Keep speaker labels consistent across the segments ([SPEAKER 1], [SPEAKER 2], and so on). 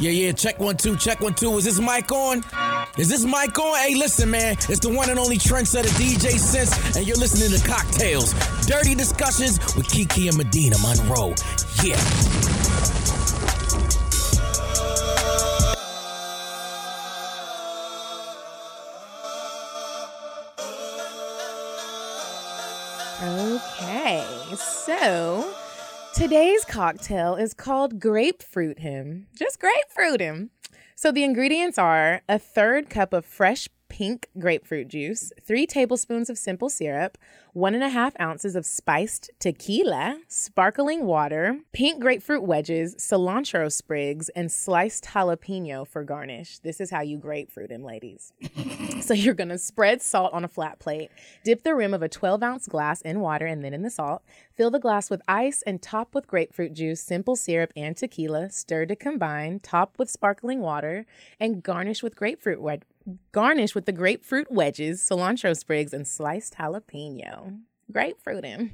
[SPEAKER 1] Yeah, yeah, check one, two, check one, two. Is this mic on? Is this mic on? Hey, listen, man. It's the one and only trendsetter DJ Sense, and you're listening to Cocktails, Dirty Discussions with Kiki and Medina Monroe. Yeah.
[SPEAKER 2] Okay, so today's cocktail is called Grapefruit Him. Just grapefruit him. So the ingredients are a third cup of fresh pink grapefruit juice, three tablespoons of simple syrup, one and a half ounces of spiced tequila, sparkling water, pink grapefruit wedges, cilantro sprigs, and sliced jalapeno for garnish. This is how you grapefruit him, ladies. So you're gonna spread salt on a flat plate, dip the rim of a 12 ounce glass in water and then in the salt, fill the glass with ice, and top with grapefruit juice, simple syrup, and tequila. Stir to combine, top with sparkling water, and garnish with grapefruit wed- garnish with the grapefruit wedges, cilantro sprigs, and sliced jalapeno. Grapefruit in.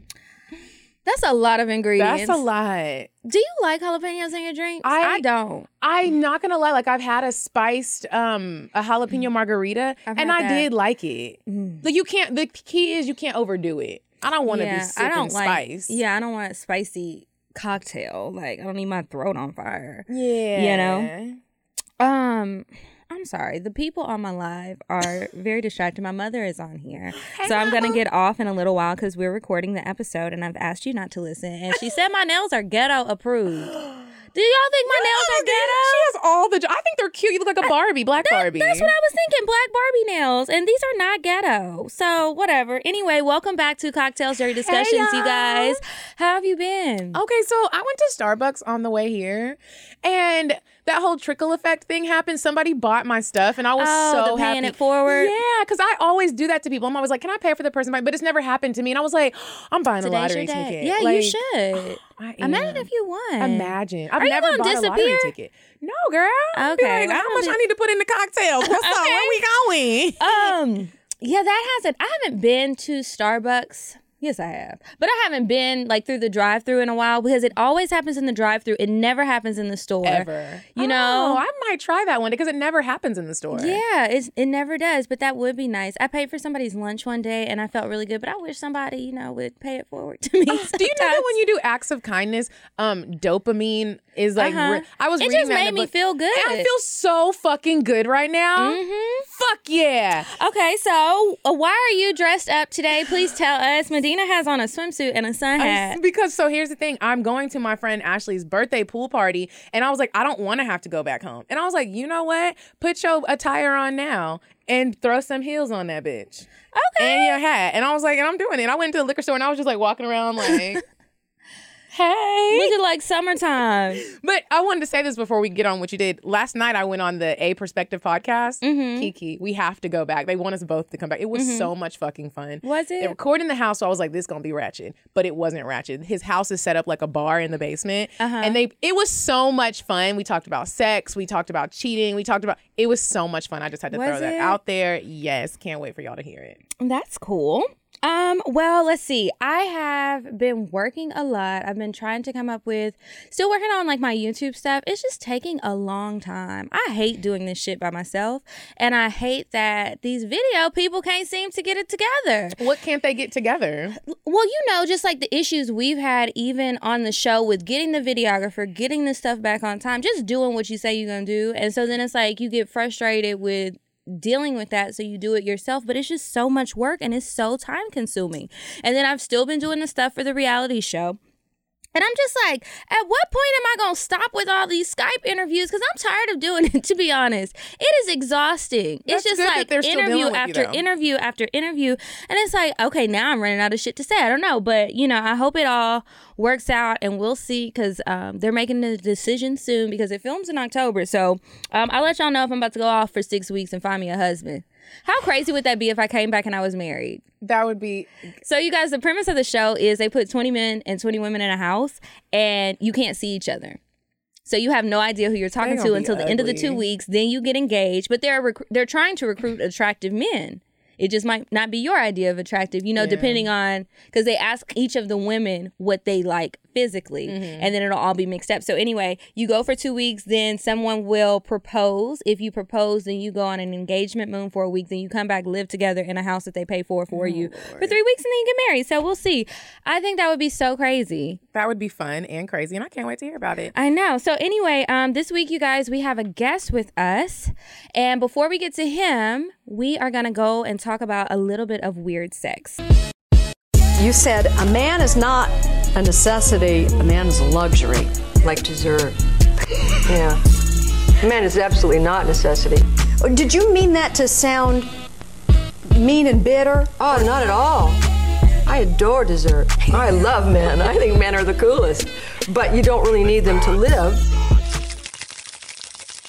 [SPEAKER 3] That's a lot of ingredients.
[SPEAKER 2] That's a lot.
[SPEAKER 3] Do you like jalapenos in your drinks?
[SPEAKER 2] I-
[SPEAKER 3] don't.
[SPEAKER 2] I'm not gonna lie, like I've had a spiced um a jalapeno margarita
[SPEAKER 3] I've
[SPEAKER 2] and
[SPEAKER 3] had
[SPEAKER 2] I
[SPEAKER 3] that.
[SPEAKER 2] did like it. Like you can't the key is you can't overdo it. Mm. I don't want to be sipping spice.
[SPEAKER 3] Like, yeah, I don't want a spicy cocktail. Like I don't need my throat on fire.
[SPEAKER 2] Yeah.
[SPEAKER 3] You know? Um, I'm sorry. The people on my live are very distracted. My mother is on here, so I'm gonna get off in a little while because we're recording the episode, and I've asked you not to listen. And she said my nails are ghetto approved. Do y'all think my nails are
[SPEAKER 2] Oh She has all the. jo- I think they're cute. You look like a Barbie, black Barbie.
[SPEAKER 3] That's what I was thinking. Black Barbie nails, and these are not ghetto. So whatever. Anyway, welcome back to Cocktails Dirty Discussions,
[SPEAKER 2] y'all.
[SPEAKER 3] you guys. How have you been?
[SPEAKER 2] Okay, so I went to Starbucks on the way here, and that whole trickle effect thing happened. Somebody bought my stuff, and I was
[SPEAKER 3] Oh,
[SPEAKER 2] so
[SPEAKER 3] the paying
[SPEAKER 2] happy.
[SPEAKER 3] it forward?
[SPEAKER 2] Yeah, because I always do that to people. I'm always like, "Can I pay for the person?" But it's never happened to me, and I was like, "I'm buying a
[SPEAKER 3] Today's
[SPEAKER 2] lottery
[SPEAKER 3] your day.
[SPEAKER 2] ticket."
[SPEAKER 3] Yeah, you
[SPEAKER 2] Like,
[SPEAKER 3] should.
[SPEAKER 2] I am.
[SPEAKER 3] Imagine if you won.
[SPEAKER 2] Imagine. I've
[SPEAKER 3] Are you
[SPEAKER 2] never
[SPEAKER 3] gonna
[SPEAKER 2] bought a lottery
[SPEAKER 3] disappear?
[SPEAKER 2] ticket. No, girl. I'd be
[SPEAKER 3] Okay,
[SPEAKER 2] like,
[SPEAKER 3] well,
[SPEAKER 2] how
[SPEAKER 3] I'm
[SPEAKER 2] much I
[SPEAKER 3] just-
[SPEAKER 2] need to put in the cocktails? What's up? Where we going?
[SPEAKER 3] Um, yeah, that hasn't. I haven't been to Starbucks. Yes, I have, but I haven't been like through the drive-through in a while because it always happens in the drive-through. It never happens in the store. you know.
[SPEAKER 2] Oh, I might try that one because it never happens in the store.
[SPEAKER 3] Yeah, it's, it never does, but that would be nice. I paid for somebody's lunch one day and I felt really good, but I wish somebody, you know, would pay it forward to me.
[SPEAKER 2] Do you know that when you do acts of kindness, um, dopamine is like?
[SPEAKER 3] Uh-huh.
[SPEAKER 2] re- I was
[SPEAKER 3] It
[SPEAKER 2] reading
[SPEAKER 3] just
[SPEAKER 2] that in
[SPEAKER 3] made
[SPEAKER 2] the
[SPEAKER 3] me
[SPEAKER 2] book,
[SPEAKER 3] feel good.
[SPEAKER 2] and I feel so fucking good right now.
[SPEAKER 3] Mhm.
[SPEAKER 2] Fuck yeah!
[SPEAKER 3] Okay, so uh, why are you dressed up today? Please tell us. Medina has on a swimsuit and a sun hat.
[SPEAKER 2] Because so here's the thing: I'm going to my friend Ashley's birthday pool party, and I was like, I don't want to have to go back home. And I was like, you know what? Put your attire on now and throw some heels on that bitch
[SPEAKER 3] Okay.
[SPEAKER 2] and your hat. And I was like, and I'm doing it. I went to the liquor store and I was just like walking around like. Hey,
[SPEAKER 3] Looking like summertime.
[SPEAKER 2] But I wanted to say this before we get on what you did. Last night I went on the A Perspective podcast.
[SPEAKER 3] Mm-hmm.
[SPEAKER 2] Kiki, we have to go back. They want us both to come back. It was so much fucking fun.
[SPEAKER 3] Was
[SPEAKER 2] They
[SPEAKER 3] it?
[SPEAKER 2] recorded in the house, so I was like, this is gonna be ratchet. But it wasn't ratchet. His house is set up like a bar in the basement.
[SPEAKER 3] Uh-huh.
[SPEAKER 2] And they it was so much fun. We talked about sex, we talked about cheating, we talked about it was so much fun. I just had to
[SPEAKER 3] Was
[SPEAKER 2] throw that
[SPEAKER 3] it?
[SPEAKER 2] out there. Yes, can't wait for y'all to hear it.
[SPEAKER 3] That's cool. Um, well, let's see. I have been working a lot. I've been trying to come up with still working on like my YouTube stuff. It's just taking a long time. I hate doing this shit by myself, and I hate that these video people can't seem to get it together.
[SPEAKER 2] What can't they get together?
[SPEAKER 3] Well, you know, just like the issues we've had even on the show with getting the videographer, getting the stuff back on time, just doing what you say you're going to do. And so then it's like you get frustrated with dealing with that. So you do it yourself, but it's just so much work and it's so time consuming. And then I've still been doing the stuff for the reality show. And I'm just like, at what point am I going to stop with all these Skype interviews? Because I'm tired of doing it, to be honest. It is exhausting.
[SPEAKER 2] That's
[SPEAKER 3] it's just
[SPEAKER 2] good that
[SPEAKER 3] like
[SPEAKER 2] they're still
[SPEAKER 3] interview
[SPEAKER 2] dealing with you,
[SPEAKER 3] after
[SPEAKER 2] though.
[SPEAKER 3] interview interview after interview and it's like okay now i'm running out of shit to say i don't know but you know i hope it all works out and we'll see because um, they're making the decision soon because it films in october so um, i'll let y'all know if i'm about to go off for six weeks and find me a husband how crazy would that be if i came back and i was married
[SPEAKER 2] That would be
[SPEAKER 3] so you guys the premise of the show is they put 20 men and 20 women in a house and you can't see each other so you have no idea who you're talking
[SPEAKER 2] gonna
[SPEAKER 3] to
[SPEAKER 2] be
[SPEAKER 3] until the end of the two
[SPEAKER 2] ugly.
[SPEAKER 3] weeks. Then you get engaged, but they're rec- they're trying to recruit attractive men. It just might not be your idea of attractive, you know, depending on because they ask each of the women what they like physically, and then it'll all be mixed up. So anyway, you go for two weeks, then someone will propose. If you propose, then you go on an engagement moon for a week, then you come back, live together in a house that they pay for for you for three weeks, and then you get married. So we'll see. I think that would be so crazy.
[SPEAKER 2] That would be fun and crazy, and I can't wait to hear about it.
[SPEAKER 3] I know. So anyway, um, this week, you guys, we have a guest with us, and before we get to him, we are gonna go and talk about a little bit of weird sex.
[SPEAKER 4] You said a man is not a necessity, a man is a luxury, like dessert. yeah. A man is absolutely not a necessity. Oh, Did you mean that to sound mean and bitter? Oh, not at all. I adore dessert. I love men. I think men are the coolest. But you don't really need them to live.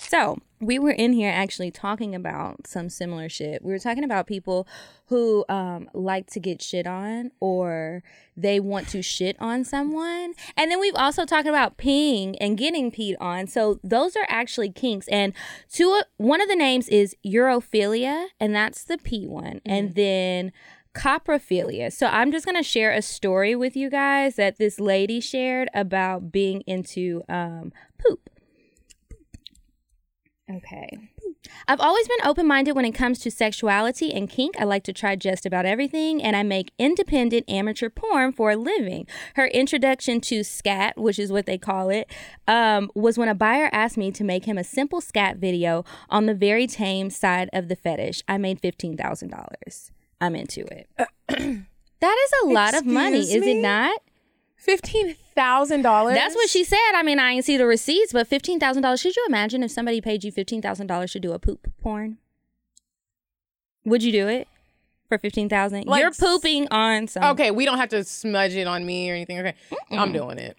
[SPEAKER 3] So we were in here actually talking about some similar shit. We were talking about people who um, like to get shit on or they want to shit on someone. And then we've also talked about peeing and getting peed on. So those are actually kinks. And two, o- one of the names is urophilia, and that's the pee one. And then coprophilia. So I'm just gonna share a story with you guys that this lady shared about being into um, poop. Okay. I've always been open minded when it comes to sexuality and kink. I like to try just about everything, and I make independent amateur porn for a living. Her introduction to scat, which is what they call it, um, was when a buyer asked me to make him a simple scat video on the very tame side of the fetish. I made $15,000. I'm into it. that is a lot of money,
[SPEAKER 2] Excuse
[SPEAKER 3] is it
[SPEAKER 2] me?
[SPEAKER 3] not?
[SPEAKER 2] Fifteen thousand dollars.
[SPEAKER 3] That's what she said. I mean, I didn't see the receipts, but fifteen thousand dollars. Should you imagine if somebody paid you fifteen thousand dollars to do a poop porn? Would you do it for fifteen thousand?
[SPEAKER 2] Like
[SPEAKER 3] You're
[SPEAKER 2] s-
[SPEAKER 3] pooping on some.
[SPEAKER 2] Okay, we don't have to smudge it on me or anything. Okay, I'm doing it.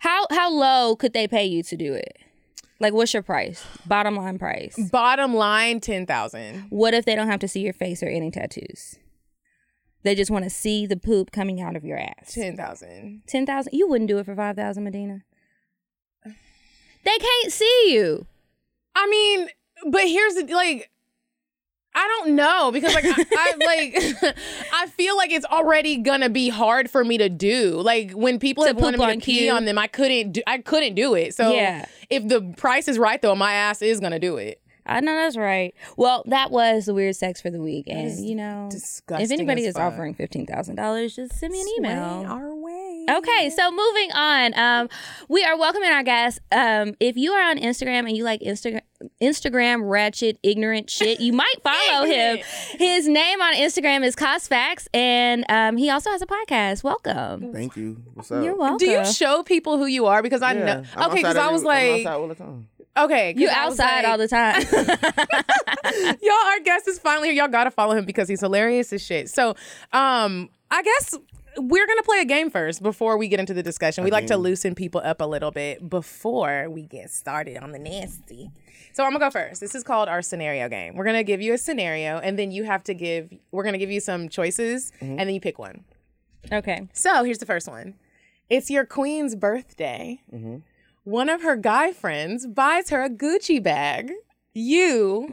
[SPEAKER 3] How how low could they pay you to do it? Like, what's your price? Bottom line price.
[SPEAKER 2] Bottom line, ten thousand.
[SPEAKER 3] What if they don't have to see your face or any tattoos? They just want to see the poop coming out of your ass.
[SPEAKER 2] Ten thousand.
[SPEAKER 3] Ten thousand. You wouldn't do it for five thousand, Medina. They can't see you.
[SPEAKER 2] I mean, but here's the like. I don't know because like I, I like I feel like it's already gonna be hard for me to do. Like when people
[SPEAKER 3] To
[SPEAKER 2] have wanted
[SPEAKER 3] poop
[SPEAKER 2] me
[SPEAKER 3] on
[SPEAKER 2] to pee
[SPEAKER 3] cue.
[SPEAKER 2] on them, I couldn't do I couldn't do it. So
[SPEAKER 3] Yeah.
[SPEAKER 2] if the price is right though, my ass is gonna do it.
[SPEAKER 3] I know that's right. Well, that was the weird sex for the week, and you know,
[SPEAKER 2] disgusting
[SPEAKER 3] if anybody
[SPEAKER 2] as
[SPEAKER 3] is
[SPEAKER 2] fuck.
[SPEAKER 3] offering fifteen thousand dollars, just send me an email.
[SPEAKER 2] Our way.
[SPEAKER 3] Okay, so moving on, um, we are welcoming our guests. Um, if you are on Instagram and you like Instagram, Instagram ratchet ignorant shit, you might follow him. His name on Instagram is Cosfax, and um, he also has a podcast. Welcome.
[SPEAKER 5] Thank you. What's up?
[SPEAKER 3] You're welcome.
[SPEAKER 2] Do you show people who you are? Because I
[SPEAKER 5] Yeah,
[SPEAKER 2] know.
[SPEAKER 5] I'm
[SPEAKER 2] okay,
[SPEAKER 5] outside
[SPEAKER 2] because I
[SPEAKER 5] every-
[SPEAKER 2] was
[SPEAKER 5] I'm
[SPEAKER 2] like,
[SPEAKER 5] outside all the time.
[SPEAKER 2] okay,
[SPEAKER 3] You outside all the time.
[SPEAKER 2] time. Y'all, our guest is finally here. Y'all gotta follow him because he's hilarious as shit. So, um, I guess we're gonna play a game first before we get into the discussion. We like to loosen people up a little bit before we get started on the nasty. So I'm gonna go first. This is called our scenario game. We're gonna give you a scenario, and then you have to give. We're gonna give you some choices, and then you pick one.
[SPEAKER 3] okay.
[SPEAKER 2] So here's the first one. It's your queen's birthday. One of her guy friends buys her a Gucci bag. You,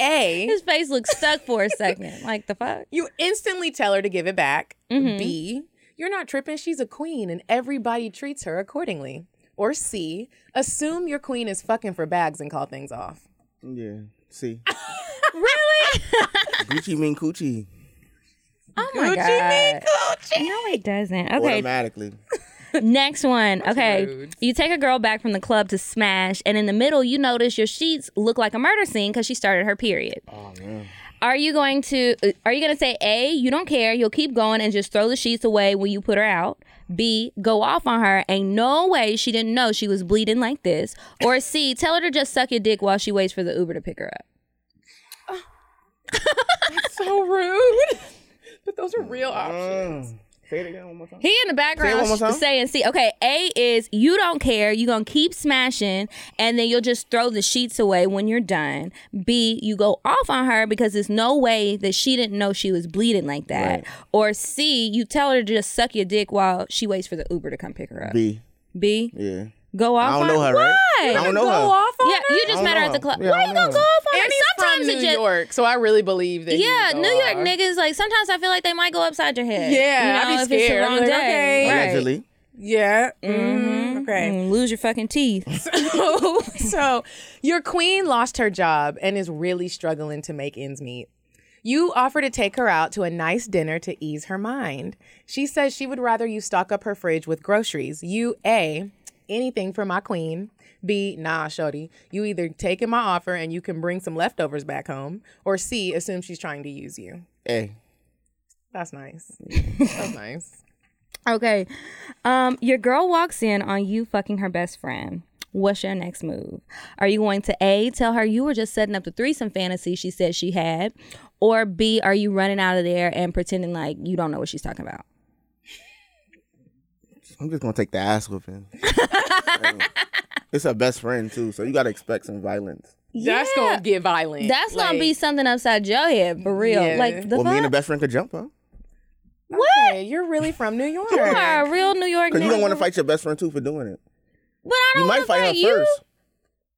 [SPEAKER 2] A,
[SPEAKER 3] His face looks stuck for a second. Like the fuck.
[SPEAKER 2] you instantly tell her to give it back. B, you're not tripping. She's a queen and everybody treats her accordingly. Or C, assume your queen is fucking for bags and call things off.
[SPEAKER 5] Yeah. See,
[SPEAKER 3] Really?
[SPEAKER 5] Gucci mean coochie
[SPEAKER 3] Oh my
[SPEAKER 2] Gucci
[SPEAKER 3] god. No, it doesn't. Okay,
[SPEAKER 5] automatically.
[SPEAKER 3] next one. Okay, you take a girl back from the club to smash, and in the middle, you notice your sheets look like a murder scene because she started her period.
[SPEAKER 5] Oh man.
[SPEAKER 3] Are you going to? uh, Are you going to say a? You don't care. You'll keep going and just throw the sheets away when you put her out. B. Go off on her. Ain't no way she didn't know she was bleeding like this. Or C. Tell her to just suck your dick while she waits for the Uber to pick her up.
[SPEAKER 2] So rude. but those are real options.
[SPEAKER 5] Mm. Say it again one more time.
[SPEAKER 3] He in the background
[SPEAKER 5] Say it one more
[SPEAKER 3] sh-
[SPEAKER 5] time.
[SPEAKER 3] saying, "See, okay, A is you don't care. You're gonna keep smashing, and then you'll just throw the sheets away when you're done. B, you go off on her because there's no way that she didn't know she was bleeding like that. Or C, you tell her to just suck your dick while she waits for the Uber to come pick her up. B,
[SPEAKER 5] B. Yeah.
[SPEAKER 3] go off.
[SPEAKER 5] I don't
[SPEAKER 3] on
[SPEAKER 5] know her. Right?
[SPEAKER 3] Why?
[SPEAKER 5] I don't know
[SPEAKER 2] Go
[SPEAKER 5] her.
[SPEAKER 2] off on
[SPEAKER 3] yeah,
[SPEAKER 2] her?
[SPEAKER 3] you
[SPEAKER 5] I
[SPEAKER 3] just
[SPEAKER 5] don't
[SPEAKER 3] met her
[SPEAKER 5] know
[SPEAKER 3] at
[SPEAKER 5] her.
[SPEAKER 3] the club.
[SPEAKER 5] Yeah, I
[SPEAKER 3] Why you
[SPEAKER 5] don't
[SPEAKER 3] gonna
[SPEAKER 5] know
[SPEAKER 3] go
[SPEAKER 5] her.
[SPEAKER 3] off on
[SPEAKER 2] And
[SPEAKER 3] her?
[SPEAKER 2] he's
[SPEAKER 3] Sometimes
[SPEAKER 2] from
[SPEAKER 3] it
[SPEAKER 2] New
[SPEAKER 3] just
[SPEAKER 2] York, so I really believe that. he
[SPEAKER 3] yeah,
[SPEAKER 2] would go
[SPEAKER 3] New York
[SPEAKER 2] off.
[SPEAKER 3] niggas like sometimes I feel like they might go upside your head.
[SPEAKER 2] Yeah,
[SPEAKER 3] you know,
[SPEAKER 2] I'd be
[SPEAKER 3] if it's the
[SPEAKER 2] scared. I'd
[SPEAKER 3] wrong
[SPEAKER 2] be like,
[SPEAKER 3] day.
[SPEAKER 2] okay.
[SPEAKER 3] Right.
[SPEAKER 5] Allegedly.
[SPEAKER 2] Yeah. Mm-hmm. Okay.
[SPEAKER 3] and lose your fucking teeth.
[SPEAKER 2] so your queen lost her job and is really struggling to make ends meet. You offer to take her out to a nice dinner to ease her mind. She says she would rather you stock up her fridge with groceries. You A, anything for my queen. B, nah, Shody. You either taking my offer and you can bring some leftovers back home, or C, assume she's trying to use you.
[SPEAKER 5] Hey,
[SPEAKER 2] That's nice. That's nice.
[SPEAKER 3] okay. Um, your girl walks in on you fucking her best friend. What's your next move? Are you going to A, tell her you were just setting up the threesome fantasy she said she had? Or B, are you running out of there and pretending like you don't know what she's talking about?
[SPEAKER 5] I'm just gonna take the ass whipping. Like, it's her best friend too, so you gotta expect some violence.
[SPEAKER 2] That's gonna get violent.
[SPEAKER 3] That's gonna be
[SPEAKER 2] Like,
[SPEAKER 3] something upside your head for real.
[SPEAKER 2] Yeah.
[SPEAKER 3] Like the
[SPEAKER 5] well, me and the
[SPEAKER 3] fuck?
[SPEAKER 5] best friend could jump, huh?
[SPEAKER 2] okay, you're really from New York.
[SPEAKER 3] You are a real New York.
[SPEAKER 5] Because you don't want to
[SPEAKER 3] nigga.
[SPEAKER 5] fight your best friend too for doing it.
[SPEAKER 3] But I don't
[SPEAKER 5] You might
[SPEAKER 3] wanna
[SPEAKER 5] fight her
[SPEAKER 3] you.
[SPEAKER 5] first.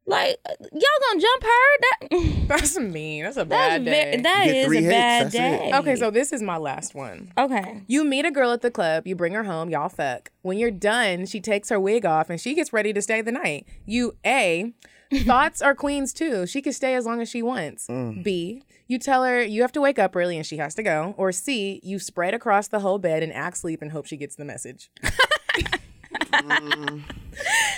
[SPEAKER 3] Like y'all gonna jump her? That
[SPEAKER 2] That's mean. That's a
[SPEAKER 3] that's
[SPEAKER 2] bad day.
[SPEAKER 3] very, that
[SPEAKER 5] You get
[SPEAKER 3] is
[SPEAKER 5] three
[SPEAKER 3] a
[SPEAKER 5] hits,
[SPEAKER 3] bad
[SPEAKER 5] that's it.
[SPEAKER 3] day.
[SPEAKER 2] okay, so this is my last one.
[SPEAKER 3] okay.
[SPEAKER 2] You meet a girl at the club, you bring her home, y'all fuck. When you're done, she takes her wig off and she gets ready to stay the night. You A, thoughts are queens too. She can stay as long as she wants. B, you tell her you have to wake up early and she has to go. Or C, you spread across the whole bed and act sleep and hope she gets the message.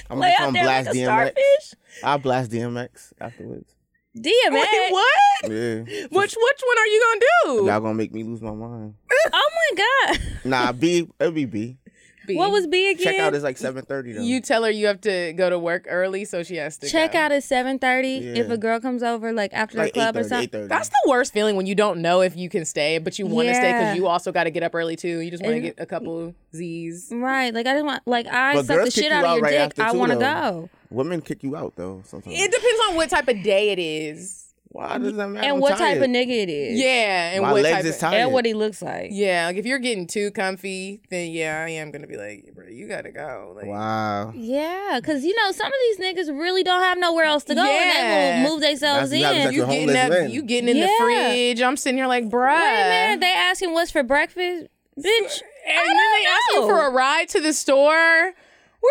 [SPEAKER 5] I'm
[SPEAKER 3] Lay
[SPEAKER 5] just
[SPEAKER 3] out
[SPEAKER 5] gonna
[SPEAKER 3] there like
[SPEAKER 5] blast
[SPEAKER 3] a
[SPEAKER 5] DMX.
[SPEAKER 3] starfish.
[SPEAKER 5] I'll blast DMX afterwards.
[SPEAKER 3] DMX.
[SPEAKER 2] what?
[SPEAKER 5] Yeah.
[SPEAKER 2] Which which one are you gonna do?
[SPEAKER 5] Y'all gonna make me lose my mind.
[SPEAKER 3] Oh my god.
[SPEAKER 5] Nah, B, it'll be B.
[SPEAKER 2] B,
[SPEAKER 3] What was B again?
[SPEAKER 5] Check out is like 7.30 though.
[SPEAKER 2] you tell her you have to go to work early, so she has to
[SPEAKER 3] Check
[SPEAKER 2] go.
[SPEAKER 3] out at seven thirty. If
[SPEAKER 5] Yeah.
[SPEAKER 3] a girl comes over like after
[SPEAKER 5] like
[SPEAKER 3] the club or
[SPEAKER 5] 8.30,
[SPEAKER 3] something.
[SPEAKER 5] 8.30.
[SPEAKER 2] That's the worst feeling when you don't know if you can stay, but you want to 'cause stay
[SPEAKER 3] Yeah.
[SPEAKER 2] because you also got to get up early too. You just want to get
[SPEAKER 3] And-
[SPEAKER 2] a couple Z's.
[SPEAKER 3] Right, like I didn't want, like I
[SPEAKER 5] But
[SPEAKER 3] suck
[SPEAKER 5] girls
[SPEAKER 3] the
[SPEAKER 5] kick
[SPEAKER 3] shit
[SPEAKER 5] you
[SPEAKER 3] out of
[SPEAKER 5] out
[SPEAKER 3] your
[SPEAKER 5] right
[SPEAKER 3] dick.
[SPEAKER 5] after,
[SPEAKER 3] I
[SPEAKER 5] too,
[SPEAKER 3] want to
[SPEAKER 5] though.
[SPEAKER 3] go.
[SPEAKER 5] Women kick you out though sometimes.
[SPEAKER 2] It depends on what type of day it is.
[SPEAKER 5] Why does that matter?
[SPEAKER 3] And
[SPEAKER 5] I'm
[SPEAKER 3] what
[SPEAKER 5] tired.
[SPEAKER 3] type of nigga it is?
[SPEAKER 2] Yeah, and
[SPEAKER 5] My
[SPEAKER 2] what
[SPEAKER 5] legs
[SPEAKER 2] type
[SPEAKER 5] is
[SPEAKER 2] of,
[SPEAKER 5] tired.
[SPEAKER 3] and what he looks like.
[SPEAKER 2] Yeah, like if you're getting too comfy, then yeah, I am gonna be like, bro, you gotta go. Like,
[SPEAKER 5] Wow.
[SPEAKER 3] Yeah, because you know some of these niggas really don't have nowhere else to go, and
[SPEAKER 2] Yeah.
[SPEAKER 3] they will move themselves
[SPEAKER 5] That's- that's
[SPEAKER 3] in.
[SPEAKER 5] exactly
[SPEAKER 2] You
[SPEAKER 5] You're
[SPEAKER 2] getting
[SPEAKER 5] homeless
[SPEAKER 2] up,
[SPEAKER 5] then.
[SPEAKER 2] you getting in
[SPEAKER 3] Yeah.
[SPEAKER 2] the fridge. I'm sitting here like, bruh.
[SPEAKER 3] Wait a minute, they asking what's for breakfast, bitch.
[SPEAKER 2] and then they ask me
[SPEAKER 3] know.
[SPEAKER 2] for a ride to the store.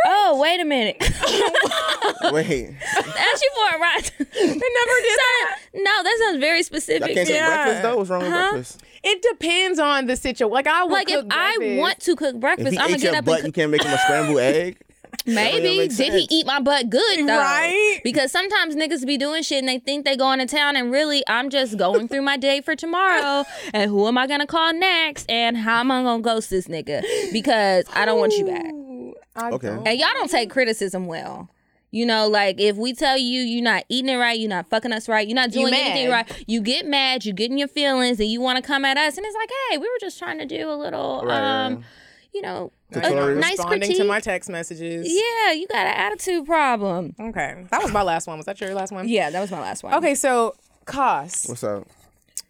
[SPEAKER 3] Oh, wait a minute.
[SPEAKER 5] Wait.
[SPEAKER 3] Ask you for a ride. they never did that. No, that sounds very
[SPEAKER 5] I
[SPEAKER 3] specific.
[SPEAKER 5] can't take
[SPEAKER 2] Yeah.
[SPEAKER 5] breakfast though? What's wrong with
[SPEAKER 3] Huh?
[SPEAKER 5] breakfast?
[SPEAKER 2] It depends on the situation. Like I will
[SPEAKER 3] Like if
[SPEAKER 2] cook
[SPEAKER 3] I
[SPEAKER 2] breakfast.
[SPEAKER 3] want to cook
[SPEAKER 5] If
[SPEAKER 3] breakfast,
[SPEAKER 5] he
[SPEAKER 3] I'm gonna
[SPEAKER 5] ate
[SPEAKER 3] get
[SPEAKER 5] your
[SPEAKER 3] up
[SPEAKER 5] butt, you
[SPEAKER 3] and cook.
[SPEAKER 5] can't make him a scrambled egg? don't
[SPEAKER 3] Maybe
[SPEAKER 5] make
[SPEAKER 3] did he
[SPEAKER 5] sense.
[SPEAKER 3] eat my butt good though?
[SPEAKER 2] Right?
[SPEAKER 3] Because sometimes niggas be doing shit and they think they going to town, and really I'm just going through my day for tomorrow. And who am I gonna call next? And how am I gonna ghost this nigga? Because I don't want you back.
[SPEAKER 2] I
[SPEAKER 5] Okay.
[SPEAKER 2] don't.
[SPEAKER 3] And y'all don't take criticism well. You know, like if we tell you you're not eating it right, you're not fucking us right, you're not doing
[SPEAKER 2] mad.
[SPEAKER 3] anything right, you get mad, you get in your feelings, and you want to come at us, and it's like, hey, we were just trying to do a little,
[SPEAKER 5] Right, right,
[SPEAKER 3] um,
[SPEAKER 5] right.
[SPEAKER 3] you know, a
[SPEAKER 5] Tutorial.
[SPEAKER 3] nice
[SPEAKER 2] responding
[SPEAKER 3] critique.
[SPEAKER 2] to my text messages.
[SPEAKER 3] yeah, you got an attitude problem.
[SPEAKER 2] Okay. That was my last one. Was that your last one?
[SPEAKER 3] Yeah, that was my last one.
[SPEAKER 2] Okay, so cost.
[SPEAKER 5] What's up?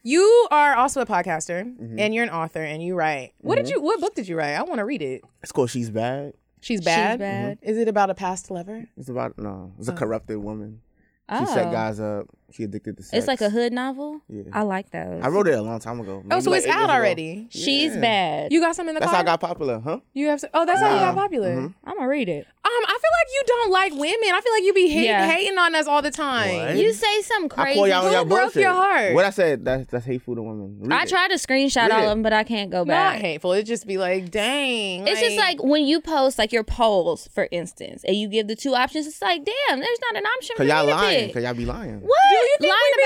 [SPEAKER 2] You are also a podcaster
[SPEAKER 5] Mm-hmm.
[SPEAKER 2] and you're an author and you write. What did you what book did you write? I want to read it.
[SPEAKER 5] It's called She's Bad.
[SPEAKER 2] She's bad.
[SPEAKER 3] Bad.
[SPEAKER 2] Is it about a past lover?
[SPEAKER 5] It's about no. It's a corrupted woman. She
[SPEAKER 3] oh,
[SPEAKER 5] set guys up. She addicted to sex.
[SPEAKER 3] it's like a hood novel. I like those.
[SPEAKER 5] Mm-hmm. I wrote it a long time ago.
[SPEAKER 2] Oh,
[SPEAKER 5] maybe
[SPEAKER 2] so
[SPEAKER 5] like
[SPEAKER 2] it's
[SPEAKER 5] eight years
[SPEAKER 2] out
[SPEAKER 5] ago.
[SPEAKER 2] already.
[SPEAKER 3] She's bad.
[SPEAKER 2] You got some in the
[SPEAKER 5] That's
[SPEAKER 2] car?
[SPEAKER 5] how I got Ah. Mm-hmm. popular, huh?
[SPEAKER 2] you have. s- Oh, that's how you got popular. Um,
[SPEAKER 3] I'm gonna read it.
[SPEAKER 2] I feel like you don't like women. I feel like you be hate,
[SPEAKER 3] Yeah.
[SPEAKER 2] hating on us all the time.
[SPEAKER 3] You say some
[SPEAKER 5] I
[SPEAKER 3] crazy.
[SPEAKER 5] call y'all on
[SPEAKER 2] Who
[SPEAKER 5] y'all
[SPEAKER 2] broke
[SPEAKER 5] bullshit.
[SPEAKER 2] your heart?
[SPEAKER 5] What I said, that's that's hateful to women. Read
[SPEAKER 3] I
[SPEAKER 5] it.
[SPEAKER 3] tried to screenshot
[SPEAKER 5] Read
[SPEAKER 3] all
[SPEAKER 5] it.
[SPEAKER 3] of them, but I can't go back.
[SPEAKER 2] Not hateful. It just be like, dang.
[SPEAKER 3] It's just like when you post like your polls, for instance, and you give the two options. It's like, damn, there's not an option. for
[SPEAKER 5] Cause y'all
[SPEAKER 3] me to
[SPEAKER 5] lying.
[SPEAKER 3] pick.
[SPEAKER 5] Cause y'all be lying.
[SPEAKER 3] What?
[SPEAKER 2] Do you think
[SPEAKER 3] lying
[SPEAKER 2] we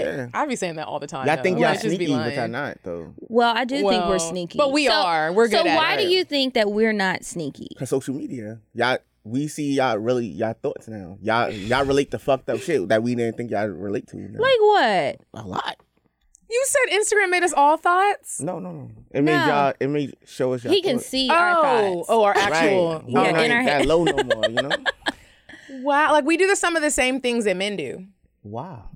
[SPEAKER 2] be
[SPEAKER 3] about
[SPEAKER 2] lying?
[SPEAKER 3] what?
[SPEAKER 5] Yeah.
[SPEAKER 2] I be saying that all the time.
[SPEAKER 5] Y'all
[SPEAKER 2] though.
[SPEAKER 5] think y'all
[SPEAKER 2] Like, just be
[SPEAKER 5] sneaky, but y'all
[SPEAKER 2] lying.
[SPEAKER 5] not though.
[SPEAKER 3] Well, I do think we're
[SPEAKER 2] Well,
[SPEAKER 3] sneaky,
[SPEAKER 2] but we
[SPEAKER 3] So-
[SPEAKER 2] are. We're
[SPEAKER 3] so
[SPEAKER 2] good at
[SPEAKER 3] why
[SPEAKER 2] it.
[SPEAKER 3] do you think that we're not sneaky?
[SPEAKER 5] Cause social media, y'all we see y'all really y'all thoughts now. Y'all y'all relate to fucked up shit that we didn't think y'all relate to. now.
[SPEAKER 3] Like what?
[SPEAKER 5] a lot.
[SPEAKER 2] You said Instagram made us all thoughts.
[SPEAKER 5] No, no, no. It made
[SPEAKER 3] No.
[SPEAKER 5] y'all. It made show us. Y'all
[SPEAKER 3] He can
[SPEAKER 5] thoughts.
[SPEAKER 3] see our
[SPEAKER 2] Oh,
[SPEAKER 3] thoughts.
[SPEAKER 2] oh, our
[SPEAKER 5] Right.
[SPEAKER 2] actual.
[SPEAKER 5] We
[SPEAKER 3] Yeah,
[SPEAKER 5] not
[SPEAKER 3] in our head.
[SPEAKER 5] that low no more. You know.
[SPEAKER 2] Wow, like we do the, some of the same things that men do.
[SPEAKER 5] wow.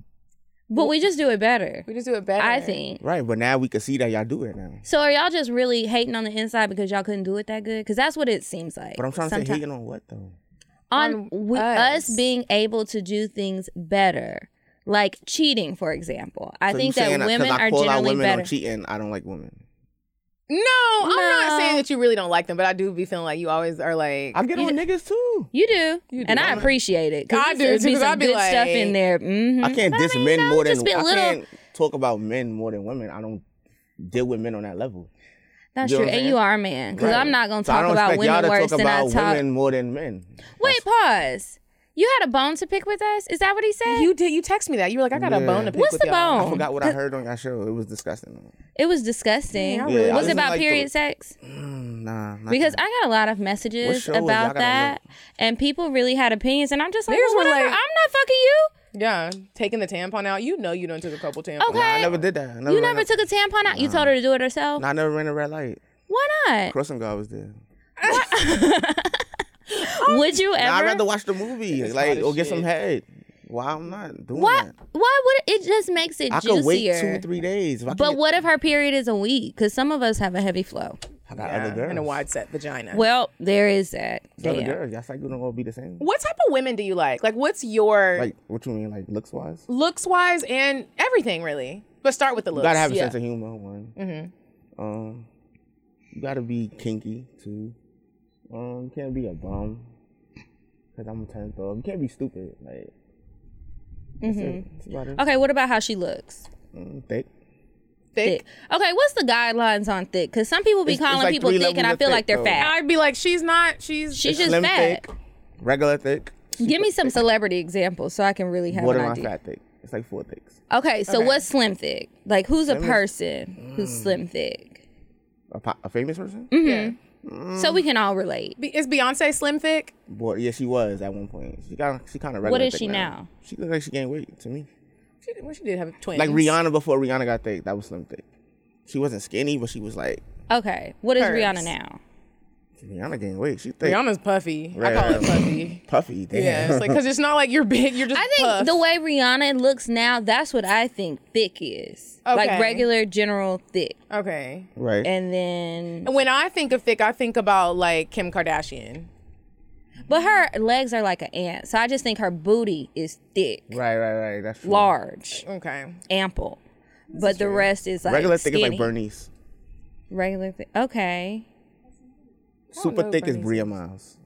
[SPEAKER 3] but we just do it better.
[SPEAKER 2] We just do it better.
[SPEAKER 3] I think.
[SPEAKER 5] Right, but now we can see that y'all do it now.
[SPEAKER 3] So are y'all just really hating on the inside because y'all couldn't do it that good? Because that's what it seems like.
[SPEAKER 5] But I'm trying to
[SPEAKER 3] sometimes.
[SPEAKER 5] say hating on what though?
[SPEAKER 3] on
[SPEAKER 2] on
[SPEAKER 3] wi- us.
[SPEAKER 2] us.
[SPEAKER 3] being able to do things better, like cheating, for example. I
[SPEAKER 5] So you
[SPEAKER 3] think that
[SPEAKER 5] saying
[SPEAKER 3] women
[SPEAKER 5] because I
[SPEAKER 3] are
[SPEAKER 5] call out
[SPEAKER 3] generally
[SPEAKER 5] women
[SPEAKER 3] better.
[SPEAKER 5] on cheating. I don't like women.
[SPEAKER 2] No, I'm not
[SPEAKER 3] No.
[SPEAKER 2] saying that you really don't like them, but I do be feeling like you always are like.
[SPEAKER 5] I get on niggas too.
[SPEAKER 3] You do, and I appreciate it. 'cause
[SPEAKER 2] I
[SPEAKER 3] it's-
[SPEAKER 2] do,
[SPEAKER 3] it's
[SPEAKER 2] too,
[SPEAKER 3] be
[SPEAKER 2] 'cause I
[SPEAKER 3] some
[SPEAKER 2] be
[SPEAKER 3] good
[SPEAKER 2] like-
[SPEAKER 3] stuff in there. hmm
[SPEAKER 5] I can't diss men more than
[SPEAKER 3] just be a
[SPEAKER 5] I
[SPEAKER 3] little-
[SPEAKER 5] can't talk about men more than women. I don't deal with men on that level.
[SPEAKER 3] That's
[SPEAKER 5] You
[SPEAKER 3] true,
[SPEAKER 5] know what I'm
[SPEAKER 3] and
[SPEAKER 5] saying?
[SPEAKER 3] you are a man because I'm not gonna
[SPEAKER 5] So I
[SPEAKER 3] talk
[SPEAKER 5] don't
[SPEAKER 3] about
[SPEAKER 5] expect y'all
[SPEAKER 3] women
[SPEAKER 5] to
[SPEAKER 3] worse
[SPEAKER 5] talk
[SPEAKER 3] than I
[SPEAKER 5] about
[SPEAKER 3] talk.
[SPEAKER 5] women more than men.
[SPEAKER 3] Wait, pause. You had a bone to pick with us. Is that what he said?
[SPEAKER 2] You did. You text me that. You were like, I got a bone to pick
[SPEAKER 3] What's
[SPEAKER 2] with
[SPEAKER 3] the
[SPEAKER 2] y'all.
[SPEAKER 5] I
[SPEAKER 3] bone?
[SPEAKER 5] forgot what I heard on your show. It was disgusting.
[SPEAKER 3] It was disgusting.
[SPEAKER 2] Yeah, I
[SPEAKER 5] really-
[SPEAKER 3] was
[SPEAKER 5] I
[SPEAKER 3] it about
[SPEAKER 5] like the-
[SPEAKER 3] period sex?
[SPEAKER 5] Nah, not
[SPEAKER 3] Because
[SPEAKER 5] that.
[SPEAKER 3] I got a lot of messages
[SPEAKER 5] show is y'all
[SPEAKER 3] about
[SPEAKER 5] gotta
[SPEAKER 3] that, and people really had opinions, and I'm just like,
[SPEAKER 2] Theirs
[SPEAKER 3] well,
[SPEAKER 2] were
[SPEAKER 3] whatever.
[SPEAKER 2] like-
[SPEAKER 3] I'm not fucking you.
[SPEAKER 2] Yeah, taking the tampon out. You know you done took a couple tampons.
[SPEAKER 3] Okay.
[SPEAKER 5] Nah, I never did that. I never
[SPEAKER 3] You
[SPEAKER 5] ran
[SPEAKER 3] never
[SPEAKER 5] a-
[SPEAKER 3] took a tampon out. You told her to do it herself.
[SPEAKER 5] Nah, I never ran a red light.
[SPEAKER 3] Why not?
[SPEAKER 5] Crossing guard was there.
[SPEAKER 3] Would you ever?
[SPEAKER 5] Nah, I'd rather watch the movie,
[SPEAKER 2] hot
[SPEAKER 5] like,
[SPEAKER 2] as
[SPEAKER 5] or get
[SPEAKER 2] shit.
[SPEAKER 5] some head. Why I'm not doing
[SPEAKER 3] What?
[SPEAKER 5] that?
[SPEAKER 3] Why would it, it just makes it
[SPEAKER 5] I
[SPEAKER 3] juicier?
[SPEAKER 5] could wait two, three days. If I
[SPEAKER 3] But
[SPEAKER 5] could-
[SPEAKER 3] what if her period is a week? Because some of us have a heavy flow.
[SPEAKER 5] I got
[SPEAKER 2] Yeah,
[SPEAKER 5] other girls.
[SPEAKER 2] and a wide set vagina.
[SPEAKER 3] Well, there is that.
[SPEAKER 5] Other
[SPEAKER 3] Damn.
[SPEAKER 5] girls. Y'all cycle don't all be the same.
[SPEAKER 2] what type of women do you like? Like, what's your
[SPEAKER 5] Like, what you mean, like looks wise? You
[SPEAKER 2] looks wise and everything really? But start with the looks.
[SPEAKER 5] gotta have a
[SPEAKER 2] yeah.
[SPEAKER 5] sense of humor. One.
[SPEAKER 3] Mm-hmm.
[SPEAKER 5] Um, you gotta be kinky too. Um, you can't be a bum. Cause I'm turned up. You can't be stupid. Like. That's it. That's about it.
[SPEAKER 3] Mm-hmm. Okay, what about how she looks?
[SPEAKER 5] Mm, thick.
[SPEAKER 2] thick.
[SPEAKER 3] Thick. Okay, what's the guidelines on thick? Because some people be
[SPEAKER 5] It's- it's
[SPEAKER 3] calling
[SPEAKER 5] like
[SPEAKER 3] people
[SPEAKER 5] three
[SPEAKER 3] thick, and
[SPEAKER 5] levels
[SPEAKER 3] I
[SPEAKER 5] of
[SPEAKER 3] feel
[SPEAKER 5] thick,
[SPEAKER 3] like they're
[SPEAKER 5] though.
[SPEAKER 3] fat.
[SPEAKER 2] I'd be like, she's not. She's.
[SPEAKER 3] She's just
[SPEAKER 5] Slim
[SPEAKER 3] fat.
[SPEAKER 5] thick. Regular thick.
[SPEAKER 3] Give me some celebrity examples so I can really have an
[SPEAKER 5] Borderline
[SPEAKER 3] idea.
[SPEAKER 5] fat thick. It's like four thicks.
[SPEAKER 3] Okay, so what's slim thick? Like, who's a person who's slim thick?
[SPEAKER 5] A, po- a famous person?
[SPEAKER 3] Mm-hmm.
[SPEAKER 2] yeah.
[SPEAKER 3] So we can all relate.
[SPEAKER 2] Be- Is Beyonce slim thick?
[SPEAKER 5] Boy, yeah, she was at one point. She got she kind of regular.
[SPEAKER 3] is
[SPEAKER 5] thick
[SPEAKER 3] she now?
[SPEAKER 5] She looks like she gained weight to me.
[SPEAKER 2] She, well, she did have twins.
[SPEAKER 5] Like Rihanna before Rihanna got thick, that was slim thick. She wasn't skinny, but she was like
[SPEAKER 3] Okay, what is
[SPEAKER 2] Hers.
[SPEAKER 3] Rihanna now?
[SPEAKER 5] Rihanna gained weight. She thick,
[SPEAKER 2] Rihanna's puffy.
[SPEAKER 5] Right,
[SPEAKER 2] I call it
[SPEAKER 5] right.
[SPEAKER 2] puffy.
[SPEAKER 5] puffy. Damn.
[SPEAKER 2] Yeah, it's like because it's not like you're big. You're just.
[SPEAKER 3] I think
[SPEAKER 2] puffed.
[SPEAKER 3] the way Rihanna looks now, that's what I think thick is.
[SPEAKER 2] Okay.
[SPEAKER 3] Like regular, general thick.
[SPEAKER 2] Okay.
[SPEAKER 5] right.
[SPEAKER 3] And then,
[SPEAKER 2] When I think of thick, I think about like Kim Kardashian.
[SPEAKER 3] but her legs are like an ant. So I just think her booty is thick,
[SPEAKER 5] right, right, right. That's true.
[SPEAKER 3] large,
[SPEAKER 2] Okay.
[SPEAKER 3] ample. But the rest is like
[SPEAKER 5] Regular thick
[SPEAKER 3] skinny.
[SPEAKER 5] is like Bernice.
[SPEAKER 3] Regular thick. Okay.
[SPEAKER 5] Super
[SPEAKER 2] know
[SPEAKER 5] thick is
[SPEAKER 2] Bernice.
[SPEAKER 5] Bria Miles.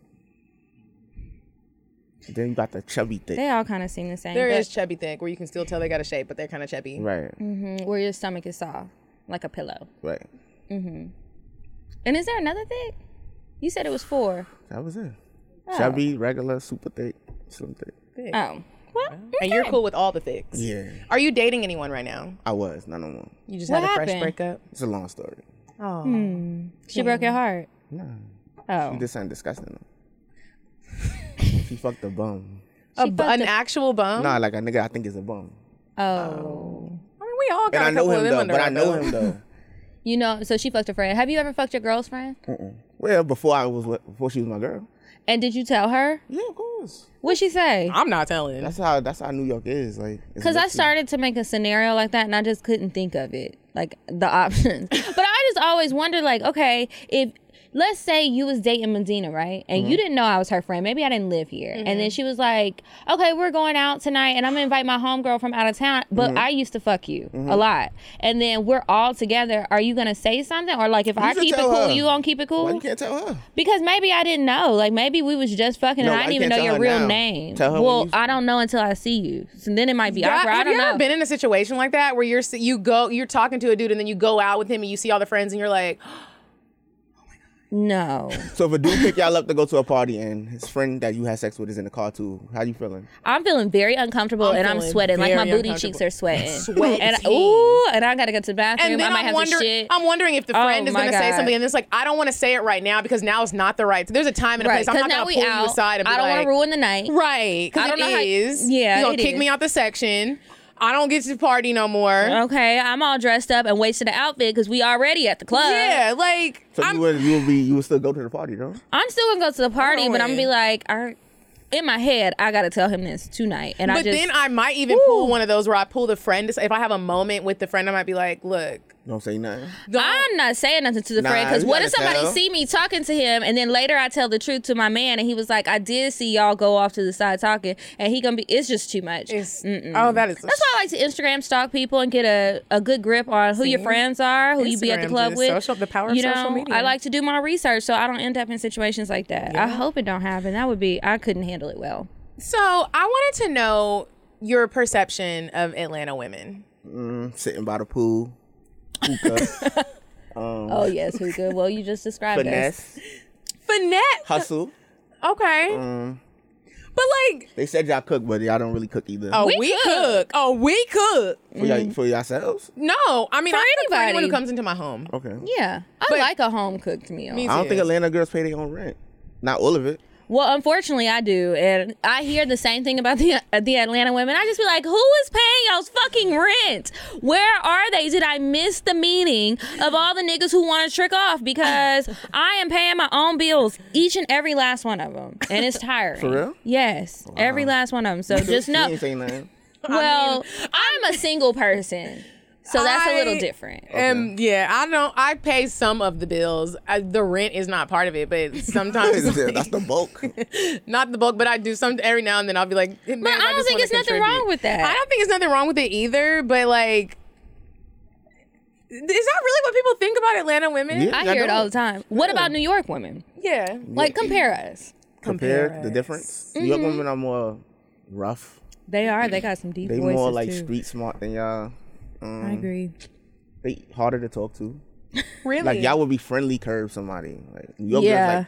[SPEAKER 5] Then you got the chubby thick.
[SPEAKER 3] They all kind of seem the same.
[SPEAKER 2] There
[SPEAKER 3] but-
[SPEAKER 2] is chubby thick where you can still tell they got a shape, but they're kind of chubby.
[SPEAKER 5] Right,
[SPEAKER 2] Mm-hmm.
[SPEAKER 3] Mm, where your stomach is soft, like a pillow.
[SPEAKER 5] right.
[SPEAKER 3] And is there another thick? You said it was four.
[SPEAKER 5] That was it. Chubby, regular, super thick, slim thick.
[SPEAKER 3] Oh. Well,
[SPEAKER 2] And you're cool with all the thicks.
[SPEAKER 5] Yeah,
[SPEAKER 2] Are you dating anyone right now?
[SPEAKER 5] I was not no more.
[SPEAKER 2] You just
[SPEAKER 3] What
[SPEAKER 2] had a fresh
[SPEAKER 3] happened?
[SPEAKER 2] breakup.
[SPEAKER 5] It's a long story.
[SPEAKER 2] Oh.
[SPEAKER 3] she broke your heart.
[SPEAKER 5] Nah,
[SPEAKER 3] Oh.
[SPEAKER 5] you did something disgusting. she fucked a bum.
[SPEAKER 2] A bu- an actual bum.
[SPEAKER 5] Nah, like a nigga I think is a bum.
[SPEAKER 3] Oh.
[SPEAKER 2] I mean, we all got
[SPEAKER 5] And
[SPEAKER 2] a
[SPEAKER 5] I know
[SPEAKER 2] couple of
[SPEAKER 5] him
[SPEAKER 2] them
[SPEAKER 5] though.
[SPEAKER 2] under
[SPEAKER 5] But
[SPEAKER 2] our
[SPEAKER 5] I know
[SPEAKER 2] belt.
[SPEAKER 5] him though.
[SPEAKER 3] You know, so she fucked a friend. Have you ever fucked your girlfriend?
[SPEAKER 5] Well, before I was with- before she was my girl.
[SPEAKER 3] And did you tell her?
[SPEAKER 5] Yeah, of course.
[SPEAKER 3] What'd she say?
[SPEAKER 2] I'm not telling.
[SPEAKER 5] That's how that's how New York is. Like it's
[SPEAKER 3] Because I
[SPEAKER 5] literally-
[SPEAKER 3] started to make a scenario like that and I just couldn't think of it, like the options. but I just always wonder, like, okay, if let's say you was dating Medina, right? And
[SPEAKER 5] Mm-hmm.
[SPEAKER 3] you didn't know I was her friend. Maybe I didn't live here. And then she was like, okay, we're going out tonight and I'm going to invite my homegirl from out of town. But
[SPEAKER 5] Mm-hmm.
[SPEAKER 3] I used to fuck you a lot. And then we're all together. Are you going to say something? Or like, if I
[SPEAKER 5] should
[SPEAKER 3] keep it
[SPEAKER 5] tell
[SPEAKER 3] cool,
[SPEAKER 5] her.
[SPEAKER 3] you going to keep it cool?
[SPEAKER 5] Why you can't tell her?
[SPEAKER 3] Because maybe I didn't know. Like maybe we was just fucking
[SPEAKER 5] No,
[SPEAKER 3] and I didn't
[SPEAKER 5] I
[SPEAKER 3] even
[SPEAKER 5] can't
[SPEAKER 3] know
[SPEAKER 5] tell
[SPEAKER 3] your
[SPEAKER 5] her
[SPEAKER 3] real
[SPEAKER 5] now.
[SPEAKER 3] name.
[SPEAKER 5] Tell her when
[SPEAKER 3] well,
[SPEAKER 5] you-
[SPEAKER 3] I don't know until I see you. So then it might be
[SPEAKER 2] Yeah,
[SPEAKER 3] awkward. I
[SPEAKER 2] have
[SPEAKER 3] don't
[SPEAKER 2] you ever
[SPEAKER 3] know.
[SPEAKER 2] been in a situation like that where you're s- you go you're talking to a dude and then you go out with him and you see all the friends and you're like,
[SPEAKER 3] no.
[SPEAKER 5] So if a dude pick y'all up to go to a party and his friend that you had sex with is in the car too, how you feeling?
[SPEAKER 3] I'm feeling very uncomfortable and I'm
[SPEAKER 2] feeling
[SPEAKER 3] sweating. Like my
[SPEAKER 2] very
[SPEAKER 3] booty cheeks
[SPEAKER 2] uncomfortable.
[SPEAKER 3] are sweating.
[SPEAKER 2] Sweating.
[SPEAKER 3] And I, ooh, and I gotta go to the bathroom.
[SPEAKER 2] and then
[SPEAKER 3] I might
[SPEAKER 2] I'm
[SPEAKER 3] have to
[SPEAKER 2] wondering
[SPEAKER 3] shit.
[SPEAKER 2] I'm wondering if the
[SPEAKER 3] Oh,
[SPEAKER 2] friend is
[SPEAKER 3] my
[SPEAKER 2] gonna say
[SPEAKER 3] God.
[SPEAKER 2] something and it's like I don't want to say it right now because now is not the right. There's a time and a
[SPEAKER 3] right.
[SPEAKER 2] place. I'm
[SPEAKER 3] Because
[SPEAKER 2] not
[SPEAKER 3] now
[SPEAKER 2] gonna
[SPEAKER 3] we
[SPEAKER 2] pull
[SPEAKER 3] out.
[SPEAKER 2] you aside and be
[SPEAKER 3] I don't
[SPEAKER 2] like,
[SPEAKER 3] wanna ruin the night.
[SPEAKER 2] Right. Because
[SPEAKER 3] I
[SPEAKER 2] it
[SPEAKER 3] don't know how-
[SPEAKER 2] is.
[SPEAKER 3] Yeah,
[SPEAKER 2] You're going
[SPEAKER 3] it
[SPEAKER 2] to kick
[SPEAKER 3] is. Oh,
[SPEAKER 2] me out the section. I don't get to party no more.
[SPEAKER 3] Okay, I'm all dressed up and wasted an outfit because we already at the club.
[SPEAKER 2] Yeah, like,
[SPEAKER 5] So
[SPEAKER 2] I'm,
[SPEAKER 5] you would you would be you would still go to the party though?
[SPEAKER 3] I'm still gonna go to the party, but I'm gonna be
[SPEAKER 2] Going.
[SPEAKER 3] like, I, in my head, I gotta tell him this tonight. And I
[SPEAKER 2] but
[SPEAKER 3] just
[SPEAKER 2] then I might even pull one of those where I pull the friend. If I have a moment with the friend, I might be like, look,
[SPEAKER 5] Don't say nothing.
[SPEAKER 3] I'm not saying nothing to the
[SPEAKER 5] Nah,
[SPEAKER 3] friend because
[SPEAKER 5] you
[SPEAKER 3] what if
[SPEAKER 5] gotta
[SPEAKER 3] somebody
[SPEAKER 5] tell.
[SPEAKER 3] see me talking to him and then later I tell the truth to my man and he was like, I did see y'all go off to the side talking and he gonna be it's just too much.
[SPEAKER 2] It's, oh, that is.
[SPEAKER 3] That's why I like to Instagram stalk people and get a, a good grip on who your friends are, who you be at the
[SPEAKER 2] Instagram
[SPEAKER 3] club
[SPEAKER 2] is
[SPEAKER 3] with.
[SPEAKER 2] social- the power of
[SPEAKER 3] you know,
[SPEAKER 2] social media.
[SPEAKER 3] I like to do my research so I don't end up in situations like that. I hope it don't happen. That would be I couldn't handle it well.
[SPEAKER 2] So I wanted to know your perception of Atlanta women.
[SPEAKER 5] Sitting by the pool. Hookah.
[SPEAKER 3] Oh yes, who good? Well, you just described us.
[SPEAKER 5] finesse.
[SPEAKER 2] Finette.
[SPEAKER 5] Hustle.
[SPEAKER 2] Okay.
[SPEAKER 5] Mm.
[SPEAKER 2] but like,
[SPEAKER 5] They said y'all cook, but y'all don't really cook either.
[SPEAKER 2] oh, we,
[SPEAKER 3] We
[SPEAKER 2] cook.
[SPEAKER 3] cook.
[SPEAKER 2] Oh, we cook.
[SPEAKER 5] For, y'all,
[SPEAKER 3] mm.
[SPEAKER 5] for yourselves?
[SPEAKER 2] No, I mean,
[SPEAKER 3] For
[SPEAKER 2] I cook for anyone
[SPEAKER 3] anybody.
[SPEAKER 2] who comes into my home.
[SPEAKER 5] Okay.
[SPEAKER 3] Yeah, I like a home cooked meal.
[SPEAKER 2] Me
[SPEAKER 5] I don't think
[SPEAKER 2] too.
[SPEAKER 5] Atlanta girls pay their own rent. Not all of it.
[SPEAKER 3] Well, unfortunately, I do, and I hear the same thing about the uh, the Atlanta women. I just be like, "Who is paying y'all's fucking rent? Where are they? Did I miss the meeting of all the niggas who want to trick off? Because I am paying my own bills, each and every last one of them, and it's tiring. For
[SPEAKER 5] real?
[SPEAKER 3] Yes, every last one of them. So just
[SPEAKER 5] You
[SPEAKER 3] know,
[SPEAKER 5] ain't saying nothing.
[SPEAKER 3] well, I am a single person, so that's a
[SPEAKER 2] I-
[SPEAKER 3] little different.
[SPEAKER 2] Um, yeah, I don't. I pay some of the bills. I, the rent is not part of it, but sometimes
[SPEAKER 5] That's the bulk.
[SPEAKER 2] not the bulk, but I do some every now and then. I'll be like, "Man,
[SPEAKER 3] I don't
[SPEAKER 2] just
[SPEAKER 3] think
[SPEAKER 2] wanna
[SPEAKER 3] it's nothing wrong
[SPEAKER 2] contribute."
[SPEAKER 3] with that.
[SPEAKER 2] I don't think it's nothing wrong with it either. But like, is that really what people think about Atlanta women?
[SPEAKER 5] Yeah.
[SPEAKER 3] I
[SPEAKER 5] I
[SPEAKER 3] hear it
[SPEAKER 5] know.
[SPEAKER 3] all the time. What about New York women?
[SPEAKER 2] yeah.
[SPEAKER 3] Like, compare us.
[SPEAKER 5] Compare the difference. New York women are more rough.
[SPEAKER 3] They are. They got some deep
[SPEAKER 5] They
[SPEAKER 3] voices
[SPEAKER 5] more like
[SPEAKER 3] too.
[SPEAKER 5] street smart than y'all.
[SPEAKER 3] I agree.
[SPEAKER 5] They harder to talk to.
[SPEAKER 2] Really?
[SPEAKER 5] Like y'all would be friendly curve somebody. Like New York
[SPEAKER 3] Yeah.
[SPEAKER 5] girls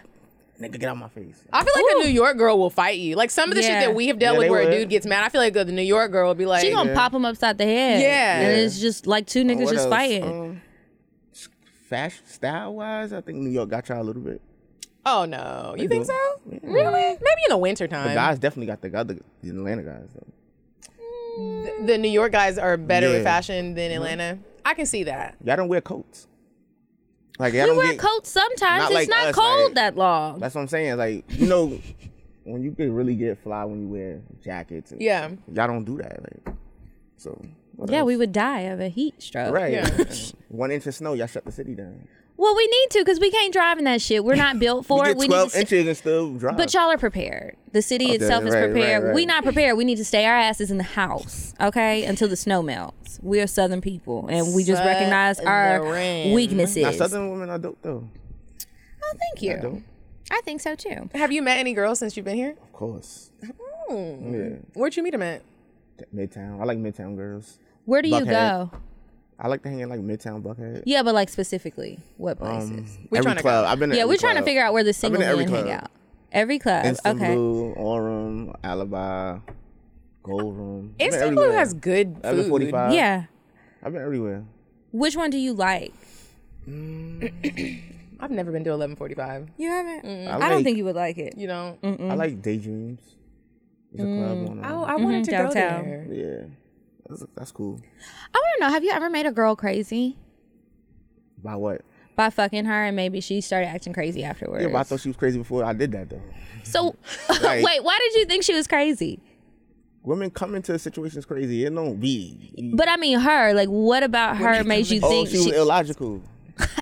[SPEAKER 5] like, nigga, get out my face.
[SPEAKER 2] I feel like a New York girl will fight you. Like some of the
[SPEAKER 3] Yeah.
[SPEAKER 2] shit that we have dealt
[SPEAKER 5] Yeah,
[SPEAKER 2] with,
[SPEAKER 5] they
[SPEAKER 2] where a
[SPEAKER 5] would.
[SPEAKER 2] dude gets mad. I feel like uh, the New York girl will be like,
[SPEAKER 3] She gonna pop him upside the head.
[SPEAKER 2] Yeah.
[SPEAKER 3] and
[SPEAKER 5] Yeah.
[SPEAKER 3] it's just like two niggas
[SPEAKER 5] What
[SPEAKER 3] just
[SPEAKER 5] else?
[SPEAKER 3] fighting.
[SPEAKER 5] Um, s- fashion style wise, I think New York got y'all a little bit.
[SPEAKER 2] "Oh no, you think
[SPEAKER 5] do.
[SPEAKER 2] so? Really? Maybe in the wintertime.
[SPEAKER 5] Guys definitely got the other the Atlanta guys though.
[SPEAKER 2] the New York guys are better with
[SPEAKER 5] Yeah. Mm-hmm.
[SPEAKER 2] fashion than Atlanta. I can see that.
[SPEAKER 5] Y'all don't wear coats. Like y'all
[SPEAKER 3] we
[SPEAKER 5] don't
[SPEAKER 3] wear
[SPEAKER 5] get,
[SPEAKER 3] coats sometimes.
[SPEAKER 5] not
[SPEAKER 3] it's
[SPEAKER 5] like
[SPEAKER 3] not
[SPEAKER 5] us,
[SPEAKER 3] cold
[SPEAKER 5] like-
[SPEAKER 3] that long.
[SPEAKER 5] That's what I'm saying. Like you know, when you can really get fly when you wear jackets. And
[SPEAKER 2] Yeah.
[SPEAKER 5] Y'all don't do that. Like so. what
[SPEAKER 3] yeah,
[SPEAKER 5] else?
[SPEAKER 3] we would die of a heat stroke.
[SPEAKER 5] Right.
[SPEAKER 2] Yeah.
[SPEAKER 5] One inch of snow, y'all shut the city down.
[SPEAKER 3] Well, we need to because we can't drive in that shit. We're not built for
[SPEAKER 5] We
[SPEAKER 3] it.
[SPEAKER 5] get
[SPEAKER 3] We need to.
[SPEAKER 5] 12
[SPEAKER 3] st-
[SPEAKER 5] inches and still drive.
[SPEAKER 3] but y'all are prepared. The city itself is
[SPEAKER 5] right, right,
[SPEAKER 3] prepared.
[SPEAKER 5] right.
[SPEAKER 3] We not prepared. We need to stay our asses in the house, okay, until the snow melts. We are Southern people, and we just recognize our
[SPEAKER 2] Southern.
[SPEAKER 3] weaknesses.
[SPEAKER 5] Now, Southern women are dope though.
[SPEAKER 3] oh, thank you.
[SPEAKER 5] dope.
[SPEAKER 3] I think so too.
[SPEAKER 2] Have you met any girls since you've been here?
[SPEAKER 5] Of course.
[SPEAKER 2] Where'd you meet him at?
[SPEAKER 5] Midtown. I like Midtown girls.
[SPEAKER 3] Where do you go?
[SPEAKER 5] Buckhead. I like to hang in like Midtown Buckhead.
[SPEAKER 3] Yeah, but like specifically, what places?
[SPEAKER 5] We every
[SPEAKER 2] tryna go.
[SPEAKER 5] club. I've been. to
[SPEAKER 3] Yeah,
[SPEAKER 5] every
[SPEAKER 3] we're trying to
[SPEAKER 5] club.
[SPEAKER 3] figure out where the
[SPEAKER 5] I've
[SPEAKER 3] single
[SPEAKER 5] been to every
[SPEAKER 3] men hang
[SPEAKER 5] club.
[SPEAKER 3] out. Every club.
[SPEAKER 5] Instant
[SPEAKER 3] okay.
[SPEAKER 5] Blue, Aurum, Alibi, Gold Room. I've been
[SPEAKER 2] It's people who
[SPEAKER 5] everywhere.
[SPEAKER 2] has good
[SPEAKER 5] I've been
[SPEAKER 2] food.
[SPEAKER 5] 45.
[SPEAKER 3] Yeah.
[SPEAKER 5] I've been everywhere.
[SPEAKER 3] Which one do you like?
[SPEAKER 2] I've never been to 1145.
[SPEAKER 3] You haven't.
[SPEAKER 5] I,
[SPEAKER 3] I don't
[SPEAKER 5] like-
[SPEAKER 3] think you would like it.
[SPEAKER 2] You know?
[SPEAKER 5] I like Daydreams. It's a club on.
[SPEAKER 2] Oh,
[SPEAKER 5] um,
[SPEAKER 2] I wanted to
[SPEAKER 3] downtown.
[SPEAKER 2] go there.
[SPEAKER 5] yeah, that's, that's cool.
[SPEAKER 3] I want to know. Have you ever made a girl crazy
[SPEAKER 5] By what?
[SPEAKER 3] by fucking her and maybe she started acting crazy afterwards?
[SPEAKER 5] Yeah, but I thought she was crazy before I did that though.
[SPEAKER 3] so,
[SPEAKER 5] Like-
[SPEAKER 3] wait. Why did you think she was crazy?
[SPEAKER 5] Women come into situations crazy. It don't be.
[SPEAKER 3] But I mean, her. Like, what about her made you
[SPEAKER 5] Oh,
[SPEAKER 3] think
[SPEAKER 5] she was
[SPEAKER 3] she?
[SPEAKER 5] illogical.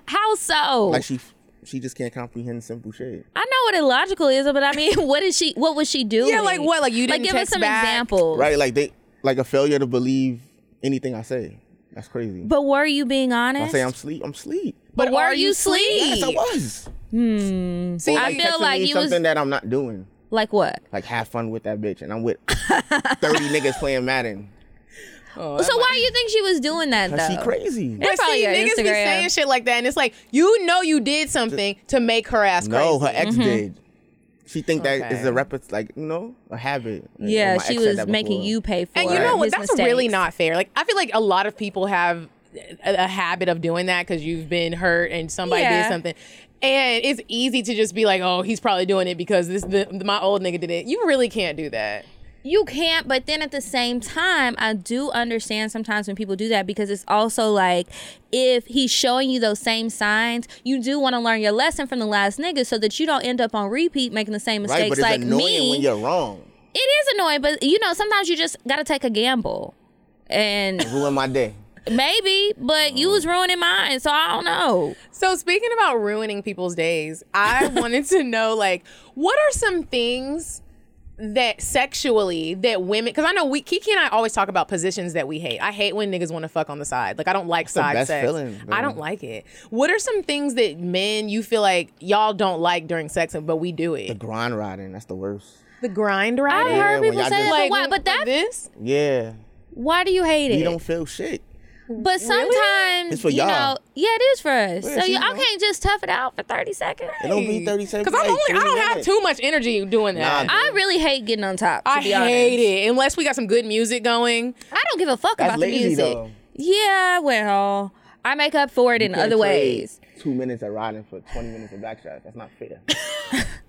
[SPEAKER 3] How so?
[SPEAKER 5] Like she, she just can't comprehend simple shit.
[SPEAKER 3] I know what illogical is, but I mean, what is she? What was she doing?
[SPEAKER 2] like what? Like, you didn't
[SPEAKER 3] give us
[SPEAKER 2] text
[SPEAKER 3] some
[SPEAKER 2] back?
[SPEAKER 3] examples,
[SPEAKER 5] Right? Like they, like a failure to believe anything I say. That's crazy.
[SPEAKER 3] But were you being
[SPEAKER 5] I
[SPEAKER 3] honest?
[SPEAKER 5] say I'm sleep. I'm sleep.
[SPEAKER 3] but were you
[SPEAKER 5] Yes, I
[SPEAKER 3] sleep?
[SPEAKER 5] was.
[SPEAKER 2] See,
[SPEAKER 3] I
[SPEAKER 2] like,
[SPEAKER 3] feel
[SPEAKER 5] Texting
[SPEAKER 3] like
[SPEAKER 5] me
[SPEAKER 3] you was
[SPEAKER 5] something that I'm not doing.
[SPEAKER 3] like what?
[SPEAKER 5] Like have fun with that bitch, and I'm with thirty niggas playing Madden.
[SPEAKER 3] So why do you think she was doing that
[SPEAKER 5] Oh, Cause she
[SPEAKER 3] though?
[SPEAKER 5] crazy.
[SPEAKER 3] It's
[SPEAKER 2] but
[SPEAKER 3] probably
[SPEAKER 2] see,
[SPEAKER 3] your
[SPEAKER 2] niggas be
[SPEAKER 3] Instagram.
[SPEAKER 2] saying shit like that, and it's like, you know you did something to make her ass crazy.
[SPEAKER 5] No, her ex
[SPEAKER 3] Mm-hmm.
[SPEAKER 5] did. She think that is
[SPEAKER 2] Okay.
[SPEAKER 5] a rep, like you know, a habit. Like,
[SPEAKER 3] Yeah,
[SPEAKER 5] oh, my
[SPEAKER 3] she
[SPEAKER 5] ex said
[SPEAKER 3] was
[SPEAKER 5] that
[SPEAKER 3] making
[SPEAKER 5] before.
[SPEAKER 3] you pay for.
[SPEAKER 2] And you know what?
[SPEAKER 3] his
[SPEAKER 2] That's
[SPEAKER 3] mistakes.
[SPEAKER 2] really not fair. Like, I feel like a lot of people have a, a habit of doing that because you've been hurt and somebody
[SPEAKER 3] Yeah.
[SPEAKER 2] did something. And it's easy to just be like, oh, he's probably doing it because this the, my old nigga did it. You really can't do that.
[SPEAKER 3] You can't, but then at the same time, I do understand sometimes when people do that because it's also like if he's showing you those same signs, you do want to learn your lesson from the last nigga so that you don't end up on repeat making the same mistakes
[SPEAKER 5] right? But it's
[SPEAKER 3] like
[SPEAKER 5] annoying
[SPEAKER 3] me.
[SPEAKER 5] when you're wrong.
[SPEAKER 3] It is annoying, but you know sometimes you just gotta take a gamble. And
[SPEAKER 5] Ruin my day.
[SPEAKER 3] Maybe, but you was ruining mine, so I don't know.
[SPEAKER 2] So speaking about ruining people's days, I wanted to know like what are some things that sexually that women because I know we Kiki and I always talk about positions that we hate. I hate when niggas want to fuck on the side. Like I don't like side
[SPEAKER 5] best
[SPEAKER 2] sex.
[SPEAKER 5] feeling,
[SPEAKER 2] I don't
[SPEAKER 5] bro.
[SPEAKER 2] like it. What are some things that men you feel like y'all don't like during sex, but we do it?
[SPEAKER 5] The grind riding, that's the worst.
[SPEAKER 2] The, grind right?
[SPEAKER 3] I've heard
[SPEAKER 5] when
[SPEAKER 3] people
[SPEAKER 5] y'all
[SPEAKER 3] say that, but
[SPEAKER 5] just-
[SPEAKER 3] why? But that,
[SPEAKER 2] this
[SPEAKER 5] Yeah.
[SPEAKER 3] why do you hate it?
[SPEAKER 5] You don't feel shit.
[SPEAKER 3] but sometimes
[SPEAKER 5] It's for
[SPEAKER 3] you
[SPEAKER 5] y'all.
[SPEAKER 3] know, yeah, it is for us.
[SPEAKER 5] Yeah,
[SPEAKER 3] so
[SPEAKER 5] she
[SPEAKER 3] you, I
[SPEAKER 5] know.
[SPEAKER 3] can't just tough it out for thirty seconds.
[SPEAKER 5] It don't be 30 seconds.
[SPEAKER 2] because I'm
[SPEAKER 5] like
[SPEAKER 2] only I
[SPEAKER 5] three
[SPEAKER 2] don't have
[SPEAKER 5] minutes.
[SPEAKER 2] too much energy doing that.
[SPEAKER 5] Nah,
[SPEAKER 3] I really hate getting on top. To
[SPEAKER 2] I
[SPEAKER 3] be
[SPEAKER 2] hate
[SPEAKER 3] honest.
[SPEAKER 2] it unless we got some good music going.
[SPEAKER 3] I don't give a fuck
[SPEAKER 5] That's
[SPEAKER 3] about
[SPEAKER 5] lazy,
[SPEAKER 3] the music.
[SPEAKER 5] though.
[SPEAKER 3] Yeah, well, I make up for it in
[SPEAKER 5] Can't
[SPEAKER 3] other
[SPEAKER 5] trade
[SPEAKER 3] ways.
[SPEAKER 5] Two minutes of riding for 20 minutes of back shots. That's not fair.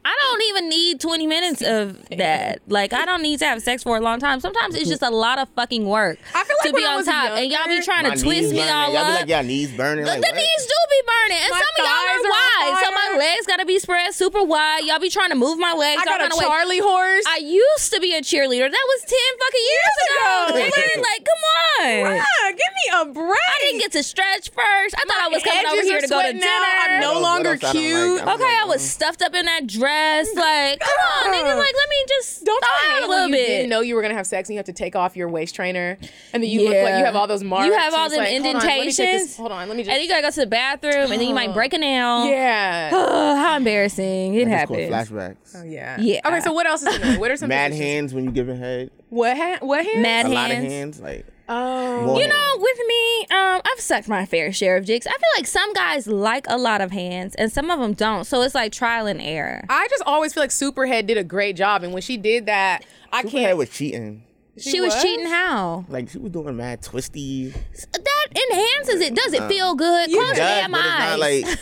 [SPEAKER 3] I don't even need 20 minutes of that. Like, I don't need to have sex for a long time. Sometimes
[SPEAKER 5] Mm-hmm.
[SPEAKER 3] it's just a lot of fucking work
[SPEAKER 2] I feel like
[SPEAKER 3] to be
[SPEAKER 2] when I
[SPEAKER 3] on
[SPEAKER 2] was
[SPEAKER 3] top. And y'all be
[SPEAKER 2] younger-
[SPEAKER 3] trying
[SPEAKER 5] My
[SPEAKER 3] to twist
[SPEAKER 5] knees
[SPEAKER 3] me
[SPEAKER 5] burning.
[SPEAKER 3] all
[SPEAKER 5] y'all
[SPEAKER 3] up.
[SPEAKER 5] Be like, y'all knees burning.
[SPEAKER 3] the,
[SPEAKER 5] like,
[SPEAKER 3] the
[SPEAKER 5] what?
[SPEAKER 3] knees do be burning, and
[SPEAKER 2] My
[SPEAKER 3] some of y'all
[SPEAKER 2] thighs
[SPEAKER 3] are
[SPEAKER 2] are on
[SPEAKER 3] wide. So my
[SPEAKER 2] fire.
[SPEAKER 3] legs gotta be spread super wide. Y'all be trying to move my legs.
[SPEAKER 2] I
[SPEAKER 3] all
[SPEAKER 2] got
[SPEAKER 3] kinda
[SPEAKER 2] a
[SPEAKER 3] ways.
[SPEAKER 2] Charlie horse.
[SPEAKER 3] I used to be a cheerleader. That was ten fucking years,
[SPEAKER 2] Years
[SPEAKER 3] ago.
[SPEAKER 2] ago.
[SPEAKER 3] nigga. like, come on.
[SPEAKER 2] Ah, give me a break.
[SPEAKER 3] I didn't get to stretch first. I thought I was coming over
[SPEAKER 2] edges
[SPEAKER 3] here
[SPEAKER 2] are
[SPEAKER 3] to go to
[SPEAKER 2] sweating
[SPEAKER 3] dinner.
[SPEAKER 2] out. Oh, I'm
[SPEAKER 5] What
[SPEAKER 2] no
[SPEAKER 5] else-
[SPEAKER 2] longer
[SPEAKER 5] what else I don't
[SPEAKER 2] cute.
[SPEAKER 5] Like? I'm
[SPEAKER 3] Okay, I
[SPEAKER 5] like,
[SPEAKER 3] was stuffed up in that dress. Like, come on, nigga. Like, let me just
[SPEAKER 2] Oh Don't
[SPEAKER 3] thaw
[SPEAKER 2] you
[SPEAKER 3] out
[SPEAKER 2] hate
[SPEAKER 3] a
[SPEAKER 2] when
[SPEAKER 3] little
[SPEAKER 2] you
[SPEAKER 3] bit.
[SPEAKER 2] didn't know you were gonna have sex and you have to take off your waist trainer and then you look like you have all those marks.
[SPEAKER 3] You have all
[SPEAKER 2] the
[SPEAKER 3] them indentations.
[SPEAKER 2] Hold on, let me
[SPEAKER 3] And you
[SPEAKER 2] just.
[SPEAKER 3] gotta go to the bathroom, and then you might break a nail.
[SPEAKER 2] Yeah.
[SPEAKER 3] Ugh, how embarrassing! It
[SPEAKER 5] It's called
[SPEAKER 3] happens.
[SPEAKER 5] flashbacks.
[SPEAKER 2] Yeah.
[SPEAKER 3] Oh, Yeah.
[SPEAKER 2] Okay, so what else is in there? What are some
[SPEAKER 5] Mad
[SPEAKER 2] positions?
[SPEAKER 5] hands when you giving head.
[SPEAKER 2] What ha- what hand?
[SPEAKER 3] Mad
[SPEAKER 5] A lot of
[SPEAKER 3] hands.
[SPEAKER 5] hands. Like,
[SPEAKER 2] Oh.
[SPEAKER 5] more
[SPEAKER 3] You
[SPEAKER 5] hands.
[SPEAKER 3] know, with me, um, I've sucked my fair share of dicks. I feel like some guys like a lot of hands, and some of them don't. So it's like trial and error.
[SPEAKER 2] I just always feel like Superhead did a great job, and when she did that, I
[SPEAKER 5] Superhead
[SPEAKER 2] can't.
[SPEAKER 5] was cheating.
[SPEAKER 3] She, was,
[SPEAKER 2] was?
[SPEAKER 3] cheating. How?
[SPEAKER 5] Like she was doing mad twisty.
[SPEAKER 3] That enhances it. Does
[SPEAKER 5] Uh,
[SPEAKER 3] it feel good? Close your
[SPEAKER 5] Does,
[SPEAKER 3] damn
[SPEAKER 5] but it's
[SPEAKER 3] eyes.
[SPEAKER 5] not like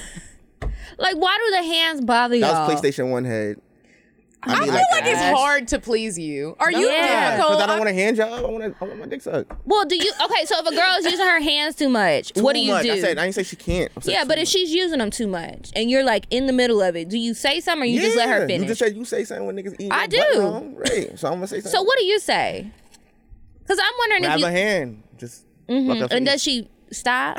[SPEAKER 3] Like, why do the hands bother y'all?
[SPEAKER 5] that was PlayStation One head. I,
[SPEAKER 2] I feel like it's hard to please you. Are you
[SPEAKER 3] Yeah.
[SPEAKER 2] difficult?
[SPEAKER 5] because I don't want a hand job. I want to. I want my dick sucked.
[SPEAKER 3] Well, do you? Okay, so if a girl is using her hands too much, what do
[SPEAKER 5] Too
[SPEAKER 3] you
[SPEAKER 5] much.
[SPEAKER 3] do?
[SPEAKER 5] I said I didn't say she can't. I said
[SPEAKER 3] yeah,
[SPEAKER 5] too
[SPEAKER 3] but if
[SPEAKER 5] much.
[SPEAKER 3] she's using them too much, and you're like in the middle of it, do you say something or you just let
[SPEAKER 5] Yeah,
[SPEAKER 3] her finish?
[SPEAKER 5] You just said you say something when niggas eat.
[SPEAKER 3] I
[SPEAKER 5] your butt
[SPEAKER 3] do.
[SPEAKER 5] wrong. Right. So I'm gonna say something.
[SPEAKER 3] so what do you say? Because I'm wondering
[SPEAKER 5] Grab
[SPEAKER 3] if you Mm-hmm.
[SPEAKER 5] a hand. Just. fuck up
[SPEAKER 3] and
[SPEAKER 5] for
[SPEAKER 3] does
[SPEAKER 5] me.
[SPEAKER 3] she stop?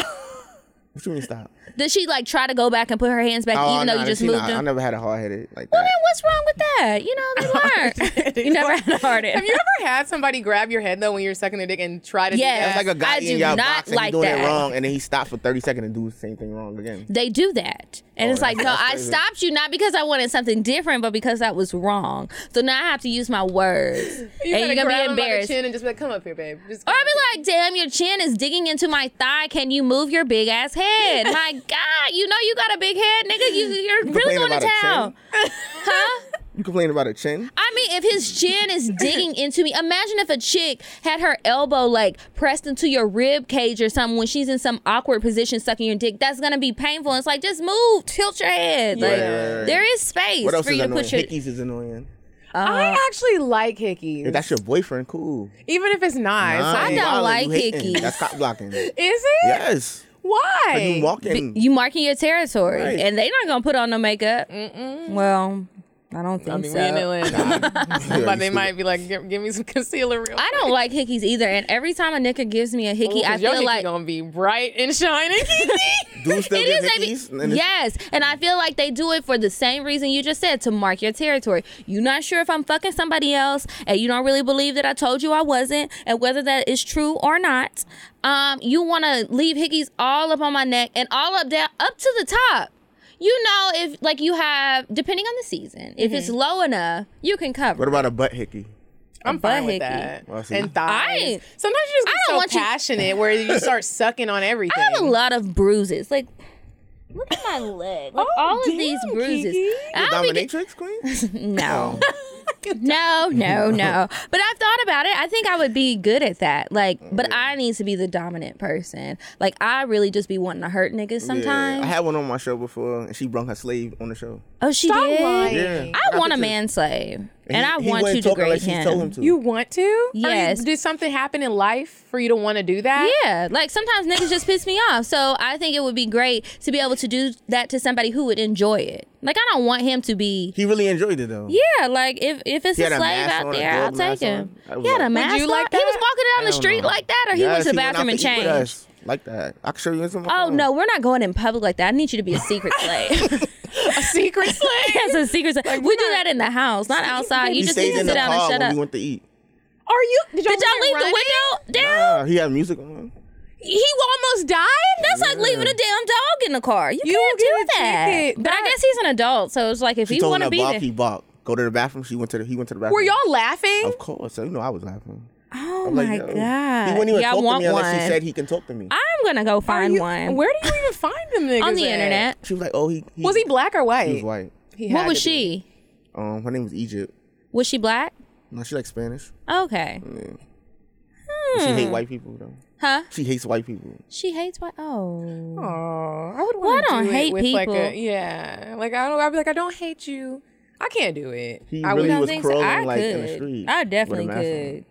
[SPEAKER 5] What you mean stop?
[SPEAKER 3] does she like try to go back and put her hands back even though
[SPEAKER 5] nah,
[SPEAKER 3] you just
[SPEAKER 5] she
[SPEAKER 3] moved
[SPEAKER 5] not- Oh, I
[SPEAKER 3] them?
[SPEAKER 5] never had a hard headed like
[SPEAKER 3] Well,
[SPEAKER 5] that.
[SPEAKER 3] then what's wrong with that? You know, they learn. you never had a heart
[SPEAKER 2] Have you ever had somebody grab your head though when you're sucking their dick and try to? do
[SPEAKER 3] Yes.
[SPEAKER 2] that?
[SPEAKER 5] It's like a guy
[SPEAKER 3] I
[SPEAKER 5] eating
[SPEAKER 3] do
[SPEAKER 5] y'all
[SPEAKER 3] not
[SPEAKER 5] box and he
[SPEAKER 3] like
[SPEAKER 5] doing
[SPEAKER 3] that.
[SPEAKER 5] it wrong, and then he stops for thirty seconds and do the same thing wrong again.
[SPEAKER 3] they do that. And
[SPEAKER 5] Oh,
[SPEAKER 3] it's like,
[SPEAKER 5] that's-
[SPEAKER 3] no,
[SPEAKER 5] that's
[SPEAKER 3] I
[SPEAKER 5] crazy.
[SPEAKER 3] stopped you not because I wanted something different, but because that was wrong. So now I have to use my words.
[SPEAKER 2] You gotta
[SPEAKER 3] and you're going to
[SPEAKER 2] grab
[SPEAKER 3] be
[SPEAKER 2] him by the
[SPEAKER 3] embarrassed.
[SPEAKER 2] chin and just be like, "Come up here, babe." Just
[SPEAKER 3] Or I'd be like, damn, your chin is digging into my thigh. Can you move your big ass head? my God, you know you got a big head, nigga. You, you're really
[SPEAKER 5] Complaining
[SPEAKER 3] going to
[SPEAKER 5] about a
[SPEAKER 3] town.
[SPEAKER 5] chin?
[SPEAKER 3] Huh?
[SPEAKER 5] You complain about a chin?
[SPEAKER 3] I mean, if his chin is digging into me, imagine if a chick had her elbow like pressed into your rib cage or something when she's in some awkward position sucking your dick. That's gonna be painful. It's like just move, tilt your head. Like
[SPEAKER 5] Right, right, right.
[SPEAKER 3] there is space
[SPEAKER 5] What else
[SPEAKER 3] for
[SPEAKER 5] is
[SPEAKER 3] you to
[SPEAKER 5] annoying?
[SPEAKER 3] put your.
[SPEAKER 5] Hickeys is annoying.
[SPEAKER 2] I actually like hickeys,
[SPEAKER 5] If that's your boyfriend, cool.
[SPEAKER 2] even if it's not.
[SPEAKER 5] Nah,
[SPEAKER 3] I
[SPEAKER 5] you
[SPEAKER 3] don't
[SPEAKER 5] wildin',
[SPEAKER 3] like
[SPEAKER 5] you hatin'.
[SPEAKER 3] hickeys.
[SPEAKER 5] That's cop blocking.
[SPEAKER 2] Is it?
[SPEAKER 5] yes.
[SPEAKER 2] Why?
[SPEAKER 5] You walking.
[SPEAKER 3] You marking your territory,
[SPEAKER 5] Right.
[SPEAKER 3] and they not gonna put on no makeup. Well, I don't think
[SPEAKER 2] I mean,
[SPEAKER 3] so.
[SPEAKER 2] we knew it. but they
[SPEAKER 5] stupid.
[SPEAKER 2] might be like, give, give me some concealer real
[SPEAKER 3] I don't like hickeys either, and every time a nigga gives me a hickey, I
[SPEAKER 2] Oh, your
[SPEAKER 3] feel
[SPEAKER 2] hickey
[SPEAKER 3] like
[SPEAKER 2] gonna be bright and shining.
[SPEAKER 5] Dudes still
[SPEAKER 3] It
[SPEAKER 5] get
[SPEAKER 3] is, they be-
[SPEAKER 5] hickeys, and it's-
[SPEAKER 3] yes, and I feel like they do it for the same reason you just said to mark your territory. You're not sure if I'm fucking somebody else, and you don't really believe that I told you I wasn't, and whether that is true or not. Um, you want to leave hickeys all up on my neck and all up down up to the top. You know, if like you have, depending on the season, if it's low enough, you can cover.
[SPEAKER 5] What about a butt hickey?
[SPEAKER 2] I'm fine with
[SPEAKER 3] hickey.
[SPEAKER 2] that.
[SPEAKER 5] Well, see.
[SPEAKER 2] and
[SPEAKER 3] I
[SPEAKER 2] thighs.
[SPEAKER 3] ain't-
[SPEAKER 2] Sometimes you just get
[SPEAKER 3] I don't
[SPEAKER 2] so
[SPEAKER 3] want you-
[SPEAKER 2] passionate where you start sucking on everything.
[SPEAKER 3] I have a lot of bruises, like. Look at my leg. Like
[SPEAKER 2] Oh,
[SPEAKER 3] all of these
[SPEAKER 2] damn,
[SPEAKER 3] bruises.
[SPEAKER 2] Kiki.
[SPEAKER 3] I don't be
[SPEAKER 5] Dominatrix queen?
[SPEAKER 3] No. no, no, no. But I've thought about it. I think I would be good at that. Like, but I need to be the dominant person. Like, I really just be wanting to hurt niggas
[SPEAKER 5] Yeah.
[SPEAKER 3] sometimes.
[SPEAKER 5] I had one on my show before, and she brung her slave on the show.
[SPEAKER 3] oh, she
[SPEAKER 2] Stop
[SPEAKER 3] did.
[SPEAKER 2] lying.
[SPEAKER 5] Yeah.
[SPEAKER 3] I want a
[SPEAKER 5] pictures.
[SPEAKER 3] man slave, and
[SPEAKER 5] he-
[SPEAKER 3] I
[SPEAKER 5] he
[SPEAKER 3] want
[SPEAKER 5] wasn't
[SPEAKER 3] you to
[SPEAKER 5] talking
[SPEAKER 3] grade
[SPEAKER 5] unless she
[SPEAKER 3] him.
[SPEAKER 5] told him to.
[SPEAKER 2] You want to? Or you-
[SPEAKER 3] Yes.
[SPEAKER 2] did something happen in life for you to want to do that?
[SPEAKER 3] Yeah, like sometimes niggas just piss me off. So I think it would be great to be able to do that to somebody who would enjoy it. Like I don't want him to be.
[SPEAKER 5] He really enjoyed it though.
[SPEAKER 3] Yeah, like if if it's
[SPEAKER 5] He
[SPEAKER 3] a
[SPEAKER 5] had a
[SPEAKER 3] slave
[SPEAKER 5] mask
[SPEAKER 3] out
[SPEAKER 5] on, a
[SPEAKER 3] there, I'll
[SPEAKER 5] dog
[SPEAKER 3] take
[SPEAKER 5] mask
[SPEAKER 3] him.
[SPEAKER 5] on. I was
[SPEAKER 3] He had
[SPEAKER 5] like-
[SPEAKER 3] a
[SPEAKER 5] Would
[SPEAKER 3] mask
[SPEAKER 2] you like
[SPEAKER 3] on? He was
[SPEAKER 2] that?
[SPEAKER 3] walking down the
[SPEAKER 5] Hell
[SPEAKER 3] street
[SPEAKER 5] no.
[SPEAKER 3] like that, or he
[SPEAKER 5] Yes,
[SPEAKER 3] went to the
[SPEAKER 5] out
[SPEAKER 3] bathroom
[SPEAKER 5] to
[SPEAKER 3] and
[SPEAKER 5] eat with
[SPEAKER 3] changed.
[SPEAKER 5] us. like that. I can show you some.
[SPEAKER 3] Oh no, we're not going in public like that. I need you to be a secret slave.
[SPEAKER 2] A secret slave?
[SPEAKER 3] That's a secret slave. we do that in the house, not outside. You
[SPEAKER 5] He
[SPEAKER 3] just need
[SPEAKER 5] stayed
[SPEAKER 3] to
[SPEAKER 5] in
[SPEAKER 3] sit
[SPEAKER 5] the
[SPEAKER 3] down
[SPEAKER 5] car
[SPEAKER 3] and shut
[SPEAKER 5] when
[SPEAKER 3] up.
[SPEAKER 5] we went to eat.
[SPEAKER 2] Are you? Did y'all,
[SPEAKER 3] Did y'all leave the window down?
[SPEAKER 5] Ah, he had music on.
[SPEAKER 2] He almost died.
[SPEAKER 3] That's like leaving a damn dog in the car. You,
[SPEAKER 2] You don't
[SPEAKER 3] can't do
[SPEAKER 2] get a
[SPEAKER 3] that.
[SPEAKER 2] ticket.
[SPEAKER 3] But I
[SPEAKER 2] That-
[SPEAKER 3] guess he's an adult, so it's like if
[SPEAKER 5] She
[SPEAKER 3] you
[SPEAKER 5] told him
[SPEAKER 3] want to
[SPEAKER 5] that
[SPEAKER 3] be
[SPEAKER 5] bop,
[SPEAKER 3] there.
[SPEAKER 5] he bop. Go to the bathroom. She went to the. He went to the bathroom.
[SPEAKER 2] Were y'all laughing?
[SPEAKER 5] Of course. So you know I was laughing.
[SPEAKER 3] Oh
[SPEAKER 5] I'm like,
[SPEAKER 3] my
[SPEAKER 5] yo.
[SPEAKER 3] god!
[SPEAKER 5] He wouldn't even
[SPEAKER 3] yeah, I
[SPEAKER 5] talk
[SPEAKER 3] want
[SPEAKER 5] to me
[SPEAKER 3] one.
[SPEAKER 5] unless he said he can talk to me.
[SPEAKER 3] I'm gonna go
[SPEAKER 2] Are
[SPEAKER 3] find
[SPEAKER 2] you-
[SPEAKER 3] one.
[SPEAKER 2] Where do you even find them niggas
[SPEAKER 3] on the
[SPEAKER 2] at?
[SPEAKER 3] internet?
[SPEAKER 5] She was like, "Oh, he, he
[SPEAKER 2] Was he black or white?
[SPEAKER 5] He was white.
[SPEAKER 2] He had
[SPEAKER 3] What was
[SPEAKER 2] to be.
[SPEAKER 3] she?
[SPEAKER 5] Um, her name was Egypt.
[SPEAKER 3] Was she black?
[SPEAKER 5] No, she like Spanish.
[SPEAKER 3] Okay.
[SPEAKER 5] Mm. She hate white people though.
[SPEAKER 3] Hmm. Huh?
[SPEAKER 5] She hates white people.
[SPEAKER 3] She hates white. Oh.
[SPEAKER 2] Aw, I would
[SPEAKER 3] Well, I
[SPEAKER 2] want to
[SPEAKER 3] don't
[SPEAKER 2] do
[SPEAKER 3] hate
[SPEAKER 2] it with like a
[SPEAKER 3] people.
[SPEAKER 2] yeah. Like I don't. I'd be like I don't hate you. I can't do it.
[SPEAKER 5] He
[SPEAKER 2] I
[SPEAKER 5] really
[SPEAKER 2] would.
[SPEAKER 5] was
[SPEAKER 3] think so.
[SPEAKER 5] crawling
[SPEAKER 3] I
[SPEAKER 5] like
[SPEAKER 3] could.
[SPEAKER 5] in the street.
[SPEAKER 3] I
[SPEAKER 5] with a
[SPEAKER 3] definitely
[SPEAKER 5] mask on.
[SPEAKER 3] could.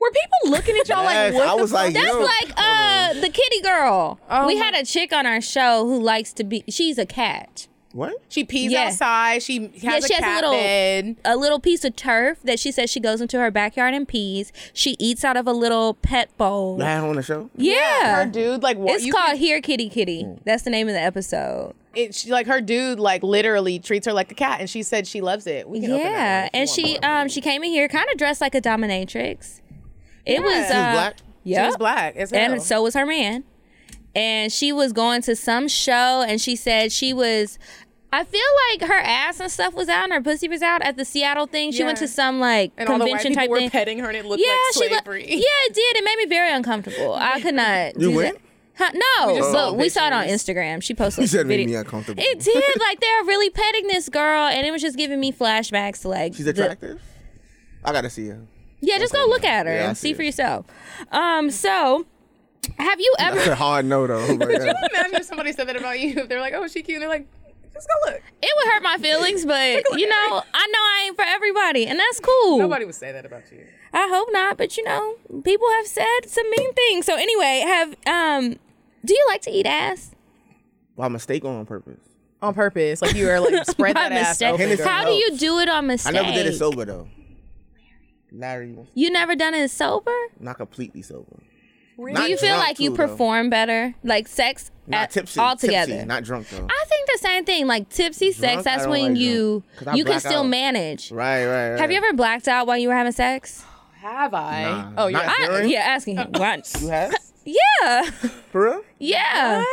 [SPEAKER 2] Were people looking at y'all like
[SPEAKER 5] Yes,
[SPEAKER 2] what
[SPEAKER 5] I
[SPEAKER 2] the
[SPEAKER 5] was
[SPEAKER 2] fuck?
[SPEAKER 5] like,
[SPEAKER 3] That's
[SPEAKER 5] yo.
[SPEAKER 3] like uh the kitty girl.
[SPEAKER 2] Oh
[SPEAKER 3] we
[SPEAKER 2] my-
[SPEAKER 3] had a chick on our show who likes to be. She's a cat.
[SPEAKER 5] What?
[SPEAKER 2] She pees
[SPEAKER 3] Yeah.
[SPEAKER 2] outside. She has
[SPEAKER 3] Yeah,
[SPEAKER 2] a
[SPEAKER 3] she has a
[SPEAKER 2] cat
[SPEAKER 3] little-
[SPEAKER 2] bed.
[SPEAKER 3] a little piece of turf that she says she goes into her backyard and pees. She eats out of a little pet bowl.
[SPEAKER 5] I had her on the show.
[SPEAKER 3] yeah.
[SPEAKER 2] Her dude, like what?
[SPEAKER 3] it's
[SPEAKER 2] you
[SPEAKER 3] called
[SPEAKER 2] can-
[SPEAKER 3] Here Kitty Kitty.
[SPEAKER 5] Mm.
[SPEAKER 3] That's the name of the episode.
[SPEAKER 2] it, she, like her dude, like literally treats her like a cat, and she said she loves it. We can open that
[SPEAKER 3] Yeah.
[SPEAKER 2] one if you
[SPEAKER 3] And
[SPEAKER 2] want.
[SPEAKER 3] she um she came in here kind of dressed like a dominatrix. It was, uh,
[SPEAKER 5] She was black.
[SPEAKER 3] Yeah.
[SPEAKER 2] she was black as hell.
[SPEAKER 3] and so was her man. And she was going to some show, and she said she was. I feel like her ass and stuff was out, and her pussy was out at the Seattle thing. She went
[SPEAKER 2] Yeah.
[SPEAKER 3] to some like
[SPEAKER 2] and all the white
[SPEAKER 3] convention
[SPEAKER 2] people
[SPEAKER 3] type
[SPEAKER 2] were
[SPEAKER 3] thing.
[SPEAKER 2] petting her, and it looked
[SPEAKER 3] she
[SPEAKER 2] like
[SPEAKER 3] lo-
[SPEAKER 2] slavery.
[SPEAKER 3] yeah, it did. It made me very uncomfortable. I could not.
[SPEAKER 5] You
[SPEAKER 3] do
[SPEAKER 5] went?
[SPEAKER 3] that. Huh, no,
[SPEAKER 2] just saw
[SPEAKER 3] look, we saw it on Instagram. She posted.
[SPEAKER 5] He said it made
[SPEAKER 3] video-
[SPEAKER 5] me uncomfortable.
[SPEAKER 3] It did. Like they're really petting this girl, and it was just giving me flashbacks. To, like
[SPEAKER 5] She's
[SPEAKER 3] the-
[SPEAKER 5] attractive. I gotta see her.
[SPEAKER 3] yeah, just go look at her
[SPEAKER 5] Yeah, I
[SPEAKER 3] and see
[SPEAKER 5] see
[SPEAKER 3] for
[SPEAKER 5] it.
[SPEAKER 3] yourself. Um, so have you
[SPEAKER 5] That's
[SPEAKER 3] ever?
[SPEAKER 5] a hard no though. Like, uh,
[SPEAKER 2] Imagine if somebody said that about you. If they're like, "Oh, she cute," and they're like, "Just go look."
[SPEAKER 3] It would hurt my feelings, but you know, I know I ain't for everybody, and that's cool.
[SPEAKER 2] Nobody would say that about you.
[SPEAKER 3] I hope not, but you know, people have said some mean things. So anyway, have um, do you like to eat ass?
[SPEAKER 5] By mistake or on purpose.
[SPEAKER 2] On purpose, like you were like spread
[SPEAKER 3] By
[SPEAKER 2] that ass.
[SPEAKER 3] mistake.
[SPEAKER 2] Open,
[SPEAKER 5] Hennessy.
[SPEAKER 2] girl.
[SPEAKER 3] How do you do it on
[SPEAKER 5] I
[SPEAKER 3] mistake?
[SPEAKER 5] never did it sober though. Larry,
[SPEAKER 3] You never done it sober?
[SPEAKER 5] not completely sober.
[SPEAKER 3] Do you feel
[SPEAKER 5] drunk,
[SPEAKER 3] like you
[SPEAKER 5] too, though.
[SPEAKER 3] perform better, like sex
[SPEAKER 5] Not
[SPEAKER 3] at,
[SPEAKER 5] tipsy.
[SPEAKER 3] altogether?
[SPEAKER 5] Tipsy, not drunk though.
[SPEAKER 3] I think the same thing. Like tipsy sex,
[SPEAKER 5] Drunk, I
[SPEAKER 3] that's
[SPEAKER 5] don't
[SPEAKER 3] when
[SPEAKER 5] like
[SPEAKER 3] you
[SPEAKER 5] drunk, 'cause I
[SPEAKER 3] you can
[SPEAKER 5] black
[SPEAKER 3] still
[SPEAKER 5] out.
[SPEAKER 3] manage.
[SPEAKER 5] Right, right, right.
[SPEAKER 3] Have you ever blacked out while you were having sex?
[SPEAKER 2] Have I?
[SPEAKER 5] Nah.
[SPEAKER 2] oh, you're
[SPEAKER 5] Not
[SPEAKER 3] I-
[SPEAKER 5] During?
[SPEAKER 3] yeah, asking him. Once.
[SPEAKER 5] You have?
[SPEAKER 3] yeah,
[SPEAKER 5] For real?
[SPEAKER 3] yeah.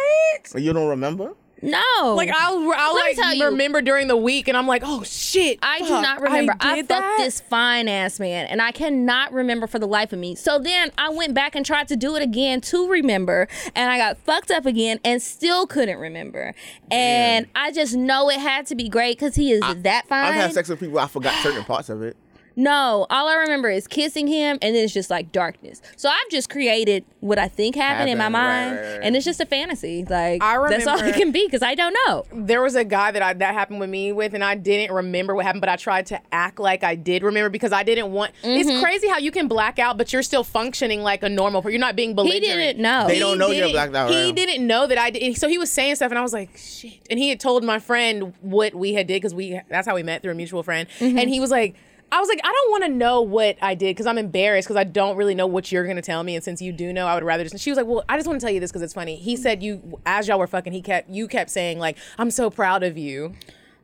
[SPEAKER 5] Or you don't remember?
[SPEAKER 3] No,
[SPEAKER 2] Like I'll, I'll
[SPEAKER 3] Let me
[SPEAKER 2] like
[SPEAKER 3] tell you.
[SPEAKER 2] remember during the week, and I'm like, oh shit,
[SPEAKER 3] I do
[SPEAKER 2] fuck,
[SPEAKER 3] not remember. I,
[SPEAKER 2] did
[SPEAKER 3] fucked
[SPEAKER 2] that?
[SPEAKER 3] this fine ass man, and I cannot remember for the life of me. So then I went back and tried to do it again to remember, and I got fucked up again and still couldn't remember. And I just know it had to be great because he is that
[SPEAKER 5] I've
[SPEAKER 3] fine.
[SPEAKER 5] had sex with people. I forgot certain parts of it.
[SPEAKER 3] No, all I remember is kissing him, and then it's just like darkness. So I've just created what I think happened in my
[SPEAKER 5] Happened, right,
[SPEAKER 3] mind,
[SPEAKER 5] right, right.
[SPEAKER 3] and it's just a fantasy. Like
[SPEAKER 2] I
[SPEAKER 3] that's all it
[SPEAKER 2] remember-
[SPEAKER 3] can be because I don't know.
[SPEAKER 2] There was a guy that I that happened with me with, and I didn't remember what happened, but I tried to act like I did remember because I didn't want.
[SPEAKER 3] Mm-hmm.
[SPEAKER 2] It's crazy how you can black out, but you're still functioning like a normal. person. You're not being
[SPEAKER 3] He
[SPEAKER 2] belligerent.
[SPEAKER 3] didn't know.
[SPEAKER 5] They don't
[SPEAKER 2] He
[SPEAKER 5] know you're
[SPEAKER 2] didn't-
[SPEAKER 5] blacked out,
[SPEAKER 2] He
[SPEAKER 5] right?
[SPEAKER 2] didn't know that I did. and So he was saying stuff, and I was like, "Shit!" And he had told my friend what we had did because we—that's how we met through a mutual friend.
[SPEAKER 3] Mm-hmm.
[SPEAKER 2] And he was like, "I was like, I don't want to know what I did because I'm embarrassed because I don't really know what you're gonna tell me. And since you do know, I would rather just." And she was like, "Well, I just want to tell you this because it's funny." He
[SPEAKER 3] Mm-hmm.
[SPEAKER 2] said, "You as y'all were fucking, he kept you kept saying like, I'm so proud of you."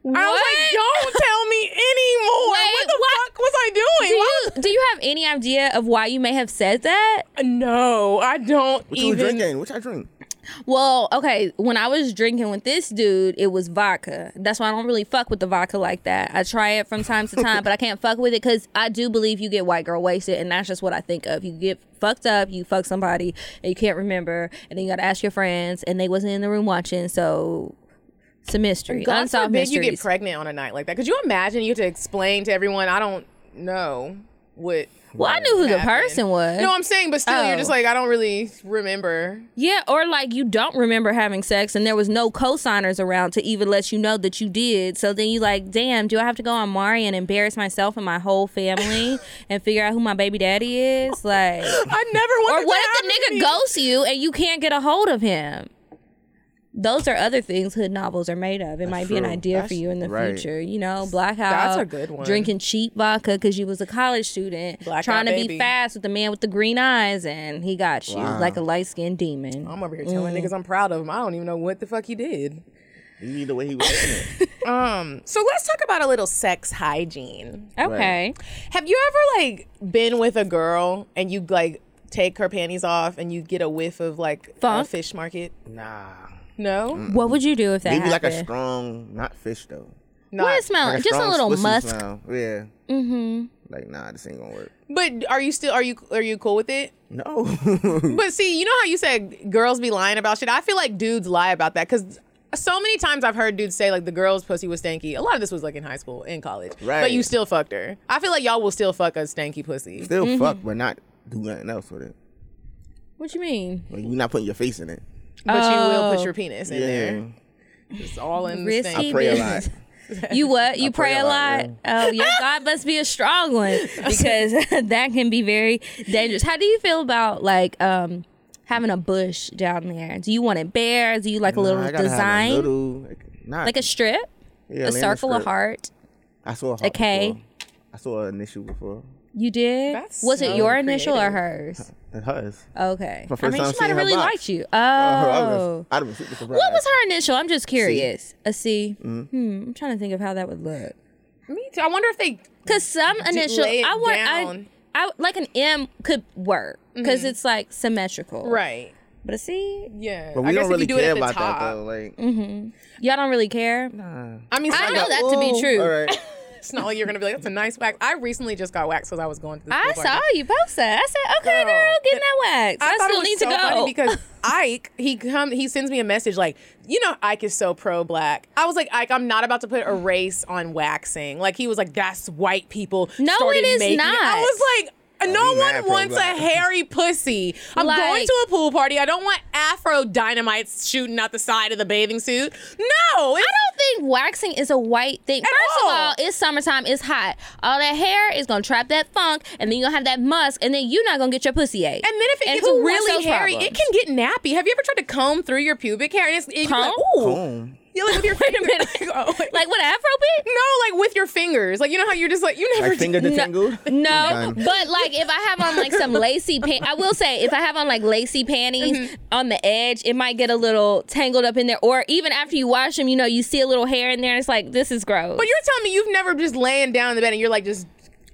[SPEAKER 2] I was like,
[SPEAKER 3] What?
[SPEAKER 2] "Don't tell me anymore.
[SPEAKER 3] Wait,
[SPEAKER 2] what the
[SPEAKER 3] what?
[SPEAKER 2] fuck was I doing?"
[SPEAKER 3] Do
[SPEAKER 2] Why
[SPEAKER 3] you, do you have any idea of why you may have said that?
[SPEAKER 2] was- no, I don't
[SPEAKER 5] What you
[SPEAKER 2] even.
[SPEAKER 5] drinking? What I drink?
[SPEAKER 3] Well, okay, when I was drinking with this dude, it was vodka. That's why I don't really fuck with the vodka like that. I try it from time to time, but I can't fuck with it because I do believe you get white girl wasted, and that's just what I think of. You get fucked up, you fuck somebody, and you can't remember, and then you gotta ask your friends, and they wasn't in the room watching, so it's a mystery.
[SPEAKER 2] God
[SPEAKER 3] Unsolved
[SPEAKER 2] forbid you get
[SPEAKER 3] mysteries.
[SPEAKER 2] pregnant on a night like that. Could you imagine you have to explain to everyone? I don't know what.
[SPEAKER 3] well, I knew who the
[SPEAKER 2] happened."
[SPEAKER 3] person was.
[SPEAKER 2] No, I'm saying, but still,
[SPEAKER 3] Oh.
[SPEAKER 2] you're just like I don't really remember.
[SPEAKER 3] Yeah, or like you don't remember having sex and there was no co-signers around to even let you know that you did. So then you like, damn, do I have to go on Mari and embarrass myself and my whole family and figure out who my baby daddy is? Like
[SPEAKER 2] I never.
[SPEAKER 3] Or
[SPEAKER 2] wanted
[SPEAKER 3] what
[SPEAKER 2] to
[SPEAKER 3] if the
[SPEAKER 2] have
[SPEAKER 3] nigga
[SPEAKER 2] me.
[SPEAKER 3] ghosts you and you can't get a hold of him? those are other things hood novels are made of. It might be an
[SPEAKER 5] true.
[SPEAKER 3] idea for
[SPEAKER 5] That's
[SPEAKER 3] you in the
[SPEAKER 5] right.
[SPEAKER 3] future. You know, blackout.
[SPEAKER 2] That's a good one.
[SPEAKER 3] Drinking cheap vodka because you was a college student,
[SPEAKER 2] Blackout
[SPEAKER 3] trying to
[SPEAKER 2] baby.
[SPEAKER 3] be fast with the man with the green eyes, and he got you
[SPEAKER 5] Wow.
[SPEAKER 3] like a light skinned demon.
[SPEAKER 2] I'm over here
[SPEAKER 3] Mm.
[SPEAKER 2] telling niggas I'm proud of him. I don't even know what the fuck he did.
[SPEAKER 5] You need the way he was in it.
[SPEAKER 2] So let's talk about a little sex hygiene.
[SPEAKER 3] okay,
[SPEAKER 2] Have you ever like been with a girl and you like take her panties off and you get a whiff of like a
[SPEAKER 3] Funk? Mm.
[SPEAKER 2] fish market?
[SPEAKER 5] Nah.
[SPEAKER 2] No,
[SPEAKER 3] what would you do if that
[SPEAKER 5] Maybe like
[SPEAKER 3] happened?
[SPEAKER 5] a strong, not fish though.
[SPEAKER 2] not.
[SPEAKER 3] what is smelling?
[SPEAKER 5] Like
[SPEAKER 3] Just a
[SPEAKER 5] strong
[SPEAKER 3] little
[SPEAKER 5] squishy
[SPEAKER 3] musk.
[SPEAKER 5] Smell. Yeah. Mm-hmm. Like, nah, this ain't gonna work.
[SPEAKER 2] But are you still are you are you cool with it?
[SPEAKER 5] No.
[SPEAKER 2] But see, you know how you said girls be lying about shit. I feel like dudes lie about that because so many times I've heard dudes say like the girl's pussy was stanky. A lot of this was like in high school, in college. But
[SPEAKER 5] Right.
[SPEAKER 2] you still fucked her. I feel like y'all will still fuck a stanky pussy.
[SPEAKER 5] Still
[SPEAKER 3] Mm-hmm.
[SPEAKER 5] fuck, but not do nothing else with it.
[SPEAKER 3] What you mean?
[SPEAKER 5] Like, you're not putting your face in it.
[SPEAKER 2] But you will put your penis in there.
[SPEAKER 5] Oh. Yeah.
[SPEAKER 2] It's all in the
[SPEAKER 3] Risky
[SPEAKER 2] stank.
[SPEAKER 5] Pray a lot.
[SPEAKER 3] business. You what? You
[SPEAKER 5] pray
[SPEAKER 3] pray,
[SPEAKER 5] a
[SPEAKER 3] a
[SPEAKER 5] lot,
[SPEAKER 3] lot. Oh, your God must be a strong one because that can be very dangerous. How do you feel about like um having a bush down there? Do you want it bare? Do you like a
[SPEAKER 5] Nah,
[SPEAKER 3] little
[SPEAKER 5] I gotta have
[SPEAKER 3] design,
[SPEAKER 5] A little, like, not,
[SPEAKER 3] like a strip, a
[SPEAKER 5] yeah, land
[SPEAKER 3] circle, a
[SPEAKER 5] strip.
[SPEAKER 3] heart?
[SPEAKER 5] I saw a heart
[SPEAKER 3] a K.
[SPEAKER 5] before. I saw an initial before.
[SPEAKER 3] You did?
[SPEAKER 2] That's
[SPEAKER 3] Was
[SPEAKER 2] so
[SPEAKER 3] it your initial or
[SPEAKER 2] creative.
[SPEAKER 3] hers?
[SPEAKER 5] It hers.
[SPEAKER 3] Okay.
[SPEAKER 5] My
[SPEAKER 3] I
[SPEAKER 5] first
[SPEAKER 3] mean, she
[SPEAKER 5] time
[SPEAKER 3] might have
[SPEAKER 5] seeing her
[SPEAKER 3] really
[SPEAKER 5] box.
[SPEAKER 3] liked you.
[SPEAKER 5] Oh.
[SPEAKER 3] Oh.
[SPEAKER 5] I'd have been super surprised.
[SPEAKER 3] What was her initial? I'm just curious. A C.
[SPEAKER 2] Mm-hmm.
[SPEAKER 3] Hmm. I'm trying to think of how that would look.
[SPEAKER 2] Me too. I wonder if they
[SPEAKER 3] Cause some initial,
[SPEAKER 2] lay it
[SPEAKER 3] I want,
[SPEAKER 2] down. Mm-hmm.
[SPEAKER 3] I, I like an M could work because it's like symmetrical,
[SPEAKER 2] right.
[SPEAKER 3] But a C,
[SPEAKER 2] Yeah.
[SPEAKER 5] But we
[SPEAKER 2] I guess
[SPEAKER 5] don't really
[SPEAKER 2] if you do it
[SPEAKER 5] care
[SPEAKER 2] at the
[SPEAKER 5] about
[SPEAKER 2] top.
[SPEAKER 5] that though. Like,
[SPEAKER 3] Mm-hmm. y'all don't really care.
[SPEAKER 2] I mean,
[SPEAKER 3] I
[SPEAKER 2] it's
[SPEAKER 3] know
[SPEAKER 2] not,
[SPEAKER 3] that to be
[SPEAKER 5] "Whoa,
[SPEAKER 3] true.
[SPEAKER 5] All right.
[SPEAKER 2] it's not like you're gonna be like, that's a nice wax. I recently just got waxed because I was going to. This
[SPEAKER 3] I
[SPEAKER 2] pool party.
[SPEAKER 3] saw you post that. I said, okay,
[SPEAKER 2] Girl,
[SPEAKER 3] girl, getting that wax.
[SPEAKER 2] thought
[SPEAKER 3] I,
[SPEAKER 2] it
[SPEAKER 3] still
[SPEAKER 2] was
[SPEAKER 3] need
[SPEAKER 2] so
[SPEAKER 3] to go.
[SPEAKER 2] funny because Ike he come he sends me a message like you know Ike is so pro black. I was like Ike, I'm not about to put a race on waxing. Like he was like that's white people.
[SPEAKER 3] No,
[SPEAKER 2] started
[SPEAKER 3] it is
[SPEAKER 2] making I
[SPEAKER 3] not.
[SPEAKER 2] was like. No
[SPEAKER 5] we
[SPEAKER 2] one
[SPEAKER 5] Oh, mad
[SPEAKER 2] wants a
[SPEAKER 5] pro-black.
[SPEAKER 2] hairy pussy. I'm
[SPEAKER 3] Like-
[SPEAKER 2] going to a pool party. I don't want afro dynamites shooting out the side of the bathing suit. No,
[SPEAKER 3] I don't think waxing is a white thing. First
[SPEAKER 2] all.
[SPEAKER 3] of all, it's summertime, it's hot. All that hair is gonna trap that funk, and then you're gonna have that musk, and then you're not gonna get your pussy ate.
[SPEAKER 2] And then if it gets
[SPEAKER 3] who wants
[SPEAKER 2] really
[SPEAKER 3] those
[SPEAKER 2] hairy, it
[SPEAKER 3] problems?
[SPEAKER 2] can get nappy. Have you ever tried to comb through your pubic hair? And it's, it, you're like,
[SPEAKER 3] Comb?
[SPEAKER 2] ooh.
[SPEAKER 5] Boom.
[SPEAKER 2] You're like with your Wait a
[SPEAKER 3] minute. like what afro bit?
[SPEAKER 2] No, like with your fingers. Like you know how you're just like you never
[SPEAKER 5] Like finger to
[SPEAKER 3] No.
[SPEAKER 5] tingle.
[SPEAKER 3] No,
[SPEAKER 5] I'm done.
[SPEAKER 3] but like if I have on like some lacy pants, I will say if I have on like lacy panties on the edge, it might get a little tangled up in there. Or even after you wash them, you know, you see a little hair in there. And it's like this is gross.
[SPEAKER 2] But you're telling me you've never just laying down in the bed and you're like just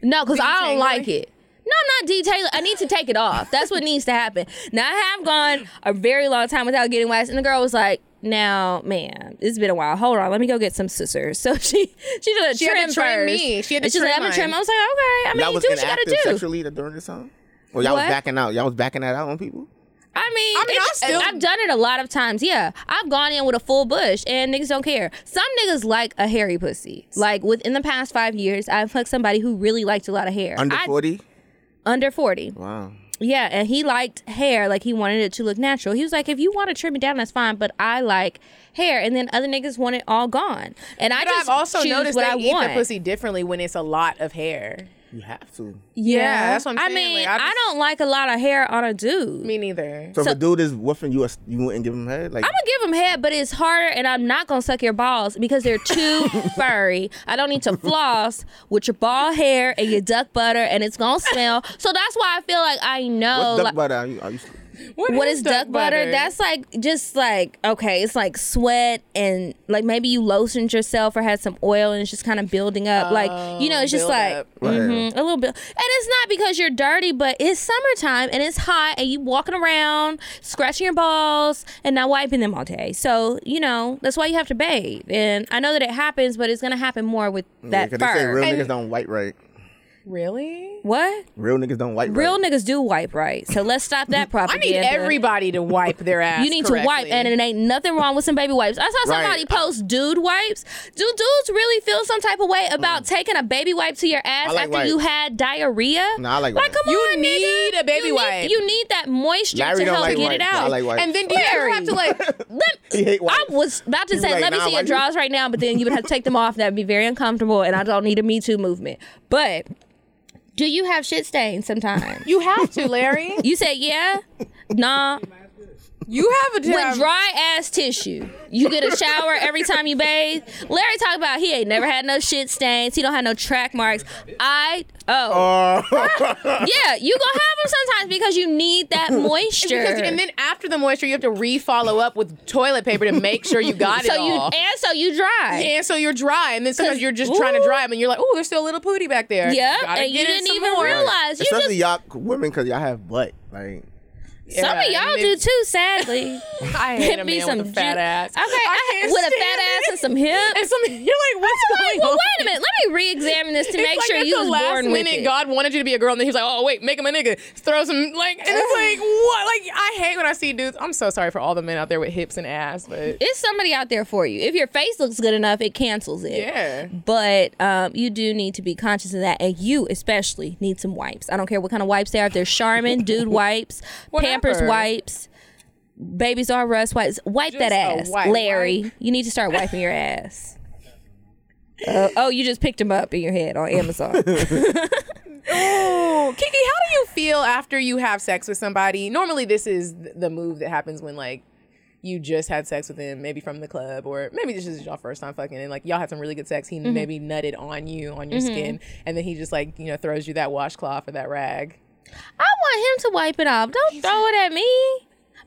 [SPEAKER 3] no, because I
[SPEAKER 2] detangling?
[SPEAKER 3] don't like it. No, I'm not detailing. I need to take it off. That's what needs to happen. Now I have gone a very long time without getting waxed, and the girl was like. Now, ma'am, it's been a while. Hold on, let me go get some scissors. So she she did a
[SPEAKER 2] She had
[SPEAKER 3] trim
[SPEAKER 2] to trim
[SPEAKER 3] first.
[SPEAKER 2] me. She had to
[SPEAKER 3] And she's like,
[SPEAKER 2] trim
[SPEAKER 3] "I'ma trim."
[SPEAKER 2] mine.
[SPEAKER 3] I was like, okay. I mean,
[SPEAKER 5] Y'all
[SPEAKER 3] you
[SPEAKER 5] was
[SPEAKER 3] do what you gotta
[SPEAKER 5] inactive
[SPEAKER 3] do.
[SPEAKER 5] sexually during this time. Or y'all
[SPEAKER 3] What?
[SPEAKER 5] was backing out. Y'all was backing that out on people.
[SPEAKER 3] I mean,
[SPEAKER 2] mean,
[SPEAKER 3] it's-
[SPEAKER 2] I still-
[SPEAKER 3] I've done it a lot of times. Yeah, I've gone in with a full bush, and niggas don't care. Some niggas like a hairy pussy. Like within the past five years, I've fucked somebody who really liked a lot of hair.
[SPEAKER 5] Under
[SPEAKER 3] I-
[SPEAKER 5] forty.
[SPEAKER 3] Under forty.
[SPEAKER 5] Wow.
[SPEAKER 3] Yeah, and he liked hair. Like he wanted it to look natural. He was like, if you want to trim it down, that's fine. But I like hair, and then other niggas want it all gone. And I
[SPEAKER 2] But
[SPEAKER 3] just
[SPEAKER 2] I've also
[SPEAKER 3] choose
[SPEAKER 2] noticed
[SPEAKER 3] what
[SPEAKER 2] they
[SPEAKER 3] I
[SPEAKER 2] eat
[SPEAKER 3] want.
[SPEAKER 2] their pussy differently when it's a lot of hair.
[SPEAKER 5] You have to.
[SPEAKER 3] Yeah.
[SPEAKER 2] that's what I'm
[SPEAKER 3] I
[SPEAKER 2] saying.
[SPEAKER 3] mean,
[SPEAKER 2] Like, I
[SPEAKER 3] I,
[SPEAKER 2] just-
[SPEAKER 3] don't like a lot of hair on a dude.
[SPEAKER 2] Me neither.
[SPEAKER 5] So,
[SPEAKER 3] So-
[SPEAKER 5] if a dude is woofing you, a- you wouldn't give him head. Like,
[SPEAKER 3] I'm gonna give him head, but it's harder, and I'm not gonna suck your balls because they're too furry. I don't need to floss with your ball hair and your duck butter, and it's gonna smell. So that's why I feel like I know.
[SPEAKER 5] what's duck
[SPEAKER 3] like,
[SPEAKER 5] butter? Are you, are you,
[SPEAKER 3] what is duck, butter? That's like just like okay, it's like sweat and like maybe you lotioned yourself or had some oil and it's just kind of building up. like you know, it's just
[SPEAKER 2] Oh, build
[SPEAKER 3] like
[SPEAKER 2] up.
[SPEAKER 5] Right.
[SPEAKER 3] mhm, a little bit. And it's not because you're dirty, but it's summertime and it's hot and you walking around scratching your balls and not wiping them all day. So you know that's why you have to bathe. And I know that it happens, but it's gonna happen more with that
[SPEAKER 5] Yeah, 'cause they say
[SPEAKER 3] fur.
[SPEAKER 5] real niggas don't white right.
[SPEAKER 2] really.
[SPEAKER 3] what?
[SPEAKER 5] Real niggas don't white
[SPEAKER 3] Real
[SPEAKER 5] right.
[SPEAKER 3] niggas do wipe right. So let's stop that
[SPEAKER 2] I
[SPEAKER 3] propaganda.
[SPEAKER 2] need everybody to wipe their ass.
[SPEAKER 3] You need to wipe,
[SPEAKER 2] correctly.
[SPEAKER 3] and it ain't nothing wrong with some baby wipes. I saw
[SPEAKER 5] Right.
[SPEAKER 3] somebody post dude wipes. Do dudes really feel some type of way about taking a baby wipe to your ass
[SPEAKER 5] Mm. I like
[SPEAKER 3] after you
[SPEAKER 5] wipes.
[SPEAKER 3] had diarrhea?
[SPEAKER 5] Nah, I like
[SPEAKER 3] Like,
[SPEAKER 5] wipes.
[SPEAKER 3] come
[SPEAKER 2] You
[SPEAKER 3] on,
[SPEAKER 2] need
[SPEAKER 3] nigga.
[SPEAKER 2] a baby
[SPEAKER 3] you
[SPEAKER 2] wipe.
[SPEAKER 3] Need, you need that moisture
[SPEAKER 5] Larry
[SPEAKER 3] to
[SPEAKER 5] don't
[SPEAKER 3] help
[SPEAKER 5] like
[SPEAKER 3] get
[SPEAKER 5] wipes.
[SPEAKER 3] it
[SPEAKER 5] I
[SPEAKER 3] out.
[SPEAKER 5] like wipes.
[SPEAKER 2] And then do you ever have to like?
[SPEAKER 5] He hate
[SPEAKER 3] I
[SPEAKER 5] white.
[SPEAKER 3] was about to
[SPEAKER 5] You
[SPEAKER 3] say,
[SPEAKER 5] like,
[SPEAKER 3] let me
[SPEAKER 5] nah,
[SPEAKER 3] see
[SPEAKER 5] why
[SPEAKER 3] your
[SPEAKER 5] you-
[SPEAKER 3] drawers right now, but then you would have to take them off. That'd be very uncomfortable, and I don't need a Me Too movement. But do you have shit stains sometimes?
[SPEAKER 2] You have to, Larry.
[SPEAKER 3] You said yeah? Nah.
[SPEAKER 2] You have a
[SPEAKER 3] With
[SPEAKER 2] job.
[SPEAKER 3] dry ass tissue, you get a shower every time you bathe. Larry talk about he ain't never had no shit stains. He don't have no track marks. I oh yeah, you gonna have them sometimes because you need that moisture.
[SPEAKER 2] Oh. because, and then after the moisture, you have to re-follow up with toilet paper to make sure you got it
[SPEAKER 3] so you
[SPEAKER 2] all.
[SPEAKER 3] and so you dry.
[SPEAKER 2] And so you're dry, and then sometimes
[SPEAKER 3] 'Cause-
[SPEAKER 2] you're just trying to
[SPEAKER 3] Ooh.
[SPEAKER 2] dry them, and you're like, "Oh, there's still a little pooty back there."
[SPEAKER 3] Yep,
[SPEAKER 2] Gotta
[SPEAKER 3] and you
[SPEAKER 2] get it
[SPEAKER 3] didn't
[SPEAKER 2] some
[SPEAKER 3] even
[SPEAKER 2] more.
[SPEAKER 3] realize. You
[SPEAKER 5] Especially
[SPEAKER 3] just
[SPEAKER 5] y'all women, cause y'all have butt. Like
[SPEAKER 3] some of
[SPEAKER 2] Yeah,
[SPEAKER 3] y'all
[SPEAKER 2] and then-
[SPEAKER 3] do too. Sadly,
[SPEAKER 2] I hate a man with a fat
[SPEAKER 3] ju-
[SPEAKER 2] ass.
[SPEAKER 3] Okay, I,
[SPEAKER 2] can't
[SPEAKER 3] with a
[SPEAKER 2] stand
[SPEAKER 3] fat
[SPEAKER 2] it.
[SPEAKER 3] ass and some hips.
[SPEAKER 2] And some, you're like, "What's going
[SPEAKER 3] well,
[SPEAKER 2] on?"
[SPEAKER 3] wait a minute. Let me re-examine this to
[SPEAKER 2] It's
[SPEAKER 3] make
[SPEAKER 2] like
[SPEAKER 3] sure
[SPEAKER 2] at
[SPEAKER 3] you
[SPEAKER 2] the
[SPEAKER 3] was
[SPEAKER 2] last
[SPEAKER 3] born
[SPEAKER 2] minute,
[SPEAKER 3] with it.
[SPEAKER 2] God wanted you to be a girl, and then he was like, "Oh wait, make him a nigga. Throw some like." And it's like, what? Like, I hate when I see dudes. I'm so sorry for all the men out there with hips and ass, but
[SPEAKER 3] it's somebody out there for you. If your face looks good enough, it cancels it.
[SPEAKER 2] yeah.
[SPEAKER 3] But um, you do need to be conscious of that, and you especially need some wipes. I don't care what kind of wipes they are. If they're Charmin, dude wipes, Pampers
[SPEAKER 2] Whatever.
[SPEAKER 3] wipes, Babies R Us wipes. Wipe
[SPEAKER 2] Just
[SPEAKER 3] that
[SPEAKER 2] a
[SPEAKER 3] ass,
[SPEAKER 2] wipe,
[SPEAKER 3] Larry. You need to start wiping your ass. Uh, oh, you just picked them up in your head on Amazon.
[SPEAKER 2] Oh, Kiki, how do you feel after you have sex with somebody? Normally, this is th- the move that happens when like you just had sex with him, maybe from the club, or maybe this is y'all first time fucking, and like y'all had some really good sex. He maybe nutted on you on your skin, and then he just like you know throws you that washcloth or that rag.
[SPEAKER 3] I want him to wipe it off. Don't throw it at me.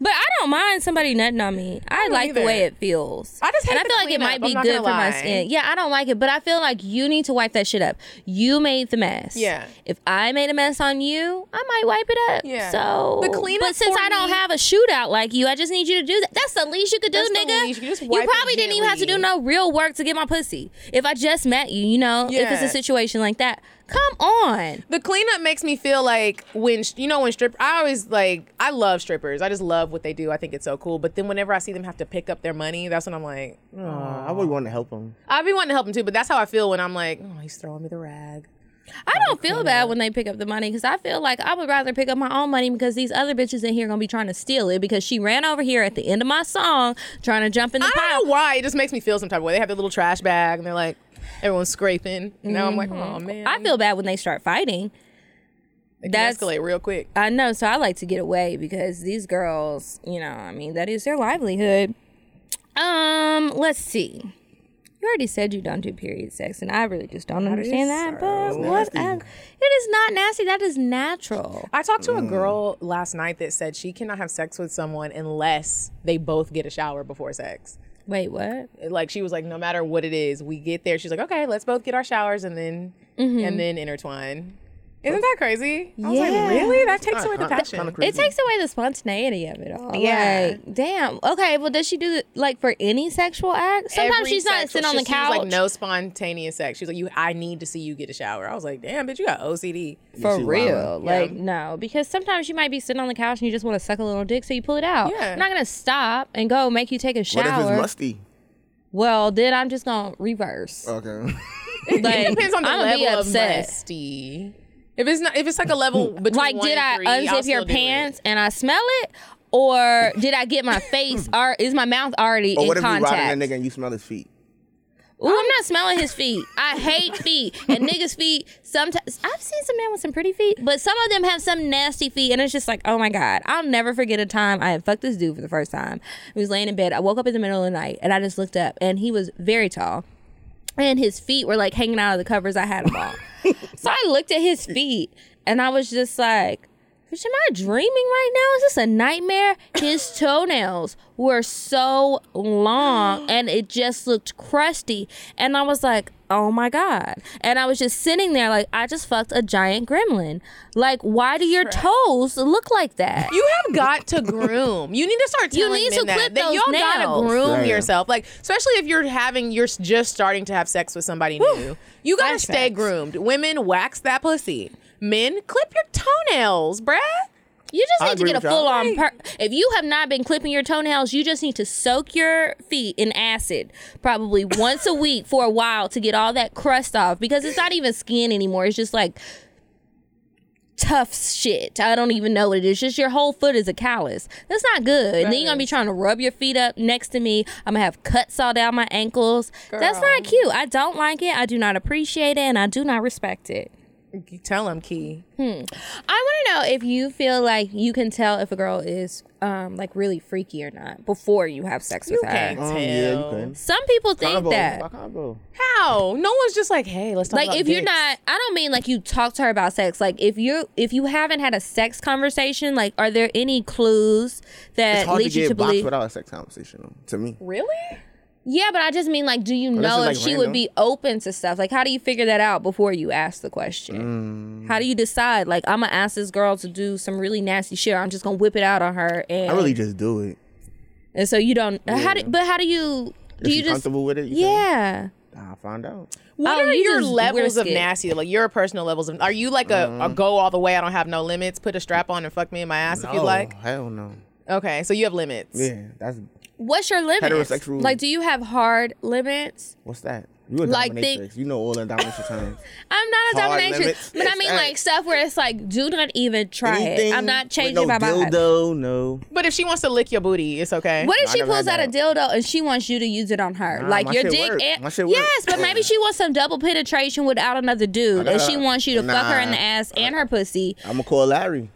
[SPEAKER 3] But I don't mind somebody nutting on me. I, like the
[SPEAKER 2] either.
[SPEAKER 3] way it feels.
[SPEAKER 2] I just hate
[SPEAKER 3] and I
[SPEAKER 2] the
[SPEAKER 3] feel like it
[SPEAKER 2] cleanup,
[SPEAKER 3] might
[SPEAKER 2] I'm
[SPEAKER 3] be
[SPEAKER 2] not
[SPEAKER 3] good
[SPEAKER 2] gonna
[SPEAKER 3] for my
[SPEAKER 2] lie.
[SPEAKER 3] skin. Yeah, I don't like it, but I feel like you need to wipe that shit up. You made the mess.
[SPEAKER 2] Yeah.
[SPEAKER 3] If I made a mess on you, I might wipe it up.
[SPEAKER 2] Yeah.
[SPEAKER 3] So
[SPEAKER 2] The cleanup
[SPEAKER 3] But since
[SPEAKER 2] for
[SPEAKER 3] I don't
[SPEAKER 2] me-
[SPEAKER 3] have a shootout like you, I just need you to do that. That's the least you could do,
[SPEAKER 2] That's the
[SPEAKER 3] nigga.
[SPEAKER 2] least. You just wipe it
[SPEAKER 3] probably didn't even have to do
[SPEAKER 2] gently.
[SPEAKER 3] no real work to get my pussy. If I just met you, you know, if it's
[SPEAKER 2] Yeah.
[SPEAKER 3] a situation like that, come on.
[SPEAKER 2] The cleanup makes me feel like when you know when strip. I always like I love strippers. I just love what they do. I think it's so cool. But then whenever I see them have to pick up their money, that's when I'm like,
[SPEAKER 5] I would want to help them.
[SPEAKER 2] I'd be wanting to help them too. But that's how I feel when I'm like, oh, he's throwing me the rag.
[SPEAKER 3] I don't feel bad when they pick up the money because I feel like I would rather pick up my own money because these other bitches in here gonna be trying to steal it because she ran over here at the end of my song trying to jump in the
[SPEAKER 2] I
[SPEAKER 3] pile.
[SPEAKER 2] don't know why. It just makes me feel some type of way. They have their little trash bag and they're like, everyone's scraping. And Now I'm like, oh man.
[SPEAKER 3] I feel bad when they start fighting.
[SPEAKER 2] It can
[SPEAKER 3] that's-
[SPEAKER 2] escalate real quick.
[SPEAKER 3] I know, so I like to get away because these girls, you know, I mean, that is their livelihood. Um, let's see. You already said you don't do period sex, and I really just don't understand that. But whatever, it is not nasty. That is natural.
[SPEAKER 2] I talked to a girl last night that said she cannot have sex with someone unless they both get a shower before sex.
[SPEAKER 3] Wait, what?
[SPEAKER 2] Like she was like, no matter what it is, we get there. She's like, okay, let's both get our showers and then and then intertwine. Isn't that crazy? I was like,
[SPEAKER 3] Yeah.
[SPEAKER 2] really? That takes away the passion.
[SPEAKER 3] It takes away the spontaneity of it all.
[SPEAKER 2] Yeah.
[SPEAKER 3] Like, damn. Okay. Well, does she do it like for any sexual act? Sometimes
[SPEAKER 2] Every
[SPEAKER 3] she's not
[SPEAKER 2] sexual-
[SPEAKER 3] sitting on the
[SPEAKER 2] she- she was
[SPEAKER 3] couch.
[SPEAKER 2] like no spontaneous sex. She's like, you, I need to see you get a shower. I was like, damn, bitch, you got OCD.
[SPEAKER 3] for
[SPEAKER 5] she
[SPEAKER 3] real.
[SPEAKER 5] wildin'.
[SPEAKER 3] Like no, because sometimes you might be sitting on the couch and you just want to suck a little dick, so you pull it out.
[SPEAKER 2] Yeah.
[SPEAKER 3] I'm not gonna stop and go make you take a
[SPEAKER 5] What if
[SPEAKER 3] shower.
[SPEAKER 5] it's musty?
[SPEAKER 3] well, then I'm just gonna reverse.
[SPEAKER 5] Okay.
[SPEAKER 3] Like,
[SPEAKER 2] depends on the
[SPEAKER 3] I'm gonna
[SPEAKER 2] level
[SPEAKER 3] be
[SPEAKER 2] of
[SPEAKER 3] upset.
[SPEAKER 2] musty. If it's not, if it's like a level between
[SPEAKER 3] like,
[SPEAKER 2] one
[SPEAKER 3] did I
[SPEAKER 2] and 3 I'll
[SPEAKER 3] unzip your
[SPEAKER 2] still do it.
[SPEAKER 3] pants and I smell it, or did I get my face? Or is my mouth already
[SPEAKER 5] Or
[SPEAKER 3] in
[SPEAKER 5] what if you
[SPEAKER 3] contact?
[SPEAKER 5] riding that nigga and you smell his feet?
[SPEAKER 3] Ooh, I'm not smelling his feet. I hate feet and niggas' feet. Sometimes I've seen some men with some pretty feet, but some of them have some nasty feet, and it's just like, oh my god, I'll never forget a time I had fucked this dude for the first time. He was laying in bed. I woke up in the middle of the night, and I just looked up, and he was very tall, and his feet were like hanging out of the covers. I had them on, so I looked at his feet, and I was just like. Bitch, am I dreaming right now? Is this a nightmare? His toenails were so long and it just looked crusty. And I was like, oh my God. And I was just sitting there like, I just fucked a giant gremlin. Like, why do your toes look like that?
[SPEAKER 2] You have got to groom. You need to start
[SPEAKER 3] You
[SPEAKER 2] telling
[SPEAKER 3] need
[SPEAKER 2] men
[SPEAKER 3] to
[SPEAKER 2] that.
[SPEAKER 3] clip
[SPEAKER 2] that
[SPEAKER 3] those
[SPEAKER 2] y'all gotta
[SPEAKER 3] nails.
[SPEAKER 2] groom
[SPEAKER 5] Damn.
[SPEAKER 2] yourself. Like, especially if you're having, you're just starting to have sex with somebody new. You gotta
[SPEAKER 3] Flashbacks.
[SPEAKER 2] stay groomed. Women wax that pussy. Men clip your toenails, bruh.
[SPEAKER 3] You just
[SPEAKER 5] I
[SPEAKER 3] need to
[SPEAKER 5] agree
[SPEAKER 3] get a
[SPEAKER 5] with y'all.
[SPEAKER 3] full on. Per- if you have not been clipping your toenails, you just need to soak your feet in acid probably once a week for a while to get all that crust off because it's not even skin anymore. It's just like tough shit. I don't even know what it is. Just your whole foot is a callus. That's not good. and then you're going to be trying to rub your feet up next to me. I'm going to have cuts all down my ankles. That's not cute. I don't like it. I do not appreciate it and I do not respect it.
[SPEAKER 2] You tell him, Key.
[SPEAKER 3] I want to know if you feel like you can tell if a girl is um like really freaky or not before you have sex with her.
[SPEAKER 2] can.
[SPEAKER 5] Um, yeah, you can.
[SPEAKER 3] Some people think
[SPEAKER 5] Convo.
[SPEAKER 3] that.
[SPEAKER 5] Why Convo.
[SPEAKER 2] How? No one's just like, hey, let's talk
[SPEAKER 3] like
[SPEAKER 2] about
[SPEAKER 3] if you're
[SPEAKER 2] dicks.
[SPEAKER 3] not i don't mean like you talk to her about sex like if you if you haven't had a sex conversation like are there any clues
[SPEAKER 5] It's
[SPEAKER 3] that
[SPEAKER 5] hard to
[SPEAKER 3] lead you to
[SPEAKER 5] get boxed
[SPEAKER 3] believe
[SPEAKER 5] without a sex conversation. though, To me,
[SPEAKER 2] really.
[SPEAKER 3] yeah but i just mean like do you
[SPEAKER 5] Unless
[SPEAKER 3] know if
[SPEAKER 5] it's, like,
[SPEAKER 3] she
[SPEAKER 5] random.
[SPEAKER 3] would be open to stuff like how do you figure that out before you ask the question
[SPEAKER 5] Mm.
[SPEAKER 3] how do you decide like i'm gonna ask this girl to do some really nasty shit or i'm just gonna whip it out on her and,
[SPEAKER 5] I really just do it.
[SPEAKER 3] and so you don't how do but how do you do
[SPEAKER 5] If
[SPEAKER 3] you
[SPEAKER 5] you
[SPEAKER 3] just
[SPEAKER 5] comfortable with it, you
[SPEAKER 3] yeah
[SPEAKER 5] I find out.
[SPEAKER 2] What
[SPEAKER 3] Oh,
[SPEAKER 2] are
[SPEAKER 3] you
[SPEAKER 2] your
[SPEAKER 3] just
[SPEAKER 2] levels
[SPEAKER 3] risk
[SPEAKER 2] of
[SPEAKER 3] it.
[SPEAKER 2] nasty? Like your personal levels of? Are you like a,
[SPEAKER 5] Mm-hmm.
[SPEAKER 2] a go all the way? I don't have no limits. Put a strap on and fuck me in my ass if you
[SPEAKER 5] No,
[SPEAKER 2] like.
[SPEAKER 5] Oh, Hell no.
[SPEAKER 2] Okay, so you have limits.
[SPEAKER 5] Yeah, that's
[SPEAKER 3] what's your limits
[SPEAKER 5] Heterosexual.
[SPEAKER 3] like do you have hard limits
[SPEAKER 5] what's that? You a
[SPEAKER 3] Like,
[SPEAKER 5] dominatrix. you know all the domination terms.
[SPEAKER 3] I'm not a
[SPEAKER 5] Hard
[SPEAKER 3] dominatrix,
[SPEAKER 5] limits.
[SPEAKER 3] but I mean
[SPEAKER 5] Exact.
[SPEAKER 3] like stuff where it's like, do not even try it. I'm not
[SPEAKER 5] with
[SPEAKER 3] changing
[SPEAKER 5] no
[SPEAKER 3] my mind.
[SPEAKER 5] dildo, no.
[SPEAKER 2] But if she wants to lick your booty, it's okay.
[SPEAKER 3] What if
[SPEAKER 5] No, I
[SPEAKER 3] she
[SPEAKER 5] never
[SPEAKER 3] pulls out
[SPEAKER 5] had
[SPEAKER 3] a dildo and she wants you to use it on her,
[SPEAKER 5] Nah,
[SPEAKER 3] like
[SPEAKER 5] my
[SPEAKER 3] your
[SPEAKER 5] shit
[SPEAKER 3] dick?
[SPEAKER 5] work.
[SPEAKER 3] And,
[SPEAKER 5] My shit work.
[SPEAKER 3] yes, but maybe she wants some double penetration without another dude, and she
[SPEAKER 5] Nah.
[SPEAKER 3] wants you to fuck her in the
[SPEAKER 5] Nah.
[SPEAKER 3] ass and her pussy.
[SPEAKER 5] I'm gonna call Larry.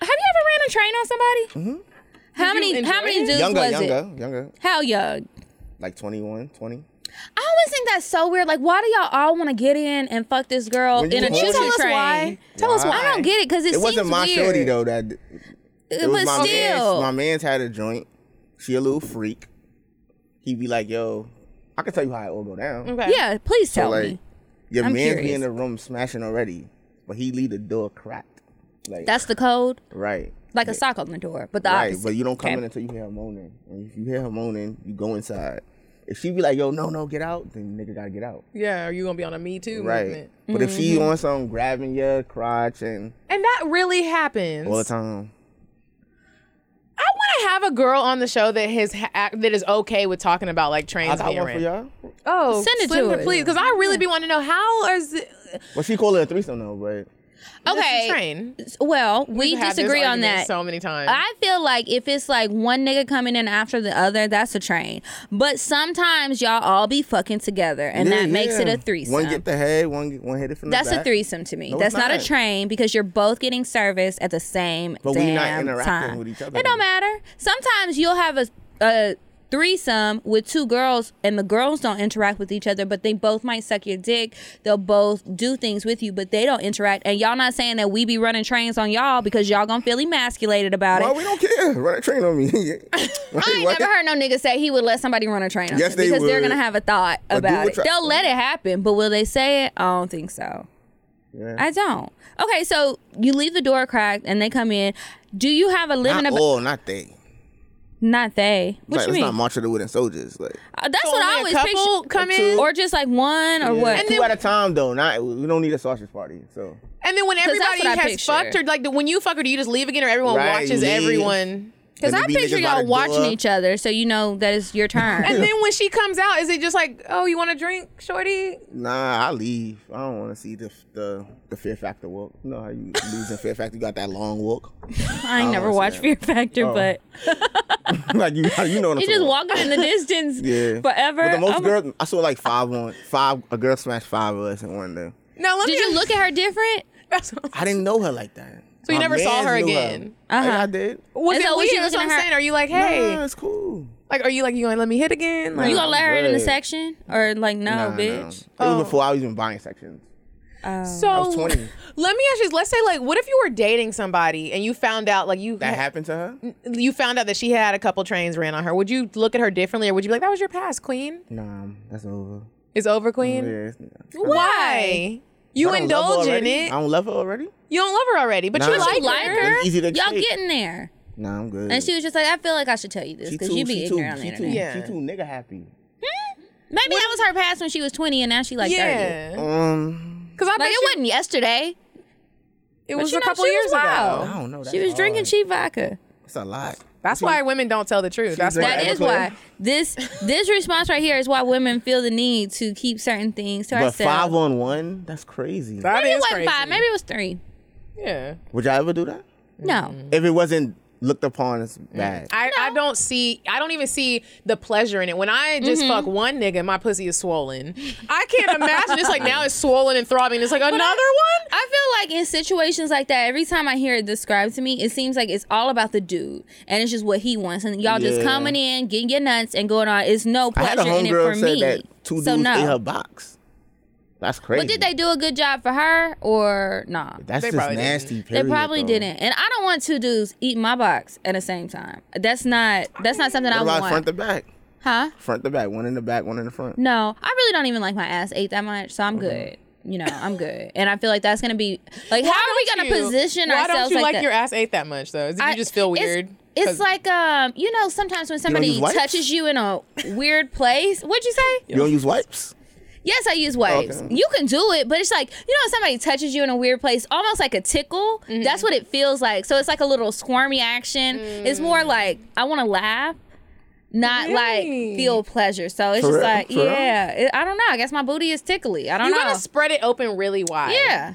[SPEAKER 3] Have you ever ran a train on somebody? Mm-hmm. How
[SPEAKER 2] Did you
[SPEAKER 3] many? How
[SPEAKER 2] enjoy
[SPEAKER 3] many
[SPEAKER 2] it?
[SPEAKER 3] dudes
[SPEAKER 5] younger,
[SPEAKER 3] was
[SPEAKER 5] younger,
[SPEAKER 3] it?
[SPEAKER 5] younger.
[SPEAKER 3] How young?
[SPEAKER 5] Like 21, 20.
[SPEAKER 3] I always think that's so weird. Like, why do y'all all want to get in and fuck this girl
[SPEAKER 5] When you
[SPEAKER 3] in a
[SPEAKER 5] horny-
[SPEAKER 3] choo
[SPEAKER 5] Tell
[SPEAKER 3] choo
[SPEAKER 5] us
[SPEAKER 3] train?
[SPEAKER 2] why. Tell us why.
[SPEAKER 3] I don't get it because it,
[SPEAKER 5] It
[SPEAKER 3] seems
[SPEAKER 5] wasn't my
[SPEAKER 3] weird.
[SPEAKER 5] shorty though. That it was
[SPEAKER 3] but
[SPEAKER 5] my
[SPEAKER 3] still.
[SPEAKER 5] man's. My man's had a joint. She a little freak. He be like, yo, I can tell you how it all go down.
[SPEAKER 2] Okay.
[SPEAKER 3] Yeah, please
[SPEAKER 5] So
[SPEAKER 3] tell
[SPEAKER 5] like,
[SPEAKER 3] me.
[SPEAKER 5] your
[SPEAKER 3] I'm
[SPEAKER 5] man's be
[SPEAKER 3] curious.
[SPEAKER 5] in the room smashing already, but he leave the door cracked. Like
[SPEAKER 3] That's the code.
[SPEAKER 5] right.
[SPEAKER 3] Like a sock on the door, but the
[SPEAKER 5] Right,
[SPEAKER 3] opposite.
[SPEAKER 5] but you don't come
[SPEAKER 3] Okay.
[SPEAKER 5] in until you hear her moaning. And if you hear her moaning, you go inside. If she be like, yo, no, no, get out, then nigga gotta get out.
[SPEAKER 2] Yeah, are you gonna be on a Me Too
[SPEAKER 5] Right.
[SPEAKER 2] movement?
[SPEAKER 5] But if
[SPEAKER 3] Mm-hmm.
[SPEAKER 5] she on some grabbing your crotch and
[SPEAKER 2] And that really happens.
[SPEAKER 5] all the time.
[SPEAKER 2] I want to have a girl on the show that has ha- that is okay with talking about like trains
[SPEAKER 5] I got
[SPEAKER 2] being
[SPEAKER 5] one for
[SPEAKER 2] ran.
[SPEAKER 5] y'all.
[SPEAKER 2] Oh,
[SPEAKER 3] Send it
[SPEAKER 2] Slim,
[SPEAKER 3] to us.
[SPEAKER 2] please, because I really be wanting to know how is it,
[SPEAKER 5] Well, she called it a threesome though, but
[SPEAKER 2] It's a
[SPEAKER 3] okay.
[SPEAKER 2] train.
[SPEAKER 3] Well, we
[SPEAKER 2] We've had this
[SPEAKER 3] disagree on
[SPEAKER 2] argument
[SPEAKER 3] that.
[SPEAKER 2] so many times.
[SPEAKER 3] I feel like if it's like one nigga coming in after the other, that's a train. But sometimes y'all all be fucking together, and
[SPEAKER 5] Yeah,
[SPEAKER 3] that makes it
[SPEAKER 5] yeah.
[SPEAKER 3] a threesome.
[SPEAKER 5] One get the head, one get, one hit it from
[SPEAKER 3] that's
[SPEAKER 5] the back.
[SPEAKER 3] a threesome to me.
[SPEAKER 5] No,
[SPEAKER 3] that's
[SPEAKER 5] it's
[SPEAKER 3] not. a
[SPEAKER 5] not.
[SPEAKER 3] train because you're both getting service at the same
[SPEAKER 5] But we
[SPEAKER 3] damn
[SPEAKER 5] not interacting
[SPEAKER 3] time.
[SPEAKER 5] with each other.
[SPEAKER 3] It don't matter. Sometimes you'll have a, a threesome with two girls, and the girls don't interact with each other, but they both might suck your dick. They'll both do things with you, but they don't interact. And y'all not saying that we be running trains on y'all because y'all gonna feel emasculated about
[SPEAKER 5] Well,
[SPEAKER 3] it.
[SPEAKER 5] we don't care. Run a train on me. I
[SPEAKER 3] I ain't never heard no nigga say he would let somebody run a train on
[SPEAKER 5] Yes,
[SPEAKER 3] him
[SPEAKER 5] they
[SPEAKER 3] because they're
[SPEAKER 5] would.
[SPEAKER 3] gonna have a thought
[SPEAKER 5] A dude
[SPEAKER 3] about
[SPEAKER 5] would
[SPEAKER 3] it.
[SPEAKER 5] try-
[SPEAKER 3] They'll let it happen, but will they say it? I don't think so. I don't. Okay, so you leave the door cracked and they come in. Do you have a limit?
[SPEAKER 5] Not
[SPEAKER 3] about
[SPEAKER 5] all, not they.
[SPEAKER 3] not they. What
[SPEAKER 5] like,
[SPEAKER 3] you
[SPEAKER 5] It's
[SPEAKER 3] mean?
[SPEAKER 5] not March of the Wooden Soldiers. Like
[SPEAKER 3] Uh, That's
[SPEAKER 2] So
[SPEAKER 3] what I
[SPEAKER 2] only
[SPEAKER 3] always
[SPEAKER 2] a couple
[SPEAKER 3] picture.
[SPEAKER 2] come in?
[SPEAKER 3] or just like one or what?
[SPEAKER 5] two at a time though. Not we don't need a sausage party. So
[SPEAKER 2] and then when
[SPEAKER 3] that's
[SPEAKER 2] everybody
[SPEAKER 3] what I
[SPEAKER 2] has
[SPEAKER 3] picture.
[SPEAKER 2] fucked, or like when you fuck her, do you just leave again, or everyone
[SPEAKER 5] Right,
[SPEAKER 2] watches
[SPEAKER 5] leave.
[SPEAKER 2] everyone?
[SPEAKER 3] Because
[SPEAKER 5] And
[SPEAKER 3] I
[SPEAKER 5] it be
[SPEAKER 3] picture
[SPEAKER 5] niggas by
[SPEAKER 3] y'all
[SPEAKER 5] the
[SPEAKER 3] watching
[SPEAKER 5] door.
[SPEAKER 3] each other, so you know that it's your turn.
[SPEAKER 2] And then when she comes out, is it just like, oh, you want a drink, shorty?
[SPEAKER 5] Nah, I leave. I don't want to see the the the Fear Factor walk. You know how you lose in Fear Factor? You got that long walk.
[SPEAKER 3] I ain't never
[SPEAKER 5] see
[SPEAKER 3] watched
[SPEAKER 5] that.
[SPEAKER 3] Fear Factor,
[SPEAKER 5] Oh.
[SPEAKER 3] but
[SPEAKER 5] like you, you know what I'm
[SPEAKER 3] you just
[SPEAKER 5] talking about.
[SPEAKER 3] walking in the distance
[SPEAKER 5] Yeah,
[SPEAKER 3] forever.
[SPEAKER 5] But the most
[SPEAKER 3] Oh my-
[SPEAKER 5] girls, I saw like five on five. A girl smashed five of us in one day.
[SPEAKER 2] No, let
[SPEAKER 3] Did
[SPEAKER 2] me.
[SPEAKER 3] you look at her different?
[SPEAKER 2] That's what-
[SPEAKER 5] I didn't know her like that.
[SPEAKER 2] So you
[SPEAKER 5] My
[SPEAKER 2] never saw
[SPEAKER 5] mans
[SPEAKER 2] her
[SPEAKER 5] knew Oh,
[SPEAKER 2] again?
[SPEAKER 5] Yeah, I did.
[SPEAKER 2] was
[SPEAKER 3] And
[SPEAKER 2] it
[SPEAKER 3] so was she
[SPEAKER 2] weird? That's what
[SPEAKER 3] looking
[SPEAKER 2] I'm
[SPEAKER 3] at her-
[SPEAKER 2] saying. Are you like, hey,
[SPEAKER 5] Nah, it's cool.
[SPEAKER 2] like, are you like, you gonna let me hit again? Like,
[SPEAKER 3] You
[SPEAKER 5] Nah,
[SPEAKER 3] gonna let her in the
[SPEAKER 5] good.
[SPEAKER 3] section or like no,
[SPEAKER 5] Nah,
[SPEAKER 3] bitch?
[SPEAKER 5] nah. It was before I was even buying sections.
[SPEAKER 2] so
[SPEAKER 5] was 20.
[SPEAKER 2] let me ask you. this. Let's say, like, what if you were dating somebody and you found out, like, you
[SPEAKER 5] That happened to her?
[SPEAKER 2] you found out that she had a couple trains ran on her? Would you look at her differently, or would you be like, that was your past, queen?
[SPEAKER 5] Nah, that's over.
[SPEAKER 2] It's over, queen.
[SPEAKER 5] Yeah, it's-
[SPEAKER 2] Why? You
[SPEAKER 5] I don't love her
[SPEAKER 2] indulge in
[SPEAKER 5] already.
[SPEAKER 2] it.
[SPEAKER 5] I don't love her already.
[SPEAKER 2] You don't love her already, but
[SPEAKER 5] Nah,
[SPEAKER 2] you
[SPEAKER 5] she
[SPEAKER 2] like,
[SPEAKER 3] Like
[SPEAKER 2] her.
[SPEAKER 3] her?
[SPEAKER 5] easy to
[SPEAKER 3] Y'all
[SPEAKER 5] shake.
[SPEAKER 3] getting there?
[SPEAKER 5] Nah, I'm good.
[SPEAKER 3] And she was just like, I feel like I should tell you this
[SPEAKER 5] She
[SPEAKER 3] because
[SPEAKER 5] too-
[SPEAKER 3] you be
[SPEAKER 5] she too-
[SPEAKER 3] ignorant on the
[SPEAKER 5] she too-
[SPEAKER 3] internet.
[SPEAKER 2] Yeah.
[SPEAKER 5] She too nigga happy.
[SPEAKER 3] Maybe that was her past when she was 20 and now she like 30.
[SPEAKER 2] Yeah,
[SPEAKER 5] Um,
[SPEAKER 2] because I bet
[SPEAKER 3] Like it
[SPEAKER 2] you-
[SPEAKER 3] wasn't yesterday.
[SPEAKER 2] it
[SPEAKER 3] But
[SPEAKER 2] was
[SPEAKER 3] you
[SPEAKER 2] a
[SPEAKER 3] know,
[SPEAKER 2] couple
[SPEAKER 3] she was
[SPEAKER 2] years ago.
[SPEAKER 3] wild.
[SPEAKER 5] I don't know. That's
[SPEAKER 3] she was drinking
[SPEAKER 5] hard.
[SPEAKER 3] cheap vodka.
[SPEAKER 5] That's a lot.
[SPEAKER 2] That's why women don't tell the truth. That's
[SPEAKER 5] like,
[SPEAKER 2] why.
[SPEAKER 3] That
[SPEAKER 5] Ever
[SPEAKER 3] is
[SPEAKER 5] clear?
[SPEAKER 3] why this this response right here is why women feel the need to keep certain things to
[SPEAKER 5] But
[SPEAKER 3] ourselves.
[SPEAKER 5] five on one, that's crazy.
[SPEAKER 2] That
[SPEAKER 3] maybe it
[SPEAKER 2] is
[SPEAKER 3] wasn't
[SPEAKER 2] crazy.
[SPEAKER 3] five, maybe it was three.
[SPEAKER 2] Yeah. Mm.
[SPEAKER 5] Would y'all ever do that?
[SPEAKER 3] No.
[SPEAKER 5] If it wasn't looked upon as bad.
[SPEAKER 2] I, I don't see I don't even see the pleasure in it. When I just fuck one nigga, my pussy is swollen. I can't imagine it's like now it's swollen and throbbing. It's like another one?
[SPEAKER 3] I feel like in situations like that, every time I hear it described to me, it seems like it's all about the dude, and it's just what he wants, and y'all just
[SPEAKER 5] Yeah.
[SPEAKER 3] coming in, getting your nuts, and going on. It's no
[SPEAKER 5] I
[SPEAKER 3] pleasure
[SPEAKER 5] had a
[SPEAKER 3] in it for
[SPEAKER 5] homegirl said
[SPEAKER 3] me.
[SPEAKER 5] that two
[SPEAKER 3] so
[SPEAKER 5] dudes
[SPEAKER 3] no.
[SPEAKER 5] ate her box. That's crazy.
[SPEAKER 3] but did they do a good job for her or nah?
[SPEAKER 5] That's
[SPEAKER 2] They
[SPEAKER 5] just
[SPEAKER 2] probably didn't.
[SPEAKER 5] nasty.
[SPEAKER 3] They
[SPEAKER 5] Period,
[SPEAKER 3] probably
[SPEAKER 5] though.
[SPEAKER 3] didn't. And I don't want two dudes eating my box at the same time. That's not that's not something
[SPEAKER 5] What
[SPEAKER 3] I
[SPEAKER 5] about
[SPEAKER 3] want.
[SPEAKER 5] front to back?
[SPEAKER 3] huh?
[SPEAKER 5] Front to back. One in the back. One in the front.
[SPEAKER 3] No, I really don't even like my ass ate that much, so I'm
[SPEAKER 5] Mm-hmm.
[SPEAKER 3] good. You know, I'm good. And I feel like that's gonna be like how are we
[SPEAKER 2] don't
[SPEAKER 3] gonna
[SPEAKER 2] you-
[SPEAKER 3] position
[SPEAKER 2] Why
[SPEAKER 3] ourselves
[SPEAKER 2] don't you like,
[SPEAKER 3] that?
[SPEAKER 2] your ass ate that much though? Is it
[SPEAKER 3] I-
[SPEAKER 2] you just feel
[SPEAKER 3] it's-
[SPEAKER 2] weird?
[SPEAKER 3] It's,
[SPEAKER 2] 'Cause-
[SPEAKER 3] like um, you know, sometimes when somebody
[SPEAKER 5] use wipes?
[SPEAKER 3] touches you in a weird place, what'd you say?
[SPEAKER 5] You don't use wipes.
[SPEAKER 3] Yes, I use wipes.
[SPEAKER 5] Okay.
[SPEAKER 3] You can do it, but it's like you know, if somebody touches you in a weird place, almost like a tickle.
[SPEAKER 2] Mm-hmm.
[SPEAKER 3] That's what it feels like. So it's like a little squirmy action. It's more like I want to laugh. Not
[SPEAKER 2] Mm. Really?
[SPEAKER 3] like feel pleasure, so it's
[SPEAKER 5] For
[SPEAKER 3] just
[SPEAKER 5] real?
[SPEAKER 3] like
[SPEAKER 5] For real?
[SPEAKER 3] yeah. It- I don't know. I guess my booty is tickly. I don't
[SPEAKER 2] you
[SPEAKER 3] know.
[SPEAKER 2] gotta spread it open really wide.
[SPEAKER 3] yeah,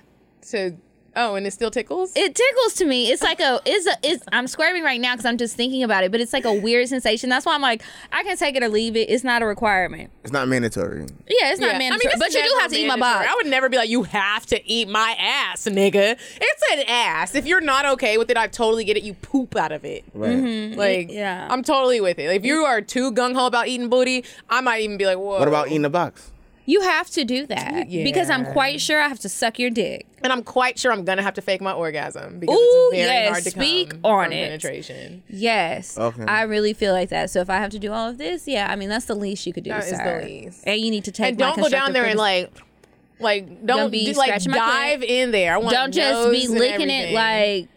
[SPEAKER 2] To oh, and it still tickles?
[SPEAKER 3] it tickles to me. It's like a is a is. I'm squirming right now because I'm just thinking about it, but it's like a weird sensation. That's why I'm like I can take it or leave it. It's not a requirement.
[SPEAKER 5] It's not mandatory.
[SPEAKER 3] Yeah, it's not
[SPEAKER 2] Yeah.
[SPEAKER 3] mandatory,
[SPEAKER 2] it's
[SPEAKER 3] but you do
[SPEAKER 2] never
[SPEAKER 3] have to eat my
[SPEAKER 2] mandatory.
[SPEAKER 3] box.
[SPEAKER 2] I would never be like, you have to eat my ass, nigga. It's an ass. If you're not okay with it, I totally get it. You poop out of it.
[SPEAKER 5] Right.
[SPEAKER 3] Mm-hmm.
[SPEAKER 2] Like,
[SPEAKER 3] yeah.
[SPEAKER 2] I'm totally with it. Like, if you are too gung ho about eating booty, I might even be like, whoa.
[SPEAKER 5] What about eating the box?
[SPEAKER 3] You have to do that because I'm quite sure I have to suck your dick.
[SPEAKER 2] And I'm quite sure I'm gonna have to fake my orgasm because
[SPEAKER 3] Ooh,
[SPEAKER 2] it's very
[SPEAKER 3] yes,
[SPEAKER 2] hard to
[SPEAKER 3] speak
[SPEAKER 2] come
[SPEAKER 3] on
[SPEAKER 2] from
[SPEAKER 3] it.
[SPEAKER 2] Penetration.
[SPEAKER 3] Yes,
[SPEAKER 5] Okay.
[SPEAKER 3] I really feel like that. So if I have to do all of this, yeah, I mean that's the least you could do,
[SPEAKER 2] That is the
[SPEAKER 3] sir.
[SPEAKER 2] least.
[SPEAKER 3] And you need to take
[SPEAKER 2] and
[SPEAKER 3] my
[SPEAKER 2] don't go down
[SPEAKER 3] constructive
[SPEAKER 2] there and
[SPEAKER 3] criticism.
[SPEAKER 2] like, like don't,
[SPEAKER 3] be
[SPEAKER 2] do- like
[SPEAKER 3] scratching my clit.
[SPEAKER 2] dive in there. I want
[SPEAKER 3] Don't just
[SPEAKER 2] nose
[SPEAKER 3] be
[SPEAKER 2] and
[SPEAKER 3] licking it
[SPEAKER 2] everything.
[SPEAKER 3] like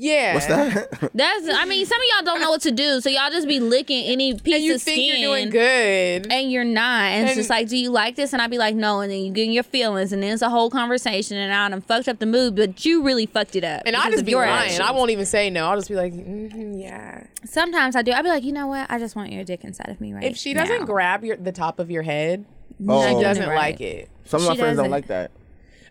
[SPEAKER 2] yeah.
[SPEAKER 5] What's that?
[SPEAKER 3] that's. I mean, some of y'all don't know what to do, so y'all just be licking any piece
[SPEAKER 2] And you
[SPEAKER 3] of
[SPEAKER 2] think
[SPEAKER 3] skin.
[SPEAKER 2] you're doing good.
[SPEAKER 3] And you're not. And, it's
[SPEAKER 2] And-
[SPEAKER 3] just like, do you like this? And I'd be like, no. And then you get in your feelings, and then it's a whole conversation, and I done fucked up the mood, but you really fucked it up.
[SPEAKER 2] And I
[SPEAKER 3] because
[SPEAKER 2] just
[SPEAKER 3] of
[SPEAKER 2] be
[SPEAKER 3] your
[SPEAKER 2] lying.
[SPEAKER 3] actions.
[SPEAKER 2] I won't even say no. I'll just be like, mhm, yeah.
[SPEAKER 3] Sometimes I do. I'd be like, you know what? I just want your dick inside of me right
[SPEAKER 2] If she doesn't
[SPEAKER 3] now.
[SPEAKER 2] grab your the top of your head,
[SPEAKER 5] Oh,
[SPEAKER 2] she doesn't
[SPEAKER 3] Right.
[SPEAKER 2] like it.
[SPEAKER 5] Some of my
[SPEAKER 3] She
[SPEAKER 5] friends
[SPEAKER 3] doesn't.
[SPEAKER 5] don't like that.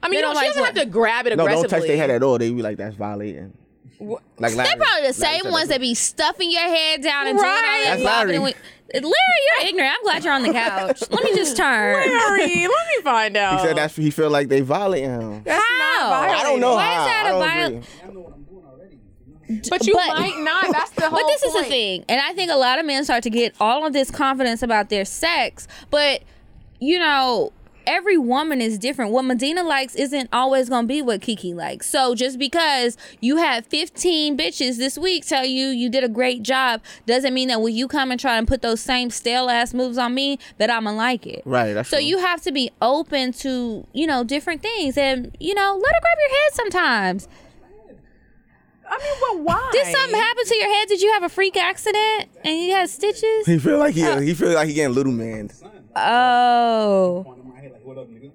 [SPEAKER 2] I mean,
[SPEAKER 3] They
[SPEAKER 2] you
[SPEAKER 3] don't
[SPEAKER 2] don't, she
[SPEAKER 3] like
[SPEAKER 2] doesn't
[SPEAKER 3] what?
[SPEAKER 2] have to grab it
[SPEAKER 5] No,
[SPEAKER 2] aggressively.
[SPEAKER 5] don't touch their head at all. They be like, that's violating. Like
[SPEAKER 3] They're probably the same ones that be stuffing your head down and
[SPEAKER 2] Right.
[SPEAKER 3] doing all that.
[SPEAKER 5] That's
[SPEAKER 3] flopping and
[SPEAKER 5] Larry.
[SPEAKER 3] wi- Larry, you're ignorant. I'm glad you're on the couch. Let me just turn.
[SPEAKER 2] Sorry, let me find out.
[SPEAKER 5] He said that's he feel like they violating him.
[SPEAKER 2] That's
[SPEAKER 3] How?
[SPEAKER 2] not
[SPEAKER 5] I don't know
[SPEAKER 3] Why
[SPEAKER 5] how.
[SPEAKER 3] is that
[SPEAKER 5] I
[SPEAKER 3] a
[SPEAKER 5] don't
[SPEAKER 3] viol-
[SPEAKER 5] agree.
[SPEAKER 2] But you
[SPEAKER 3] But-
[SPEAKER 2] might not. That's the whole
[SPEAKER 3] But this is
[SPEAKER 2] Oh, point.
[SPEAKER 3] the thing, and I think a lot of men start to get all of this confidence about their sex, but you know. Every woman is different. What Medina likes isn't always gonna be what Kiki likes. So just because you had 15 bitches this week tell you you did a great job, doesn't mean that when you come and try and put those same stale ass moves on me, that I'ma like it.
[SPEAKER 5] Right, that's
[SPEAKER 3] so
[SPEAKER 5] true.
[SPEAKER 3] you have to be open to you know different things, and you know let her grab your head sometimes.
[SPEAKER 2] I mean, but why?
[SPEAKER 3] Did something happen to your head? Did you have a freak accident and you had stitches?
[SPEAKER 5] He feel like he he feel like he getting little man.
[SPEAKER 3] Oh. You're not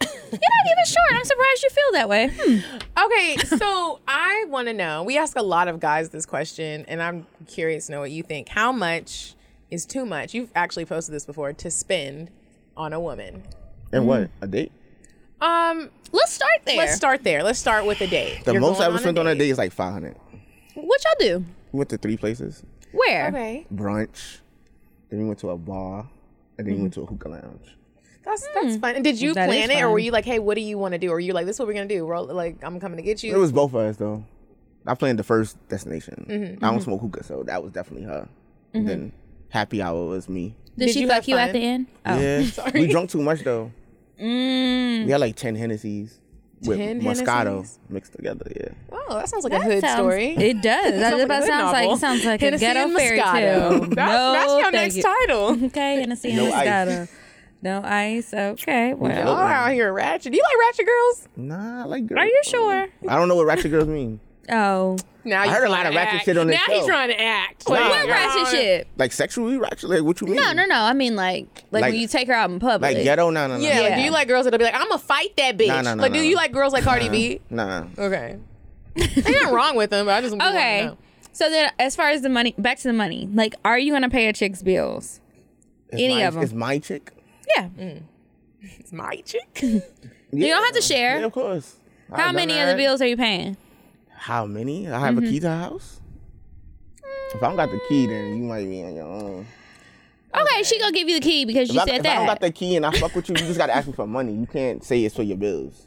[SPEAKER 3] even short. I'm surprised you feel that way. Hmm.
[SPEAKER 2] Okay, so I want to know. We ask a lot of guys this question, and I'm curious to know what you think. How much is too much? You've actually posted this before to spend on a woman.
[SPEAKER 5] And what? A date?
[SPEAKER 2] Um,
[SPEAKER 3] Let's start there.
[SPEAKER 2] let's start there. Let's start with a date.
[SPEAKER 5] The
[SPEAKER 2] You're
[SPEAKER 5] most I
[SPEAKER 2] going
[SPEAKER 5] ever spent on a date is like five hundred.
[SPEAKER 3] What y'all do?
[SPEAKER 5] We went to three places.
[SPEAKER 3] Where?
[SPEAKER 2] Okay,
[SPEAKER 5] Brunch. Then we went to a bar. And then we went to a hookah lounge.
[SPEAKER 2] that's that's fun. And did you
[SPEAKER 3] Hmm. That is
[SPEAKER 2] plan it, or were
[SPEAKER 3] fun.
[SPEAKER 2] you like, hey, what do you want to do? Or were you like, this is what we're gonna do? Roll, like, I'm coming to get you.
[SPEAKER 5] It was both of us though. I planned the first destination. I don't smoke hookah, so that was definitely her. And then happy hour was me.
[SPEAKER 3] Did,
[SPEAKER 2] Did
[SPEAKER 3] she
[SPEAKER 2] you
[SPEAKER 3] fuck
[SPEAKER 2] have
[SPEAKER 3] you at
[SPEAKER 2] fun?
[SPEAKER 3] the end? Oh. Mm.
[SPEAKER 5] Yeah. We drunk too much though. We had like ten Hennessy's with
[SPEAKER 2] 10
[SPEAKER 5] Moscato
[SPEAKER 2] Hennessy's?
[SPEAKER 5] mixed together. Yeah.
[SPEAKER 2] oh, that sounds like a hood
[SPEAKER 3] sounds-
[SPEAKER 2] story.
[SPEAKER 3] It does. That
[SPEAKER 2] Sounds like a
[SPEAKER 3] about
[SPEAKER 2] hood
[SPEAKER 3] sounds like
[SPEAKER 2] novel.
[SPEAKER 3] it sounds like
[SPEAKER 2] Hennessy
[SPEAKER 3] a ghetto
[SPEAKER 2] and
[SPEAKER 3] fairy
[SPEAKER 2] Moscato.
[SPEAKER 3] tale.
[SPEAKER 2] That's, that's
[SPEAKER 3] No,
[SPEAKER 2] your
[SPEAKER 3] thank
[SPEAKER 2] next
[SPEAKER 3] you.
[SPEAKER 2] title.
[SPEAKER 3] Okay, Hennessy and
[SPEAKER 5] No ice.
[SPEAKER 3] Moscato. No ice. Okay.
[SPEAKER 2] Y'all
[SPEAKER 3] Well.
[SPEAKER 2] are out here ratchet. Do you like ratchet girls?
[SPEAKER 5] Nah, I like girls.
[SPEAKER 3] Are you sure?
[SPEAKER 5] I don't know what ratchet girls mean.
[SPEAKER 3] Oh.
[SPEAKER 2] Now you
[SPEAKER 5] heard a
[SPEAKER 2] trying
[SPEAKER 5] lot
[SPEAKER 2] to
[SPEAKER 5] of ratchet
[SPEAKER 2] act.
[SPEAKER 5] shit on this
[SPEAKER 2] Now
[SPEAKER 5] show.
[SPEAKER 2] he's trying to act.
[SPEAKER 5] Nah,
[SPEAKER 3] What
[SPEAKER 5] Nah.
[SPEAKER 3] ratchet shit?
[SPEAKER 5] Like sexually ratchet? Like what you mean?
[SPEAKER 3] No, no, no. I mean like like,
[SPEAKER 5] Like-
[SPEAKER 3] when you take her out in public.
[SPEAKER 5] Like ghetto? No, no, no.
[SPEAKER 2] Yeah,
[SPEAKER 5] no.
[SPEAKER 2] Like, do you like girls that'll be like, I'm gonna fight that bitch?
[SPEAKER 5] Nah, nah, nah,
[SPEAKER 2] like, do
[SPEAKER 5] nah,
[SPEAKER 2] you
[SPEAKER 5] nah.
[SPEAKER 2] like girls like Cardi B?
[SPEAKER 5] Nah.
[SPEAKER 2] Okay. Ain't nothing wrong with them, but I just wanna
[SPEAKER 3] Okay.
[SPEAKER 2] know.
[SPEAKER 3] So then, as far as the money, back to the money. Like, are you gonna pay a chick's bills?
[SPEAKER 5] It's
[SPEAKER 3] Any
[SPEAKER 5] my,
[SPEAKER 3] of 'em.
[SPEAKER 5] It's my chick.
[SPEAKER 3] Yeah,
[SPEAKER 5] Mm.
[SPEAKER 2] It's my chick.
[SPEAKER 3] you don't have to share.
[SPEAKER 5] Yeah, of course.
[SPEAKER 3] How many of the bills are you paying?
[SPEAKER 5] How many? I have
[SPEAKER 3] Mm-hmm.
[SPEAKER 5] a key to the house. If I don't got the key, then you might be on your own.
[SPEAKER 3] Okay, she gonna give you the key because
[SPEAKER 5] If,
[SPEAKER 3] you
[SPEAKER 5] I,
[SPEAKER 3] said
[SPEAKER 5] if I don't got
[SPEAKER 3] that.
[SPEAKER 5] the key and I fuck with you, you just gotta ask me for money. You can't say it's for your bills.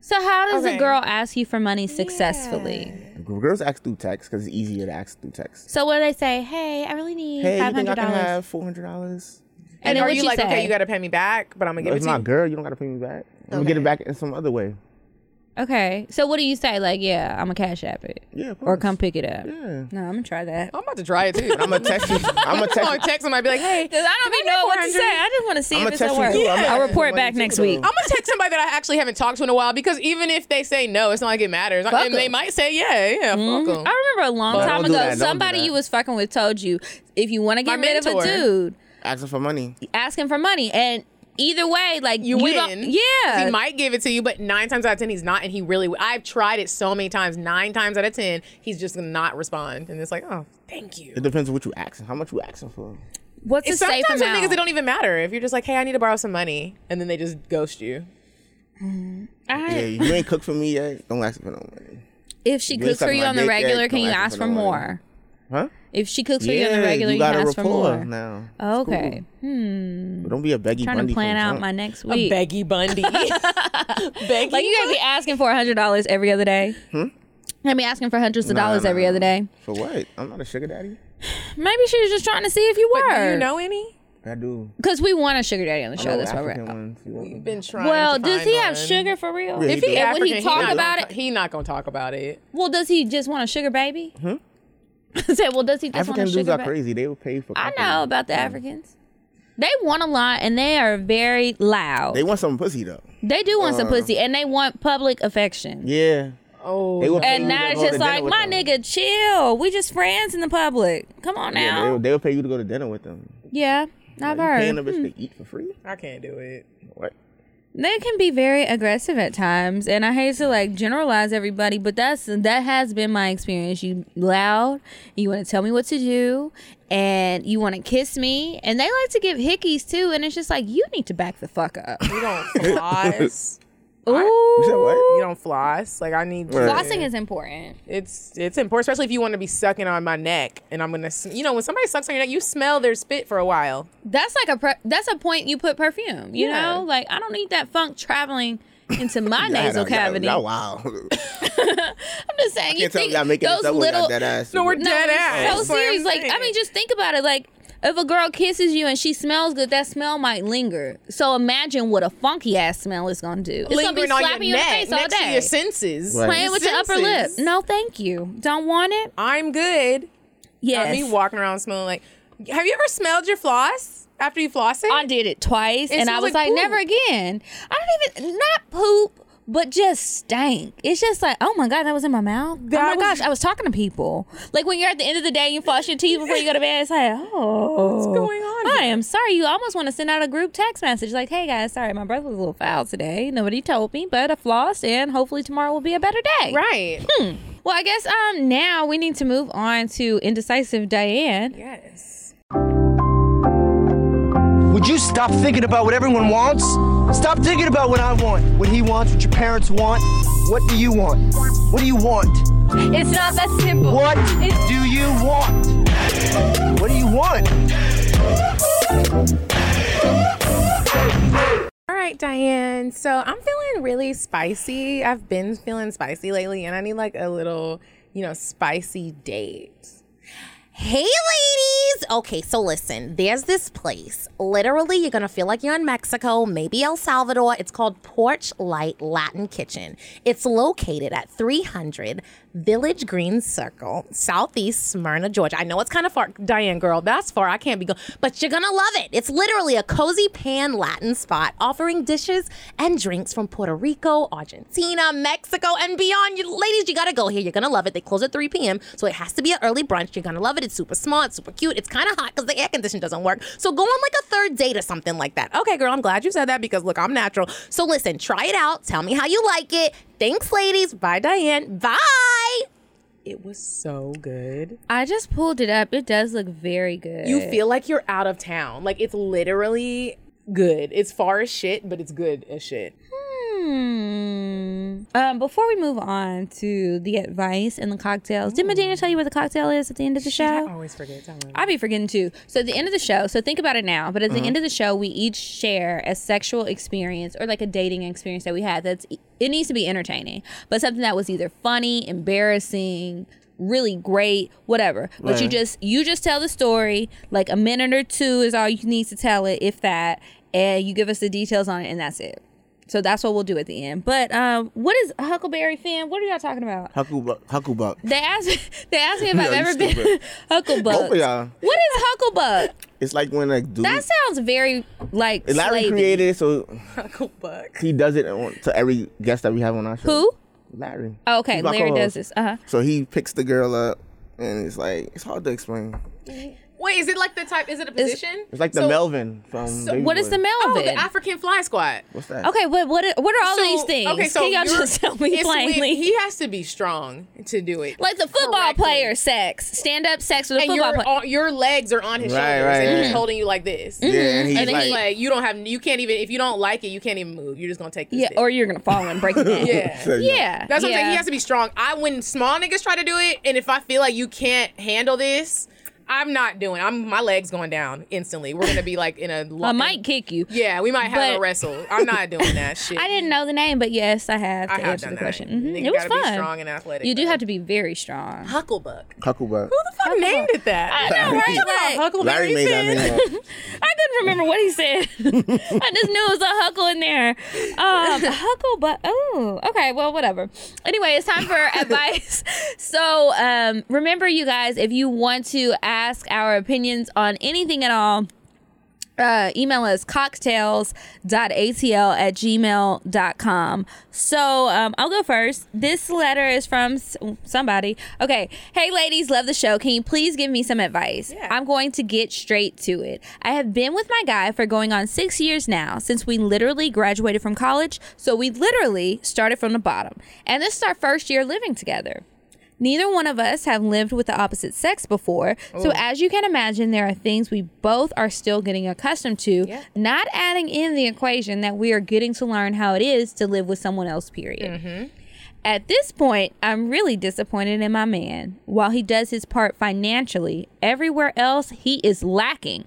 [SPEAKER 3] So how does
[SPEAKER 2] Okay.
[SPEAKER 3] a girl ask you for money successfully?
[SPEAKER 5] Girls ask through text because it's easier to ask through text.
[SPEAKER 3] So what do they say? Hey, I really need
[SPEAKER 5] Hey, you
[SPEAKER 3] five
[SPEAKER 5] think I
[SPEAKER 3] hundred
[SPEAKER 5] can
[SPEAKER 3] dollars.
[SPEAKER 5] have four hundred dollars?
[SPEAKER 3] And then
[SPEAKER 2] are
[SPEAKER 3] what
[SPEAKER 2] you
[SPEAKER 3] you
[SPEAKER 2] like,
[SPEAKER 3] say?
[SPEAKER 2] okay, you gotta pay me back, but I'm gonna give
[SPEAKER 5] It's
[SPEAKER 2] it to
[SPEAKER 5] my
[SPEAKER 2] you.
[SPEAKER 5] girl. You don't gotta pay me back. I'm gonna get it back in some other way.
[SPEAKER 3] Okay. So what do you say? Like, yeah, I'm gonna cash app it.
[SPEAKER 5] Yeah, of
[SPEAKER 3] Or
[SPEAKER 5] course.
[SPEAKER 3] come pick it up.
[SPEAKER 5] Yeah. Oh.
[SPEAKER 3] No, I'm gonna try that.
[SPEAKER 2] I'm about to try it too.
[SPEAKER 5] I'm gonna text you. I'm gonna
[SPEAKER 2] I'm gonna
[SPEAKER 5] text.
[SPEAKER 2] text him. I'd be like, hey,
[SPEAKER 3] Cause I don't even know what to say. I just want to see
[SPEAKER 5] I'ma
[SPEAKER 3] if it's gonna
[SPEAKER 5] text you
[SPEAKER 3] work.
[SPEAKER 5] too. I'ma text
[SPEAKER 3] I'll
[SPEAKER 5] you
[SPEAKER 3] report
[SPEAKER 5] money
[SPEAKER 3] back
[SPEAKER 5] too,
[SPEAKER 3] next
[SPEAKER 5] though.
[SPEAKER 3] week.
[SPEAKER 2] I'm gonna text somebody that I actually haven't talked to in a while because even if they say no, it's not like it matters.
[SPEAKER 3] Fuck
[SPEAKER 2] and they
[SPEAKER 3] 'em.
[SPEAKER 2] might say yeah, yeah, fuck 'em.
[SPEAKER 3] Mm-hmm. I remember a long
[SPEAKER 5] But-
[SPEAKER 3] time
[SPEAKER 5] Don't do
[SPEAKER 3] ago,
[SPEAKER 5] that, don't do
[SPEAKER 3] somebody
[SPEAKER 5] that.
[SPEAKER 3] you was fucking with told you if you want to get
[SPEAKER 2] My
[SPEAKER 3] rid of a
[SPEAKER 2] mentor.
[SPEAKER 3] dude,
[SPEAKER 5] Asking for money.
[SPEAKER 3] ask him for money. And either way, like
[SPEAKER 2] You,
[SPEAKER 3] don't-
[SPEAKER 2] win.
[SPEAKER 3] Yeah.
[SPEAKER 2] He might give it to you, but nine times out of ten, he's not. And he really, I've tried it so many times. Nine times out of ten, he's just gonna not respond. And it's like, oh, thank you.
[SPEAKER 5] It depends on what you asking. How much you asking for?
[SPEAKER 3] What's a
[SPEAKER 2] It's
[SPEAKER 3] safe
[SPEAKER 2] sometimes with
[SPEAKER 3] amount?
[SPEAKER 2] niggas, it don't even matter. If you're just like, hey, I need to borrow some money, and then they just ghost you.
[SPEAKER 3] I-
[SPEAKER 5] Yeah, you ain't cooked for me yet. Don't ask for no money.
[SPEAKER 3] if she
[SPEAKER 5] You ain't
[SPEAKER 3] cooks for
[SPEAKER 5] sucking
[SPEAKER 3] you
[SPEAKER 5] my
[SPEAKER 3] on the
[SPEAKER 5] dick yet,
[SPEAKER 3] regular, can
[SPEAKER 5] don't
[SPEAKER 3] you
[SPEAKER 5] ask
[SPEAKER 3] ask
[SPEAKER 5] me
[SPEAKER 3] for
[SPEAKER 5] for no money.
[SPEAKER 3] more?
[SPEAKER 5] Huh?
[SPEAKER 3] If she cooks for you on the regular, you,
[SPEAKER 5] got
[SPEAKER 3] can
[SPEAKER 5] a
[SPEAKER 3] ask for more.
[SPEAKER 5] rapport now.
[SPEAKER 3] Okay.
[SPEAKER 5] But don't be a beggy
[SPEAKER 3] Trying
[SPEAKER 5] bundy.
[SPEAKER 3] to plan
[SPEAKER 5] from
[SPEAKER 3] out
[SPEAKER 5] jump.
[SPEAKER 3] my next week.
[SPEAKER 2] Beggy Bundy. Beggy.
[SPEAKER 3] like you gotta be asking for hundred dollars every other day. Hmm? I'd be asking for hundreds of
[SPEAKER 5] Nah,
[SPEAKER 3] dollars
[SPEAKER 5] nah,
[SPEAKER 3] every
[SPEAKER 5] nah.
[SPEAKER 3] other day.
[SPEAKER 5] For what? I'm not a sugar daddy.
[SPEAKER 3] Maybe she was just trying to see if you were.
[SPEAKER 2] Do you know any?
[SPEAKER 5] I do.
[SPEAKER 3] Because we want a sugar daddy on the
[SPEAKER 5] I
[SPEAKER 3] show.
[SPEAKER 5] know
[SPEAKER 3] That's why we're
[SPEAKER 5] African ones. You want
[SPEAKER 2] You've
[SPEAKER 5] them?
[SPEAKER 2] been trying.
[SPEAKER 3] Well,
[SPEAKER 2] to
[SPEAKER 3] does
[SPEAKER 2] find
[SPEAKER 3] he have
[SPEAKER 2] one.
[SPEAKER 3] sugar for real?
[SPEAKER 5] Yeah,
[SPEAKER 3] if
[SPEAKER 5] he
[SPEAKER 3] he,
[SPEAKER 5] does.
[SPEAKER 3] and would
[SPEAKER 2] African,
[SPEAKER 3] he talk
[SPEAKER 2] not
[SPEAKER 3] about
[SPEAKER 2] gonna-
[SPEAKER 3] it?
[SPEAKER 2] He not gonna talk about it.
[SPEAKER 3] Well, does he just want a sugar baby? Hmm? I said, well, does he just
[SPEAKER 5] African
[SPEAKER 3] want a
[SPEAKER 5] dudes
[SPEAKER 3] sugar
[SPEAKER 5] are
[SPEAKER 3] baby?
[SPEAKER 5] crazy. They will pay for.
[SPEAKER 3] I
[SPEAKER 5] company.
[SPEAKER 3] know about the Africans. They want a lot and they are very loud.
[SPEAKER 5] They
[SPEAKER 3] They,
[SPEAKER 5] want some pussy though.
[SPEAKER 3] do want some pussy and they want public affection.
[SPEAKER 5] Yeah.
[SPEAKER 2] Oh,
[SPEAKER 5] They will pay
[SPEAKER 3] And
[SPEAKER 5] you to
[SPEAKER 3] now it's
[SPEAKER 5] go to
[SPEAKER 3] just
[SPEAKER 5] dinner
[SPEAKER 3] like,
[SPEAKER 5] with
[SPEAKER 3] my
[SPEAKER 5] them.
[SPEAKER 3] nigga, chill. We just friends in the public. Come on
[SPEAKER 5] Yeah, they, will-
[SPEAKER 3] now.
[SPEAKER 5] they will pay you to go to dinner with them.
[SPEAKER 3] Yeah, I've
[SPEAKER 5] You paying a
[SPEAKER 3] heard.
[SPEAKER 5] bitch to eat for free?
[SPEAKER 2] I can't do it.
[SPEAKER 5] What?
[SPEAKER 3] They can be very aggressive at times, and I hate to like generalize everybody, but that's that has been my experience. You loud, you want to tell me what to do, and you want to kiss me, and they like to give hickeys too, and it's just like you need to back the fuck up.
[SPEAKER 2] You don't floss.
[SPEAKER 5] You said
[SPEAKER 3] Ooh,
[SPEAKER 5] what?
[SPEAKER 2] you don't floss. Like I need.
[SPEAKER 5] Right.
[SPEAKER 3] flossing is important.
[SPEAKER 2] It's it's important, especially if you want to be sucking on my neck, and I'm gonna. sm- You know, when somebody sucks on your neck, you smell their spit for a while.
[SPEAKER 3] That's like a pre- that's a point you put perfume. You
[SPEAKER 2] Yeah.
[SPEAKER 3] know, like I don't need that funk traveling into my
[SPEAKER 5] Nah,
[SPEAKER 3] nasal
[SPEAKER 5] nah,
[SPEAKER 3] cavity.
[SPEAKER 5] Y'all, y'all wow.
[SPEAKER 3] I'm just saying, you
[SPEAKER 5] Can't tell me
[SPEAKER 3] think
[SPEAKER 5] y'all making
[SPEAKER 3] those
[SPEAKER 5] this up with
[SPEAKER 3] little
[SPEAKER 5] y'all dead ass.
[SPEAKER 2] No, we're
[SPEAKER 3] No,
[SPEAKER 2] dead ass.
[SPEAKER 3] So
[SPEAKER 2] That's what I'm
[SPEAKER 3] serious. Like, I
[SPEAKER 2] saying.
[SPEAKER 3] mean, just think about it. Like, if a girl kisses you and she smells good, that smell might linger. So imagine what a funky ass smell is gonna do. It's gonna be
[SPEAKER 2] Lingering on your
[SPEAKER 3] slapping you in the
[SPEAKER 2] neck,
[SPEAKER 3] face all
[SPEAKER 2] next to
[SPEAKER 3] day.
[SPEAKER 2] your senses.
[SPEAKER 5] Right.
[SPEAKER 3] Playing with your upper lip.
[SPEAKER 2] senses.
[SPEAKER 3] No, thank you. Don't want it.
[SPEAKER 2] I'm good. Not
[SPEAKER 3] Yes.
[SPEAKER 2] Me walking around smelling like. Have you ever smelled your floss after you floss it?
[SPEAKER 3] I did it twice, and I
[SPEAKER 2] smells
[SPEAKER 3] was
[SPEAKER 2] like
[SPEAKER 3] like, never
[SPEAKER 2] poop.
[SPEAKER 3] again. I don't even not poop, but just stank. It's just like, oh my god, that was in my mouth. oh my
[SPEAKER 2] That was-
[SPEAKER 3] gosh, I was talking to people. Like when you're at the end of the day and you floss your teeth before you go to bed, it's like, oh, what's
[SPEAKER 2] going on
[SPEAKER 3] I
[SPEAKER 2] here?
[SPEAKER 3] am sorry. You almost want to send out a group text message like, hey guys, sorry, my breath was a little foul today. Nobody told me, but I flossed, and hopefully tomorrow will be a better day.
[SPEAKER 2] Right.
[SPEAKER 3] Hmm. Well, I guess um now we need to move on to indecisive Diane.
[SPEAKER 2] Yes.
[SPEAKER 6] Would you stop thinking about what everyone wants? Stop thinking about what I want, what he wants, what your parents want. What do you want? What do you want?
[SPEAKER 7] It's not that simple.
[SPEAKER 6] What do you want? What do you want?
[SPEAKER 2] All right, Diane. So I'm feeling really spicy. I've been feeling spicy lately, and I need like a little, you know, spicy date.
[SPEAKER 8] Hey, ladies! Okay, so listen, there's this place. Literally, you're gonna feel like you're in Mexico, maybe El Salvador. It's called Porch Light Latin Kitchen. It's located at 300 Village Green Circle, Southeast Smyrna, Georgia. I know it's kind of far, Diane girl, that's far. I can't be going, but you're gonna love it. It's literally a cozy pan Latin spot offering dishes and drinks from Puerto Rico, Argentina, Mexico, and beyond. You, ladies, you gotta go here. You're gonna love it. They close at 3 p.m., so it has to be an early brunch. You're gonna love it. It's super small, it's super cute. It's kind of hot because the air condition doesn't work. So go on like a third date or something like that. Okay, girl, I'm glad you said that because look, I'm natural. So listen, try it out. Tell me how you like it. Thanks, ladies. Bye, Diane. Bye.
[SPEAKER 2] It was so good.
[SPEAKER 3] I just pulled it up. It does look very good.
[SPEAKER 2] You feel like you're out of town. Like it's literally good. It's far as shit, but it's good as shit.
[SPEAKER 3] Hmm. fun. Um, before we move on to the advice and the cocktails, did Medina tell you what the cocktail is at the end of the show?
[SPEAKER 2] I always forget. Tell me.
[SPEAKER 3] I'll be forgetting too. So at the end of the show, so think about it now, but at the end of the show, we each share a sexual experience or like a dating experience that we had. That's e, it needs to be entertaining, but something that was either funny, embarrassing, really great, whatever. But you
[SPEAKER 5] Right.
[SPEAKER 3] just you just tell the story. Like a minute or two is all you need to tell it, if that, and you give us the details on it, and that's it. So that's what we'll do at the end. But um, what is Huckleberry Finn? What are y'all talking about?
[SPEAKER 5] Hucklebuck. Hucklebuck.
[SPEAKER 3] They asked me, they asked me if
[SPEAKER 5] Yeah,
[SPEAKER 3] I've
[SPEAKER 5] you
[SPEAKER 3] ever been
[SPEAKER 5] stupid.
[SPEAKER 3] Hucklebuck.
[SPEAKER 5] Both of y'all.
[SPEAKER 3] What is Hucklebuck?
[SPEAKER 5] It's like when a dude.
[SPEAKER 3] That sounds very like
[SPEAKER 5] Larry
[SPEAKER 3] slavey.
[SPEAKER 5] created it, so
[SPEAKER 2] Hucklebuck.
[SPEAKER 5] he does it on, to every guest that we have on our show.
[SPEAKER 3] Who?
[SPEAKER 5] Larry.
[SPEAKER 3] Oh, okay,
[SPEAKER 5] He's my
[SPEAKER 3] Larry does
[SPEAKER 5] co-host.
[SPEAKER 3] this. Uh huh.
[SPEAKER 5] So he picks the girl up, and it's like it's hard to explain.
[SPEAKER 2] Wait, is it like the type? Is it a position?
[SPEAKER 5] It's like the
[SPEAKER 2] So-
[SPEAKER 5] Melvin from. Baby
[SPEAKER 3] What is
[SPEAKER 5] Boy.
[SPEAKER 3] the
[SPEAKER 2] Oh,
[SPEAKER 3] Melvin?
[SPEAKER 2] the African fly squad.
[SPEAKER 5] What's that?
[SPEAKER 3] okay, what what are, what are all
[SPEAKER 2] So-
[SPEAKER 3] these things? Can y'all
[SPEAKER 2] you're-
[SPEAKER 3] just tell me
[SPEAKER 2] it's when-
[SPEAKER 3] plainly?
[SPEAKER 2] He has to be strong to do it.
[SPEAKER 3] like the football
[SPEAKER 2] correctly.
[SPEAKER 3] player sex, stand up sex with a
[SPEAKER 2] and
[SPEAKER 3] football
[SPEAKER 2] your
[SPEAKER 3] player.
[SPEAKER 2] on, your legs are on his
[SPEAKER 5] Right,
[SPEAKER 2] shoulders,
[SPEAKER 5] right,
[SPEAKER 2] and he's
[SPEAKER 5] right.
[SPEAKER 2] holding you like this.
[SPEAKER 3] Mm-hmm.
[SPEAKER 5] Yeah, and he's
[SPEAKER 2] And then
[SPEAKER 5] like,
[SPEAKER 2] he's like, you don't have, you can't even. If you don't like it, you can't even move. You're just gonna take this.
[SPEAKER 3] yeah,
[SPEAKER 2] dick.
[SPEAKER 3] or you're gonna fall and break it. down.
[SPEAKER 2] yeah.
[SPEAKER 5] so, yeah.
[SPEAKER 3] yeah.
[SPEAKER 2] That's what I'm
[SPEAKER 3] yeah.
[SPEAKER 2] saying. He has to be strong. I when small niggas try to do it, and if I feel like you can't handle this, I'm not doing. I'm my legs going down instantly. We're gonna be like in a.
[SPEAKER 3] I might kick you.
[SPEAKER 2] Yeah, we might have
[SPEAKER 3] But-
[SPEAKER 2] a wrestle. I'm not doing that shit.
[SPEAKER 3] I didn't know the name, but yes, I have to
[SPEAKER 2] I have
[SPEAKER 3] answer
[SPEAKER 2] done
[SPEAKER 3] the
[SPEAKER 2] that.
[SPEAKER 3] question. Mhm.
[SPEAKER 2] Nigga
[SPEAKER 3] It was
[SPEAKER 2] gotta be
[SPEAKER 3] fun.
[SPEAKER 2] strong and athletic,
[SPEAKER 3] you do
[SPEAKER 2] though.
[SPEAKER 3] have to be very strong.
[SPEAKER 2] Hucklebuck.
[SPEAKER 5] Hucklebuck.
[SPEAKER 2] fuck named it that?
[SPEAKER 3] I know, right? Like-
[SPEAKER 5] Larry made that name. up.
[SPEAKER 3] I couldn't remember what he said. I just knew it was a huckle in there. Um, huckle, but oh, okay. Well, whatever. Anyway, it's time for advice. So um, remember, you guys, if you want to ask our opinions on anything at all, uh, email us cocktails.atl at gmail.com. So um, I'll go first. This letter is from s- somebody. Okay. Hey, ladies, love the show. Can you please give me some advice? I'm going to get straight to it. I have been with my guy for going on six years now since we literally graduated from college. So we literally started from the bottom. And this is our first year living together. Neither one of us have lived with the opposite sex before. So, as you can imagine, there are things we both are still getting accustomed to, not adding in the equation that we are getting to learn how it is to live with someone else, period. At this point, I'm really disappointed in my man. While he does his part financially, everywhere else he is lacking.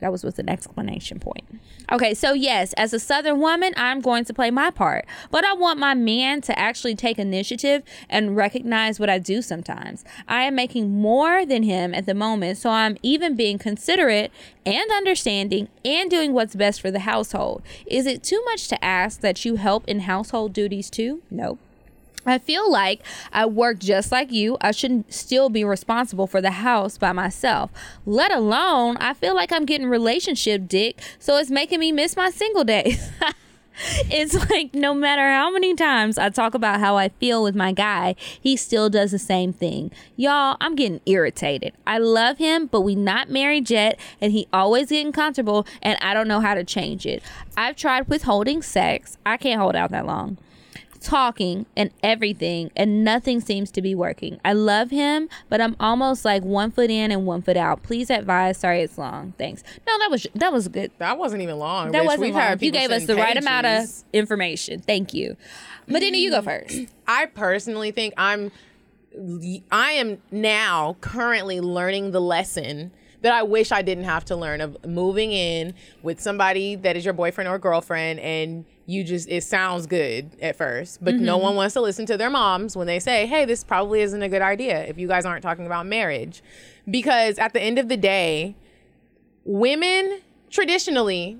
[SPEAKER 3] That was with an explanation point. Okay, so yes, as a Southern woman, I'm going to play my part, but I want my man to actually take initiative and recognize what I do sometimes. I am making more than him at the moment, so I'm even being considerate and understanding and doing what's best for the household. Is it too much to ask that you help in household duties too? Nope. I feel like I work just like you. I shouldn't still be responsible for the house by myself. Let alone, I feel like I'm getting relationship dick, so it's making me miss my single days. it's like no matter how many times I talk about how I feel with my guy, he still does the same thing. Y'all, I'm getting irritated. I love him, but we not married yet, and he always getting comfortable, and I don't know how to change it. I've tried withholding sex. I can't hold out that long talking and everything and nothing seems to be working. I love him, but I'm almost like one foot in and one foot out. Please advise. Sorry it's long. Thanks. No, that was that was good.
[SPEAKER 2] That wasn't even long.
[SPEAKER 3] That
[SPEAKER 2] bitch.
[SPEAKER 3] wasn't
[SPEAKER 2] We've
[SPEAKER 3] long.
[SPEAKER 2] Had
[SPEAKER 3] You
[SPEAKER 2] people
[SPEAKER 3] gave us the
[SPEAKER 2] sending
[SPEAKER 3] right amount of
[SPEAKER 2] pages.
[SPEAKER 3] information. Thank you. Medina, you go first.
[SPEAKER 2] I personally think I'm. I am now currently learning the lesson that I wish I didn't have to learn of moving in with somebody that is your boyfriend or girlfriend, and you just it sounds good at first, but no one wants to listen to their moms when they say, "Hey, this probably isn't a good idea if you guys aren't talking about marriage," because at the end of the day, women traditionally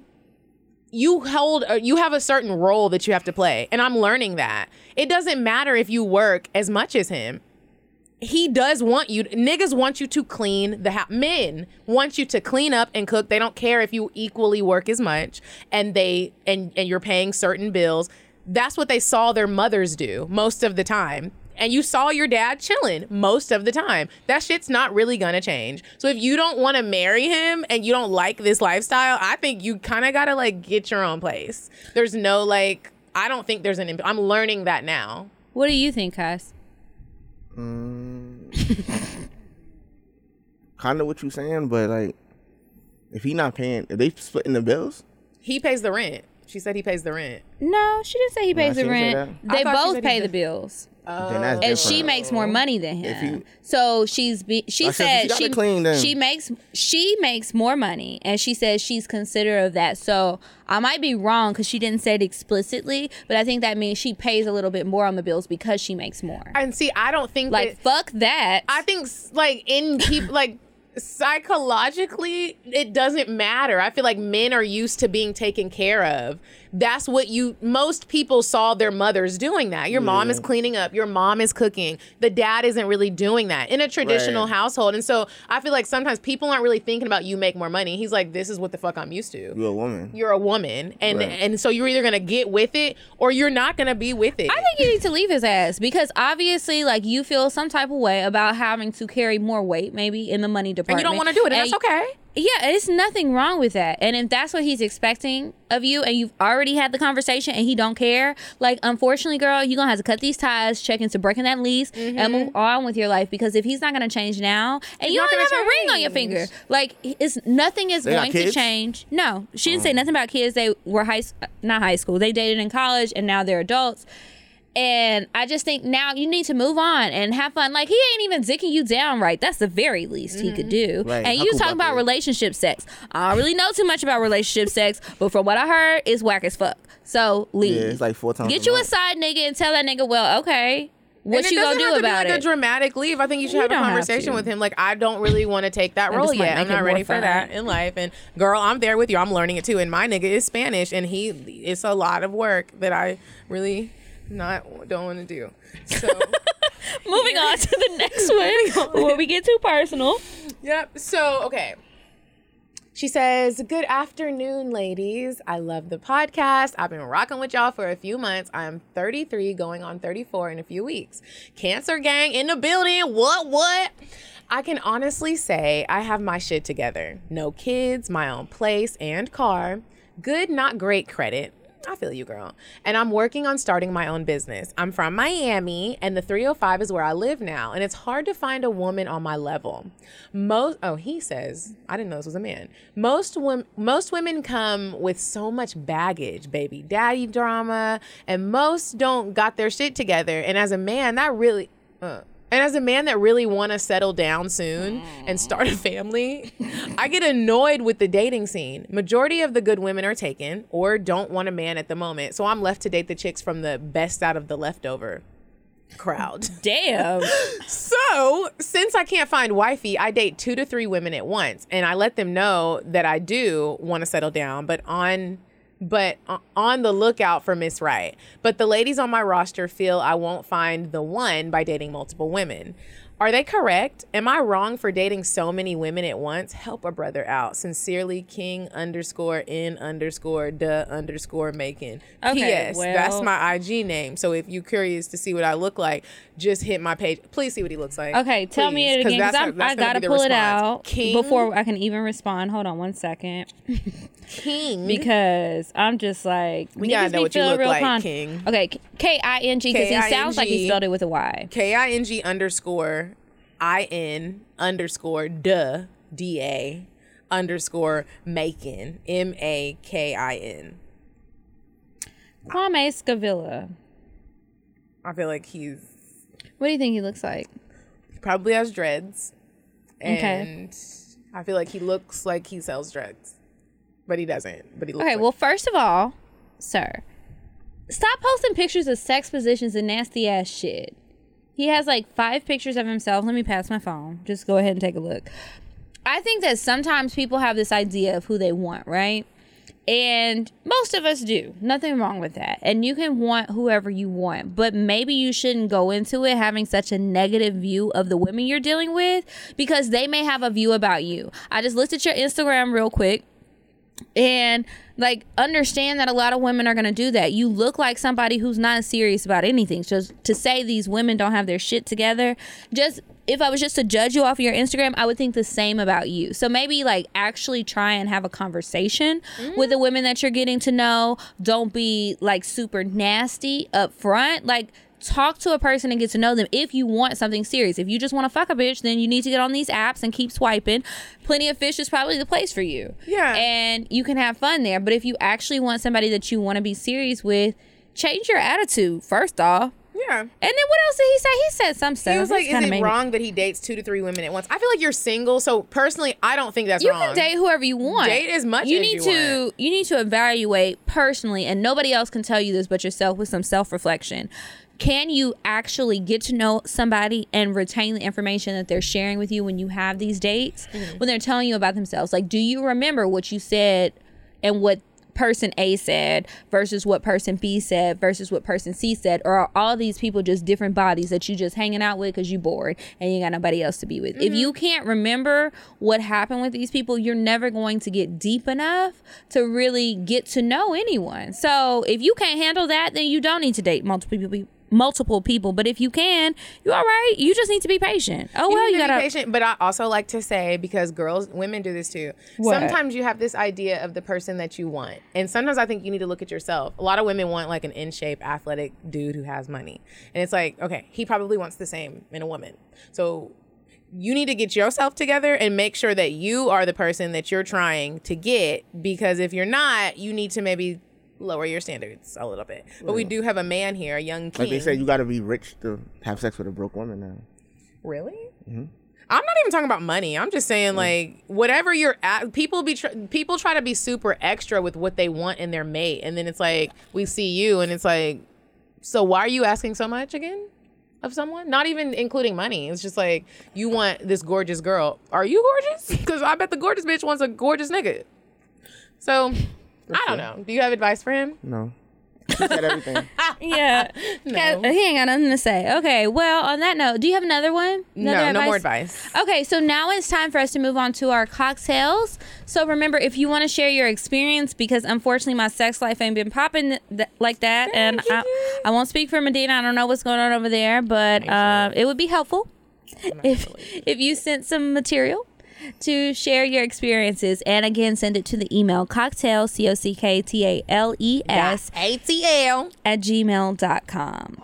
[SPEAKER 2] you hold uh, you have a certain role that you have to play and i'm learning that it doesn't matter if you work as much as him he does want you niggas want you to clean the house men want you to clean up and cook they don't care if you equally work as much and they and and you're paying certain bills that's what they saw their mothers do most of the time and you saw your dad chilling most of the time that shit's not really gonna change so if you don't want to marry him and you don't like this lifestyle i think you kind of gotta like get your own place there's no like i don't think there's an imp- i'm learning that now
[SPEAKER 3] What do you think, Cass?
[SPEAKER 5] Kind of what you saying, but like, if he not paying, if they splitting the bills,
[SPEAKER 2] he pays the rent She said he pays the rent.
[SPEAKER 3] No, she didn't say he pays
[SPEAKER 5] she
[SPEAKER 3] the
[SPEAKER 5] didn't say
[SPEAKER 3] rent.
[SPEAKER 5] that.
[SPEAKER 3] They
[SPEAKER 2] I thought she
[SPEAKER 3] both
[SPEAKER 2] said he
[SPEAKER 3] pay the
[SPEAKER 2] did.
[SPEAKER 3] bills,
[SPEAKER 5] then that's
[SPEAKER 3] Oh. and
[SPEAKER 5] different.
[SPEAKER 3] she makes more money than him.
[SPEAKER 5] you-
[SPEAKER 3] so she's be, she
[SPEAKER 5] I said,
[SPEAKER 3] said
[SPEAKER 5] you gotta
[SPEAKER 3] she
[SPEAKER 5] clean them.
[SPEAKER 3] she makes she makes more money, and she says she's considerate of that. So I might be wrong because she didn't say it explicitly, but I think that means she pays a little bit more on the bills because she makes more.
[SPEAKER 2] And see, I don't think that-
[SPEAKER 3] like fuck that.
[SPEAKER 2] I think s- like in people like psychologically it doesn't matter. I feel like men are used to being taken care of. That's what you most people saw their mothers doing that. Your mom is cleaning up, your mom is cooking. The dad isn't really doing that in a traditional
[SPEAKER 5] Right.
[SPEAKER 2] household. And so I feel like sometimes people aren't really thinking about you make more money. He's like this is what the fuck I'm used to.
[SPEAKER 5] you a woman.
[SPEAKER 2] You're a woman and
[SPEAKER 5] Right.
[SPEAKER 2] and so you're either going to get with it or you're not going to be with it.
[SPEAKER 3] I think you need to leave his ass because obviously, like, you feel some type of way about having to carry more weight, maybe in the money
[SPEAKER 2] and
[SPEAKER 3] department.
[SPEAKER 2] you don't want to do it and that's okay.
[SPEAKER 3] Yeah, it's nothing wrong with that. And if that's what he's expecting of you, and you've already had the conversation, and he don't care, like, unfortunately, girl, you're gonna have to cut these ties, check into breaking that lease, and move on with your life because if he's not gonna change now, and
[SPEAKER 2] Mm-hmm.
[SPEAKER 3] you
[SPEAKER 2] not
[SPEAKER 3] don't even have
[SPEAKER 2] gonna
[SPEAKER 3] a ring on your finger,
[SPEAKER 2] change.
[SPEAKER 3] like, it's nothing is
[SPEAKER 5] They got
[SPEAKER 3] going to
[SPEAKER 5] kids? Mm.
[SPEAKER 3] change. No, she didn't say nothing about kids. They were high, s- not high school. They dated in college, and now they're adults. And I just think now you need to move on and have fun. Like he ain't even dicking you down right. That's the very least he could
[SPEAKER 2] Mm-hmm.
[SPEAKER 3] do.
[SPEAKER 5] Right.
[SPEAKER 3] And
[SPEAKER 5] How
[SPEAKER 3] you
[SPEAKER 5] cool
[SPEAKER 3] talking about
[SPEAKER 5] about that?
[SPEAKER 3] relationship sex. I don't really know too much about relationship sex, but from what I heard, it's whack as fuck. So leave.
[SPEAKER 5] Yeah, it's like four times.
[SPEAKER 3] Get
[SPEAKER 5] a
[SPEAKER 3] you a
[SPEAKER 5] month.
[SPEAKER 3] side nigga and tell that nigga, well, okay, what
[SPEAKER 2] And
[SPEAKER 3] you gonna
[SPEAKER 2] doesn't
[SPEAKER 3] do
[SPEAKER 2] have to be,
[SPEAKER 3] about
[SPEAKER 2] like
[SPEAKER 3] it?
[SPEAKER 2] a dramatic leave. I think you should
[SPEAKER 3] You
[SPEAKER 2] have a
[SPEAKER 3] don't have
[SPEAKER 2] conversation
[SPEAKER 3] to.
[SPEAKER 2] with him. Like, I don't really want to take that
[SPEAKER 3] I
[SPEAKER 2] role
[SPEAKER 3] just might
[SPEAKER 2] yet.
[SPEAKER 3] make
[SPEAKER 2] I'm
[SPEAKER 3] it
[SPEAKER 2] not
[SPEAKER 3] more
[SPEAKER 2] ready for
[SPEAKER 3] fun.
[SPEAKER 2] that in life. And girl, I'm there with you. I'm learning it too. And my nigga is Spanish, and he it's a lot of work that I really not don't want to do. So
[SPEAKER 3] Moving on to the next one. Before we get too personal.
[SPEAKER 2] yep. So okay. She says, Good afternoon, ladies. I love the podcast. I've been rocking with y'all for a few months. I'm 33, going on 34 in a few weeks. Cancer gang in the building. What, what? I can honestly say I have my shit together. No kids, my own place and car. Good, not great credit. I feel you, girl. And I'm working on starting my own business. I'm from Miami, and the 305 is where I live now. And it's hard to find a woman on my level. Most oh, he says I didn't know this was a man. Most women, most women come with so much baggage, baby daddy drama, and most don't got their shit together. And as a man, that really. Uh, and as a man that really want to settle down soon and start a family, I get annoyed with the dating scene. Majority of the good women are taken or don't want a man at the moment, so I'm left to date the chicks from the best out of the leftover crowd.
[SPEAKER 3] Damn.
[SPEAKER 2] So, since I can't find wifey, I date two to three women at once, and I let them know that I do want to settle down, but on but o- on the lookout for Miss Right. But the ladies on my roster feel I won't find the one by dating multiple women. Are they correct? Am I wrong for dating so many women at once? Help a brother out. Sincerely, King underscore N underscore duh underscore Macon.
[SPEAKER 3] Okay,
[SPEAKER 2] P.S. That's
[SPEAKER 3] well-
[SPEAKER 2] my IG name. So if you're curious to see what I look like, just hit my page. Please see what he looks like.
[SPEAKER 3] Okay, tell me
[SPEAKER 2] Please,
[SPEAKER 3] it again.
[SPEAKER 2] 'cause
[SPEAKER 3] 'cause
[SPEAKER 2] that's-
[SPEAKER 3] I'm-
[SPEAKER 2] that's
[SPEAKER 3] I
[SPEAKER 2] gonna
[SPEAKER 3] gotta
[SPEAKER 2] be the
[SPEAKER 3] pull it
[SPEAKER 2] response.
[SPEAKER 3] out
[SPEAKER 2] King,
[SPEAKER 3] before I can even respond. Hold on one second.
[SPEAKER 2] King.
[SPEAKER 3] because I'm just like we
[SPEAKER 2] gotta know what you look like, King.
[SPEAKER 3] Okay, K I N G because he sounds like
[SPEAKER 2] K-I-N-G.
[SPEAKER 3] he spelled it with a Y.
[SPEAKER 2] K I N G underscore I N underscore duh D A underscore Macon M A K I N.
[SPEAKER 3] Kwame Scavilla.
[SPEAKER 2] I feel like he's
[SPEAKER 3] What do you think he looks like?
[SPEAKER 2] he probably has dreads,
[SPEAKER 3] Okay.
[SPEAKER 2] and I feel like he looks like he sells drugs, but he doesn't. But he looks
[SPEAKER 3] Okay,
[SPEAKER 2] like
[SPEAKER 3] well first of all, sir, stop posting pictures of sex positions and nasty ass shit. He has like five pictures of himself. Let me pass my phone. Just go ahead and take a look. I think that sometimes people have this idea of who they want, right? And most of us do. Nothing wrong with that. And you can want whoever you want, but maybe you shouldn't go into it having such a negative view of the women you're dealing with because they may have a view about you. I just looked at your Instagram real quick and like understand that a lot of women are going to do that you look like somebody who's not serious about anything so to say these women don't have their shit together just if i was just to judge you off of your instagram i would think the same about you so maybe like actually try and have a conversation with the women that you're getting to know don't be like super nasty up front like talk to a person and get to know them if you want something serious. If you just want to fuck a bitch, then you need to get on these apps and keep swiping. Plenty of Fish is probably the place for you.
[SPEAKER 2] Yeah.
[SPEAKER 3] And you can have fun there. But if you actually want somebody that you want to be serious with, change your attitude first off.
[SPEAKER 2] Yeah.
[SPEAKER 3] And then what else did he say? He said some stuff.
[SPEAKER 2] He was like,
[SPEAKER 3] That's
[SPEAKER 2] "Is
[SPEAKER 3] kinda
[SPEAKER 2] it
[SPEAKER 3] made me-
[SPEAKER 2] wrong that he dates two to three women at once?" I feel like you're single, so personally, I don't think that's
[SPEAKER 3] You
[SPEAKER 2] wrong.
[SPEAKER 3] can date whoever you want.
[SPEAKER 2] Date as much
[SPEAKER 3] you
[SPEAKER 2] as
[SPEAKER 3] need
[SPEAKER 2] you
[SPEAKER 3] to.
[SPEAKER 2] want.
[SPEAKER 3] You need to evaluate personally, and nobody else can tell you this but yourself with some self reflection. Can you actually get to know somebody and retain the information that they're sharing with you when you have these dates?
[SPEAKER 2] Mm-hmm.
[SPEAKER 3] When they're telling you about themselves, like, do you remember what you said and what person A said versus what person B said versus what person C said? Or are all these people just different bodies that you just hanging out with because you bored and you got nobody else to be with?
[SPEAKER 2] Mm-hmm.
[SPEAKER 3] If you can't remember what happened with these people, you're never going to get deep enough to really get to know anyone. So if you can't handle that, then you don't need to date multiple people. Multiple people, but if you can, you all right. You just need to be patient. Oh well,
[SPEAKER 2] need
[SPEAKER 3] you
[SPEAKER 2] to be
[SPEAKER 3] gotta
[SPEAKER 2] patient, but I also like to say because girls, women do this too. Sometimes you have this idea of the person that you want, and sometimes I think you need to look at yourself. A lot of women want like an in shape, athletic dude who has money, and it's like, okay, he probably wants the same in a woman. So you need to get yourself together and make sure that you are the person that you're trying to get because if you're not, you need to maybe lower your standards a little bit. But we do have a man here, a young king.
[SPEAKER 5] Like they said, you gotta be rich to have sex with a broke woman now.
[SPEAKER 2] Really? I'm not even talking about money. I'm just saying like whatever you're at. People be tr- people try to be super extra with what they want in their mate, and then it's like we see you, and it's like, so why are you asking so much again of someone? Not even including money. It's just like you want this gorgeous girl. Are you gorgeous? Because I bet the gorgeous bitch wants a gorgeous nigga. So. I don't know. Do you have advice for him?
[SPEAKER 5] No. She said everything.
[SPEAKER 3] yeah. He ain't got nothing to say. Okay. Well, on that note, do you have another one? Another
[SPEAKER 2] no, no more advice.
[SPEAKER 3] Okay, so now it's time for us to move on to our cocktails. So remember, if you want to share your experience, because unfortunately my sex life ain't been popping th- th- like that, and I, I won't speak for Medina. I don't know what's going on over there, but uh, it would be helpful if if you sent some material to share your experiences, and again, send it to the email cocktail c o c k t a l e s
[SPEAKER 8] ATL.
[SPEAKER 3] at gmail.com.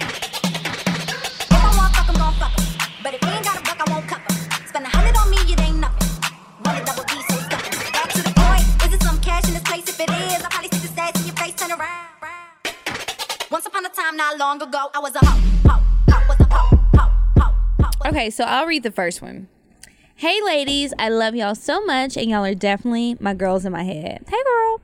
[SPEAKER 9] If I want fuck, I'm gon' fuck 'em. But if you ain't got a buck, I won't cup 'em. Spend a hundred on me, it ain't nothing. Roll a double D, so stuck 'em. Back to the point, is it some cash in this place? If it is, I'll probably stick the stats in your face, turn around. Once upon a time, not long ago, I was a hoe, hoe, hoe, was a hoe, hoe, hoe, hoe. was a-
[SPEAKER 3] Okay, so I'll read the first one. Hey, ladies, I love y'all so much, and y'all are definitely my girls in my head. Hey, girl.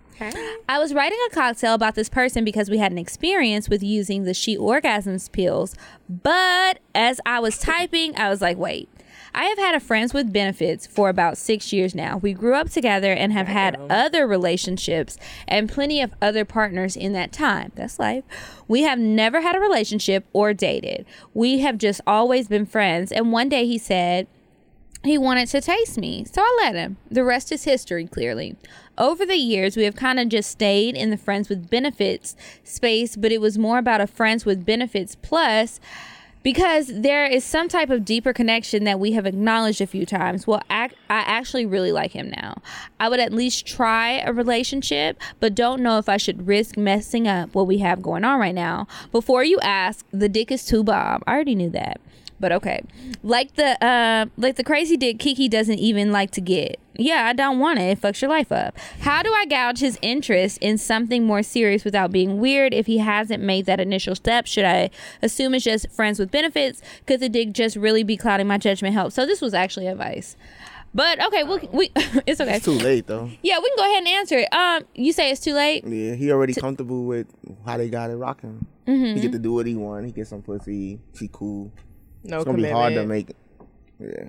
[SPEAKER 3] I was writing a cocktail about this person because we had an experience with using the she orgasms pills, but as I was typing, I was like, wait. I have had a friends with benefits for about six years now. We grew up together and have had other relationships and plenty of other partners in that time. That's life. We have never had a relationship or dated. We have just always been friends. And one day he said, he wanted to taste me, so I let him. The rest is history, clearly. Over the years, we have kind of just stayed in the friends with benefits space, but it was more about a friends with benefits plus because there is some type of deeper connection that we have acknowledged a few times. Well, ac- I actually really like him now. I would at least try a relationship, but don't know if I should risk messing up what we have going on right now. Before you ask, the dick is too bomb. I already knew that but okay like the uh like the crazy dick kiki doesn't even like to get yeah i don't want it it fucks your life up how do i gouge his interest in something more serious without being weird if he hasn't made that initial step should i assume it's just friends with benefits could the dick just really be clouding my judgment help so this was actually advice but okay we, we it's okay
[SPEAKER 5] It's too late though.
[SPEAKER 3] yeah we can go ahead and answer it um you say it's too late
[SPEAKER 5] Yeah, he already comfortable with how they got it rocking.
[SPEAKER 3] Mm-hmm.
[SPEAKER 5] He get to do what he want. He get some pussy. She cool.
[SPEAKER 2] No
[SPEAKER 5] It's gonna be hard to
[SPEAKER 2] commitment.
[SPEAKER 5] make. Yeah.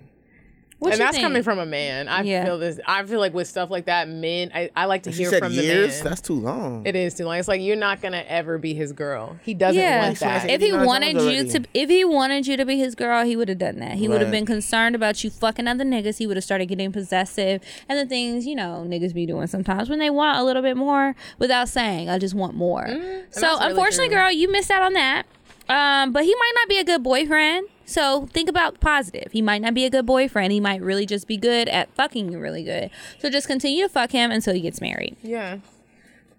[SPEAKER 3] what
[SPEAKER 2] and
[SPEAKER 3] you
[SPEAKER 2] that's
[SPEAKER 3] think?
[SPEAKER 2] coming from a man. I
[SPEAKER 3] Yeah.
[SPEAKER 2] feel this. I feel like with stuff like that, men. I, I like to
[SPEAKER 5] She
[SPEAKER 2] hear
[SPEAKER 5] said
[SPEAKER 2] from
[SPEAKER 5] years.
[SPEAKER 2] the man.
[SPEAKER 5] That's too long.
[SPEAKER 2] It is too long. It's like you're not gonna ever be his girl. He doesn't want that.
[SPEAKER 3] If he
[SPEAKER 5] 89 times
[SPEAKER 3] wanted you
[SPEAKER 5] already.
[SPEAKER 3] to, if he wanted you to be his girl, he would have done that. He would have
[SPEAKER 5] Right.
[SPEAKER 3] been concerned about you fucking other niggas. He would have started getting possessive and the things you know niggas be doing sometimes when they want a little bit more without saying, "I just want more." so
[SPEAKER 2] Mm-hmm. really
[SPEAKER 3] unfortunately,
[SPEAKER 2] true.
[SPEAKER 3] girl, you missed out on that. Um, but he might not be a good boyfriend. So think about positive. He might not be a good boyfriend. He might really just be good at fucking you really good. So just continue to fuck him until he gets married.
[SPEAKER 2] yeah.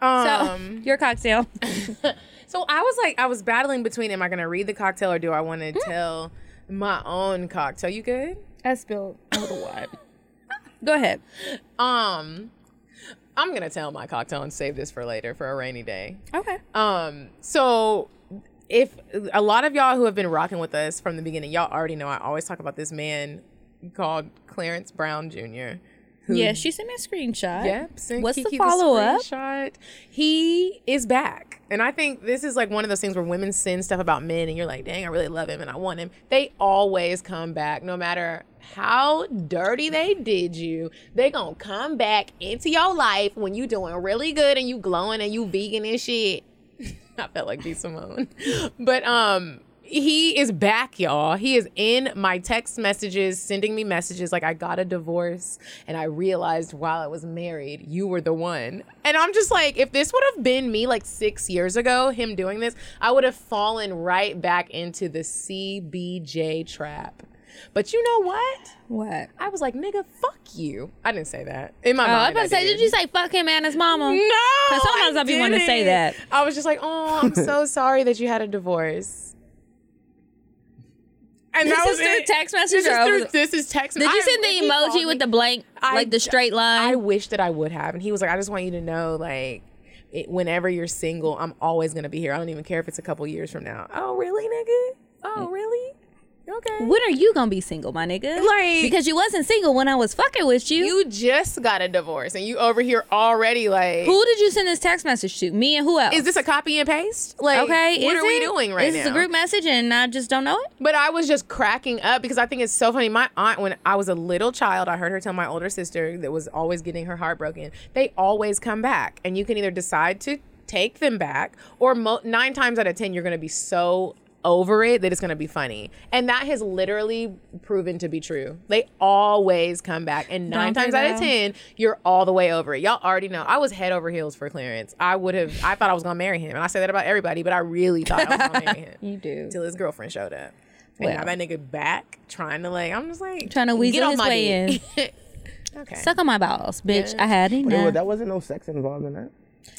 [SPEAKER 2] Um,
[SPEAKER 3] so your cocktail.
[SPEAKER 2] So I was like, I was battling between am I going to read the cocktail or do I want to tell my own cocktail? You good?
[SPEAKER 3] I spilled a little wine. Go ahead.
[SPEAKER 2] Um, I'm going to tell my cocktail and save this for later for a rainy day.
[SPEAKER 3] Okay.
[SPEAKER 2] Um, so if a lot of y'all who have been rocking with us from the beginning, y'all already know I always talk about this man called Clarence Brown Jr. who-
[SPEAKER 3] yeah, she sent me a screenshot.
[SPEAKER 2] Yep. sent
[SPEAKER 3] What's the
[SPEAKER 2] Kiki
[SPEAKER 3] follow up?
[SPEAKER 2] screenshot. He is back. And I think this is like one of those things where women send stuff about men and you're like, dang, I really love him and I want him. They always come back, no matter how dirty they did you, they gonna come back into your life when you doing really good and you glowing and you vegan and shit. I felt like B Simone. But um he is back, y'all. He is in my text messages, sending me messages like I got a divorce and I realized while I was married, you were the one. And I'm just like, if this would have been me like six years ago, him doing this, I would have fallen right back into the CBJ trap. But you know what?
[SPEAKER 3] What?
[SPEAKER 2] I was like, nigga, fuck you. I didn't say that. In my
[SPEAKER 3] Oh,
[SPEAKER 2] mind.
[SPEAKER 3] I was about to say, did you say fuck him and his mama?
[SPEAKER 2] No.
[SPEAKER 3] Because sometimes I be wanting to say that.
[SPEAKER 2] didn't. I was just like, oh, I'm so sorry that you had a divorce. And
[SPEAKER 3] This
[SPEAKER 2] that was
[SPEAKER 3] is through
[SPEAKER 2] it.
[SPEAKER 3] text message
[SPEAKER 2] This is,
[SPEAKER 3] or
[SPEAKER 2] through,
[SPEAKER 3] was-
[SPEAKER 2] this is text.
[SPEAKER 3] Did you
[SPEAKER 2] I- if
[SPEAKER 3] send the
[SPEAKER 2] he called
[SPEAKER 3] emoji
[SPEAKER 2] me-
[SPEAKER 3] with the blank,
[SPEAKER 2] I-
[SPEAKER 3] like the straight line?
[SPEAKER 2] I wish that I would have. And he was like, I just want you to know, like, it, whenever you're single, I'm always gonna be here. I don't even care if it's a couple years from now. Oh, really, nigga? Oh,
[SPEAKER 3] Mm.
[SPEAKER 2] really? Okay.
[SPEAKER 3] when are you gonna be single, my nigga?
[SPEAKER 2] Like-
[SPEAKER 3] because you wasn't single when I was fucking with you.
[SPEAKER 2] You just got a divorce, and you over here already like.
[SPEAKER 3] Who did you send this text message to? Me and who else?
[SPEAKER 2] is this a copy and paste? Like,
[SPEAKER 3] okay?
[SPEAKER 2] what
[SPEAKER 3] is
[SPEAKER 2] are we
[SPEAKER 3] it?
[SPEAKER 2] doing right
[SPEAKER 3] is
[SPEAKER 2] now?
[SPEAKER 3] This is a group message, and I just don't know it.
[SPEAKER 2] But I was just cracking up because I think it's so funny. My aunt, when I was a little child, I heard her tell my older sister that was always getting her heart broken. They always come back, and you can either decide to take them back, or mo- nine times out of ten, you're going to be so over it that it's going to be funny. And that has literally proven to be true. They always come back, and nine
[SPEAKER 3] Don't they
[SPEAKER 2] times out of
[SPEAKER 3] though?
[SPEAKER 2] ten, you're all the way over it. Y'all already know. I was head over heels for Clarence. I would have. I thought I was going to marry him, and I say that about everybody, but I really thought I was going to marry him.
[SPEAKER 3] You do.
[SPEAKER 2] Till his girlfriend showed up. And now that nigga back trying to like, I'm just like
[SPEAKER 3] Trying to
[SPEAKER 2] get
[SPEAKER 3] weasel
[SPEAKER 2] on
[SPEAKER 3] his
[SPEAKER 2] my
[SPEAKER 3] way
[SPEAKER 2] dick. okay.
[SPEAKER 3] Suck on my balls, bitch. I had
[SPEAKER 5] But it,
[SPEAKER 3] enough.
[SPEAKER 5] was- that wasn't no sex involved in that.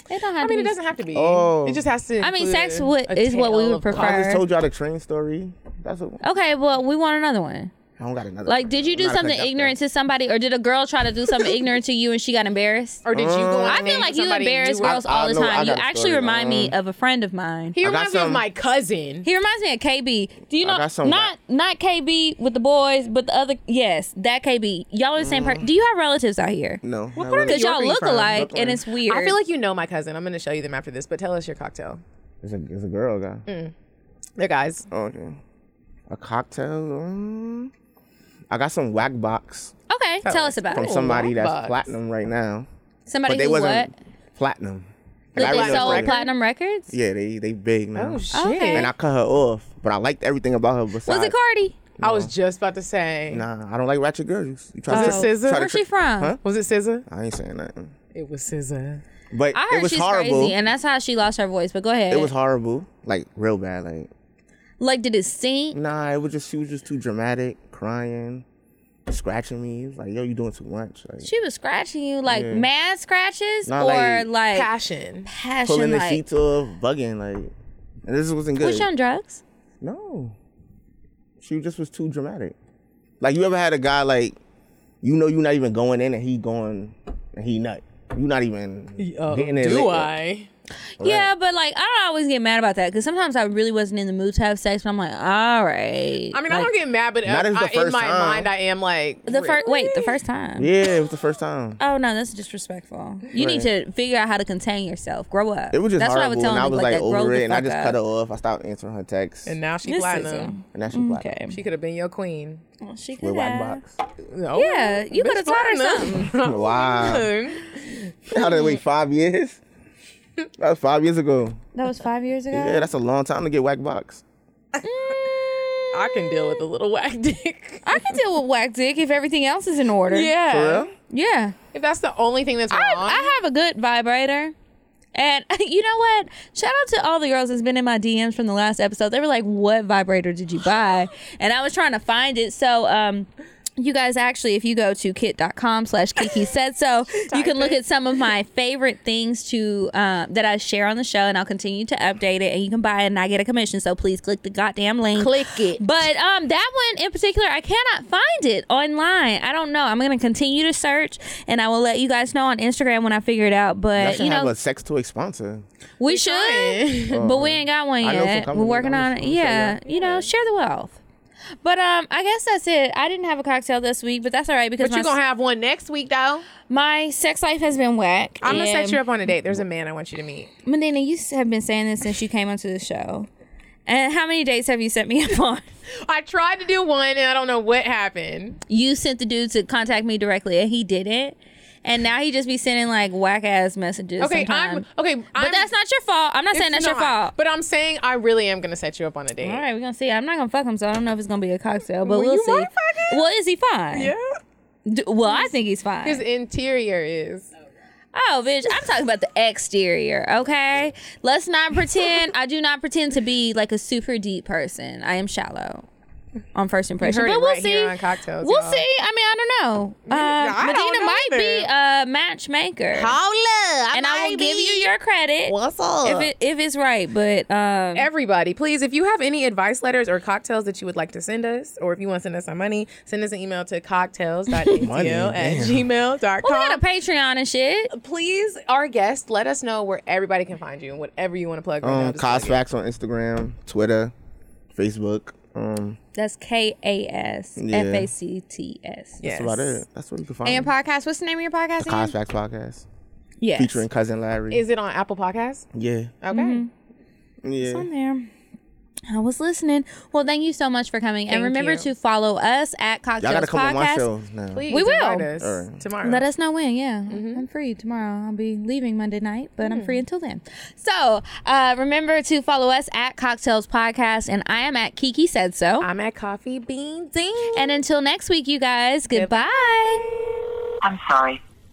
[SPEAKER 3] It don't have
[SPEAKER 2] I
[SPEAKER 3] to
[SPEAKER 2] mean, it
[SPEAKER 3] be-
[SPEAKER 2] doesn't have to be.
[SPEAKER 5] Oh.
[SPEAKER 2] It just has to.
[SPEAKER 3] I mean,
[SPEAKER 2] include
[SPEAKER 3] sex would-
[SPEAKER 2] a
[SPEAKER 3] is what we
[SPEAKER 2] tale
[SPEAKER 3] would
[SPEAKER 2] of-
[SPEAKER 3] prefer.
[SPEAKER 2] I
[SPEAKER 5] I
[SPEAKER 2] was-
[SPEAKER 5] just told y'all the train story. That's what
[SPEAKER 3] Okay, well, we want another one.
[SPEAKER 5] I don't got another.
[SPEAKER 3] Like,
[SPEAKER 5] one.
[SPEAKER 3] did you do
[SPEAKER 5] I'm not
[SPEAKER 3] something
[SPEAKER 5] cracked up
[SPEAKER 3] ignorant
[SPEAKER 5] though.
[SPEAKER 3] to somebody, or did a girl try to do something ignorant to you and she got embarrassed?
[SPEAKER 2] Or did you go? on a
[SPEAKER 3] I
[SPEAKER 2] date
[SPEAKER 3] feel like
[SPEAKER 2] with
[SPEAKER 3] you
[SPEAKER 2] somebody
[SPEAKER 3] embarrass
[SPEAKER 2] were-
[SPEAKER 3] girls
[SPEAKER 5] Mm. I-
[SPEAKER 3] all
[SPEAKER 5] I
[SPEAKER 3] the
[SPEAKER 5] know- I
[SPEAKER 3] time. You
[SPEAKER 5] got a
[SPEAKER 3] actually
[SPEAKER 5] story,
[SPEAKER 3] remind me
[SPEAKER 5] um,
[SPEAKER 3] of a friend of mine.
[SPEAKER 2] He
[SPEAKER 5] I got
[SPEAKER 2] reminds me of
[SPEAKER 5] some-
[SPEAKER 2] my cousin.
[SPEAKER 3] He reminds me of KB. Do you
[SPEAKER 5] I
[SPEAKER 3] know
[SPEAKER 5] got some-
[SPEAKER 3] not not KB with the boys, but the other yes, that KB. Y'all are the same person. Do you have relatives out here?
[SPEAKER 5] Mm. No. What
[SPEAKER 2] part of
[SPEAKER 3] Because
[SPEAKER 2] New York
[SPEAKER 3] y'all
[SPEAKER 2] are you
[SPEAKER 3] look
[SPEAKER 2] from?
[SPEAKER 3] alike,
[SPEAKER 5] Brooklyn.
[SPEAKER 3] and it's weird.
[SPEAKER 2] I feel like you know my cousin. I'm going to show you them after this, but tell us your cocktail.
[SPEAKER 5] It's a it's a girl guy.
[SPEAKER 2] They're guys.
[SPEAKER 5] Oh, okay. A cocktail. mm. I got some whack box
[SPEAKER 3] okay. Tell, us about
[SPEAKER 5] from
[SPEAKER 3] it.
[SPEAKER 5] somebody that's
[SPEAKER 2] box.
[SPEAKER 5] platinum right now,
[SPEAKER 3] Somebody
[SPEAKER 5] but they
[SPEAKER 3] who what?
[SPEAKER 5] wasn't platinum. Like, I
[SPEAKER 3] That
[SPEAKER 5] already
[SPEAKER 3] they
[SPEAKER 5] know
[SPEAKER 3] sold
[SPEAKER 5] it's platinum.
[SPEAKER 3] platinum records.
[SPEAKER 5] Yeah, they they big now.
[SPEAKER 2] Oh, shit.
[SPEAKER 3] Okay.
[SPEAKER 5] and I cut her off, but I liked everything about her. Besides,
[SPEAKER 3] Was it Cardi?
[SPEAKER 2] I was just about to say.
[SPEAKER 5] Nah, I don't like ratchet girls. You
[SPEAKER 3] Oh.
[SPEAKER 5] try
[SPEAKER 2] Was it SZA?
[SPEAKER 5] try to
[SPEAKER 2] Where's
[SPEAKER 5] cr-
[SPEAKER 3] she from?
[SPEAKER 5] Huh?
[SPEAKER 2] Was it Scissor?
[SPEAKER 5] I ain't saying nothing.
[SPEAKER 2] It was Scissor.
[SPEAKER 5] But
[SPEAKER 3] I heard
[SPEAKER 5] it was
[SPEAKER 3] she's
[SPEAKER 5] horrible.
[SPEAKER 3] crazy, and that's how she lost her voice. But go ahead.
[SPEAKER 5] it was horrible, like real bad. Like
[SPEAKER 3] like, did it sink?
[SPEAKER 5] nah, it was just she was just too dramatic, crying, scratching me. It was like yo, you doing too much. Like
[SPEAKER 3] She was scratching you like mad scratches
[SPEAKER 5] Not
[SPEAKER 3] or
[SPEAKER 5] like-
[SPEAKER 3] like
[SPEAKER 2] Passion.
[SPEAKER 3] passion.
[SPEAKER 5] pulling the
[SPEAKER 3] like,
[SPEAKER 5] sheets off, bugging. Like and this wasn't good.
[SPEAKER 3] was she on drugs?
[SPEAKER 5] No. She just was too dramatic. Like you ever had a guy like you know you're not even going in and he going and he nut. You not even
[SPEAKER 2] Uh,
[SPEAKER 5] getting it.
[SPEAKER 2] do
[SPEAKER 5] lit.
[SPEAKER 2] I?
[SPEAKER 3] Yeah, but like I don't always get mad about that because sometimes I really wasn't in the mood to have sex, but I'm like, all right.
[SPEAKER 2] I mean, I
[SPEAKER 3] Like,
[SPEAKER 2] don't get mad, but uh,
[SPEAKER 5] Not
[SPEAKER 2] I,
[SPEAKER 5] as the
[SPEAKER 2] I- in
[SPEAKER 5] first
[SPEAKER 2] my
[SPEAKER 5] time.
[SPEAKER 2] mind, I am like
[SPEAKER 3] the first wait the first time.
[SPEAKER 5] Yeah, it was the first time.
[SPEAKER 3] Oh no, that's disrespectful. You need to figure out how to contain yourself. Grow up.
[SPEAKER 5] It was just
[SPEAKER 3] that's
[SPEAKER 5] horrible,
[SPEAKER 3] what I would tell
[SPEAKER 5] and
[SPEAKER 3] him.
[SPEAKER 5] I was
[SPEAKER 3] like,
[SPEAKER 5] like,
[SPEAKER 3] that, grow
[SPEAKER 5] over
[SPEAKER 3] the
[SPEAKER 5] it, and I
[SPEAKER 3] fuck
[SPEAKER 5] just
[SPEAKER 3] up.
[SPEAKER 5] cut her off. I stopped answering her texts,
[SPEAKER 2] And
[SPEAKER 5] and,
[SPEAKER 2] now she
[SPEAKER 3] This
[SPEAKER 2] platinum.
[SPEAKER 5] now she's black
[SPEAKER 3] Okay.
[SPEAKER 2] She could have been your queen. Oh,
[SPEAKER 3] Well, she
[SPEAKER 5] with
[SPEAKER 3] could
[SPEAKER 5] white
[SPEAKER 3] have.
[SPEAKER 5] box.
[SPEAKER 2] No.
[SPEAKER 3] Yeah, you
[SPEAKER 2] Bitch,
[SPEAKER 3] could have taught her
[SPEAKER 2] platinum.
[SPEAKER 3] something.
[SPEAKER 5] Wow, how did it wait five years? That was five years ago.
[SPEAKER 3] That was five years ago.
[SPEAKER 5] Yeah, that's a long time to get whack box.
[SPEAKER 2] I can deal with a little whack dick.
[SPEAKER 3] I can deal with whack dick if everything else is in order.
[SPEAKER 5] For
[SPEAKER 2] Yeah.
[SPEAKER 5] real?
[SPEAKER 3] Yeah.
[SPEAKER 2] If that's the only thing that's wrong.
[SPEAKER 3] I, I have a good vibrator. And you know what? Shout out to all the girls that's been in my DMs from the last episode. They were like, "What vibrator did you buy?" And I was trying to find it. So, um, You guys actually, if you go to kit.com slash Kiki said so, you can look at some of my favorite things to um, that I share on the show, and I'll continue to update it. And you can buy it, and I get a commission. So please click the goddamn link.
[SPEAKER 8] Click it.
[SPEAKER 3] But um, that one in particular, I cannot find it online. I don't know. I'm gonna continue to search, and I will let you guys know on Instagram when I figure it out.
[SPEAKER 5] I
[SPEAKER 3] But
[SPEAKER 5] should
[SPEAKER 3] you
[SPEAKER 5] have
[SPEAKER 3] know,
[SPEAKER 5] a sex toy sponsor.
[SPEAKER 3] we should, but we ain't got one
[SPEAKER 5] I know for
[SPEAKER 3] yet. We're
[SPEAKER 5] company,
[SPEAKER 3] working
[SPEAKER 5] I'm
[SPEAKER 3] on it.
[SPEAKER 5] just gonna say
[SPEAKER 3] Yeah, you know, share the wealth. But um, I guess that's it. I didn't have a cocktail this week, but that's all right because
[SPEAKER 2] But you're
[SPEAKER 3] my,
[SPEAKER 2] going to have one next week, though.
[SPEAKER 3] my sex life has been whack.
[SPEAKER 2] I'm going to set
[SPEAKER 3] and-
[SPEAKER 2] you up on a date. There's a man I want you to meet.
[SPEAKER 3] Medina, you s- have been saying this since you came onto the show. And how many dates have you set me up on?
[SPEAKER 2] I tried to do one, and I don't know what happened.
[SPEAKER 3] You sent the dude to contact me directly, and he didn't. And now he just be sending like whack ass messages.
[SPEAKER 2] Okay,
[SPEAKER 3] sometime.
[SPEAKER 2] I'm okay.
[SPEAKER 3] but
[SPEAKER 2] I'm,
[SPEAKER 3] that's not your fault. I'm not saying
[SPEAKER 2] it's
[SPEAKER 3] that's your
[SPEAKER 2] not,
[SPEAKER 3] fault.
[SPEAKER 2] But I'm saying I really am going to set you up on a date.
[SPEAKER 3] All right, we're gonna see. I'm not gonna fuck him, so I don't know if it's gonna be a cocktail, but
[SPEAKER 2] Well,
[SPEAKER 3] we'll
[SPEAKER 2] you
[SPEAKER 3] see.
[SPEAKER 2] might fuck him.
[SPEAKER 3] Well, is he fine?
[SPEAKER 2] Yeah.
[SPEAKER 3] D- well, I think he's fine.
[SPEAKER 2] His interior is.
[SPEAKER 3] Oh, bitch, I'm talking about the exterior, okay? Let's not pretend. I do not pretend to be like a super deep person. I am shallow on first impression.
[SPEAKER 2] heard
[SPEAKER 3] but
[SPEAKER 2] it
[SPEAKER 3] we'll
[SPEAKER 2] right
[SPEAKER 3] see.
[SPEAKER 2] here on Cocktails,
[SPEAKER 3] we'll
[SPEAKER 2] y'all.
[SPEAKER 3] see. I mean, I don't know. Uh,
[SPEAKER 2] I
[SPEAKER 3] Medina
[SPEAKER 2] don't know
[SPEAKER 3] might be a matchmaker.
[SPEAKER 8] Holla.
[SPEAKER 3] and I will
[SPEAKER 8] might
[SPEAKER 3] give
[SPEAKER 8] be.
[SPEAKER 3] you your credit
[SPEAKER 8] What's up?
[SPEAKER 3] if, it, if it's right. But um,
[SPEAKER 2] Everybody, please, if you have any advice letters or cocktails that you would like to send us, or if you want to send us some money, send us an email to
[SPEAKER 5] Money,
[SPEAKER 2] cocktails.atl at
[SPEAKER 5] damn.
[SPEAKER 2] gmail.com.
[SPEAKER 3] we got a Patreon and shit.
[SPEAKER 2] please, our guest, let us know where everybody can find you and whatever you want to plug. Right now,
[SPEAKER 5] Um,
[SPEAKER 2] just plug it.
[SPEAKER 5] Cosfax on Instagram, Twitter, Facebook. Um,
[SPEAKER 3] That's K A S F A C T S.
[SPEAKER 2] Yes.
[SPEAKER 5] that's about it. That's where you can find
[SPEAKER 8] and
[SPEAKER 5] me.
[SPEAKER 8] podcast. What's the name of your podcast? again?
[SPEAKER 5] Cosfax podcast
[SPEAKER 3] Yes.
[SPEAKER 5] featuring cousin Larry.
[SPEAKER 2] Is it on Apple Podcasts?
[SPEAKER 5] yeah,
[SPEAKER 2] Okay.
[SPEAKER 5] yeah.
[SPEAKER 3] on there. I was listening. Well, thank you so much for coming, and
[SPEAKER 2] Thank
[SPEAKER 3] remember
[SPEAKER 2] you.
[SPEAKER 3] to follow us at
[SPEAKER 5] Y'all
[SPEAKER 3] Cocktails
[SPEAKER 5] gotta come on my
[SPEAKER 3] Podcast.
[SPEAKER 5] show now.
[SPEAKER 2] Please
[SPEAKER 3] We will.
[SPEAKER 2] invite us
[SPEAKER 5] All right.
[SPEAKER 2] tomorrow.
[SPEAKER 3] Let us know when. Yeah,
[SPEAKER 2] Mm-hmm.
[SPEAKER 3] I'm free tomorrow. I'll be leaving Monday night, but I'm
[SPEAKER 2] Mm.
[SPEAKER 3] free until then. So uh, remember to follow us at Cocktails Podcast, and I am at Kiki Said So.
[SPEAKER 2] I'm at Coffee Bean Ding.
[SPEAKER 3] and until next week, you guys, goodbye.
[SPEAKER 10] I'm sorry,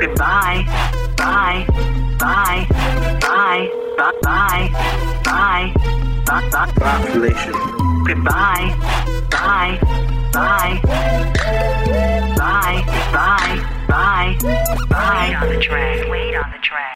[SPEAKER 10] Goodbye. Bye. Bye. Bye. Bye. Bye. Bye. Bye. Bye. Population. Goodbye. Bye. Bye. Bye. Bye. Bye. Bye. Wait on the track. Wait on the track.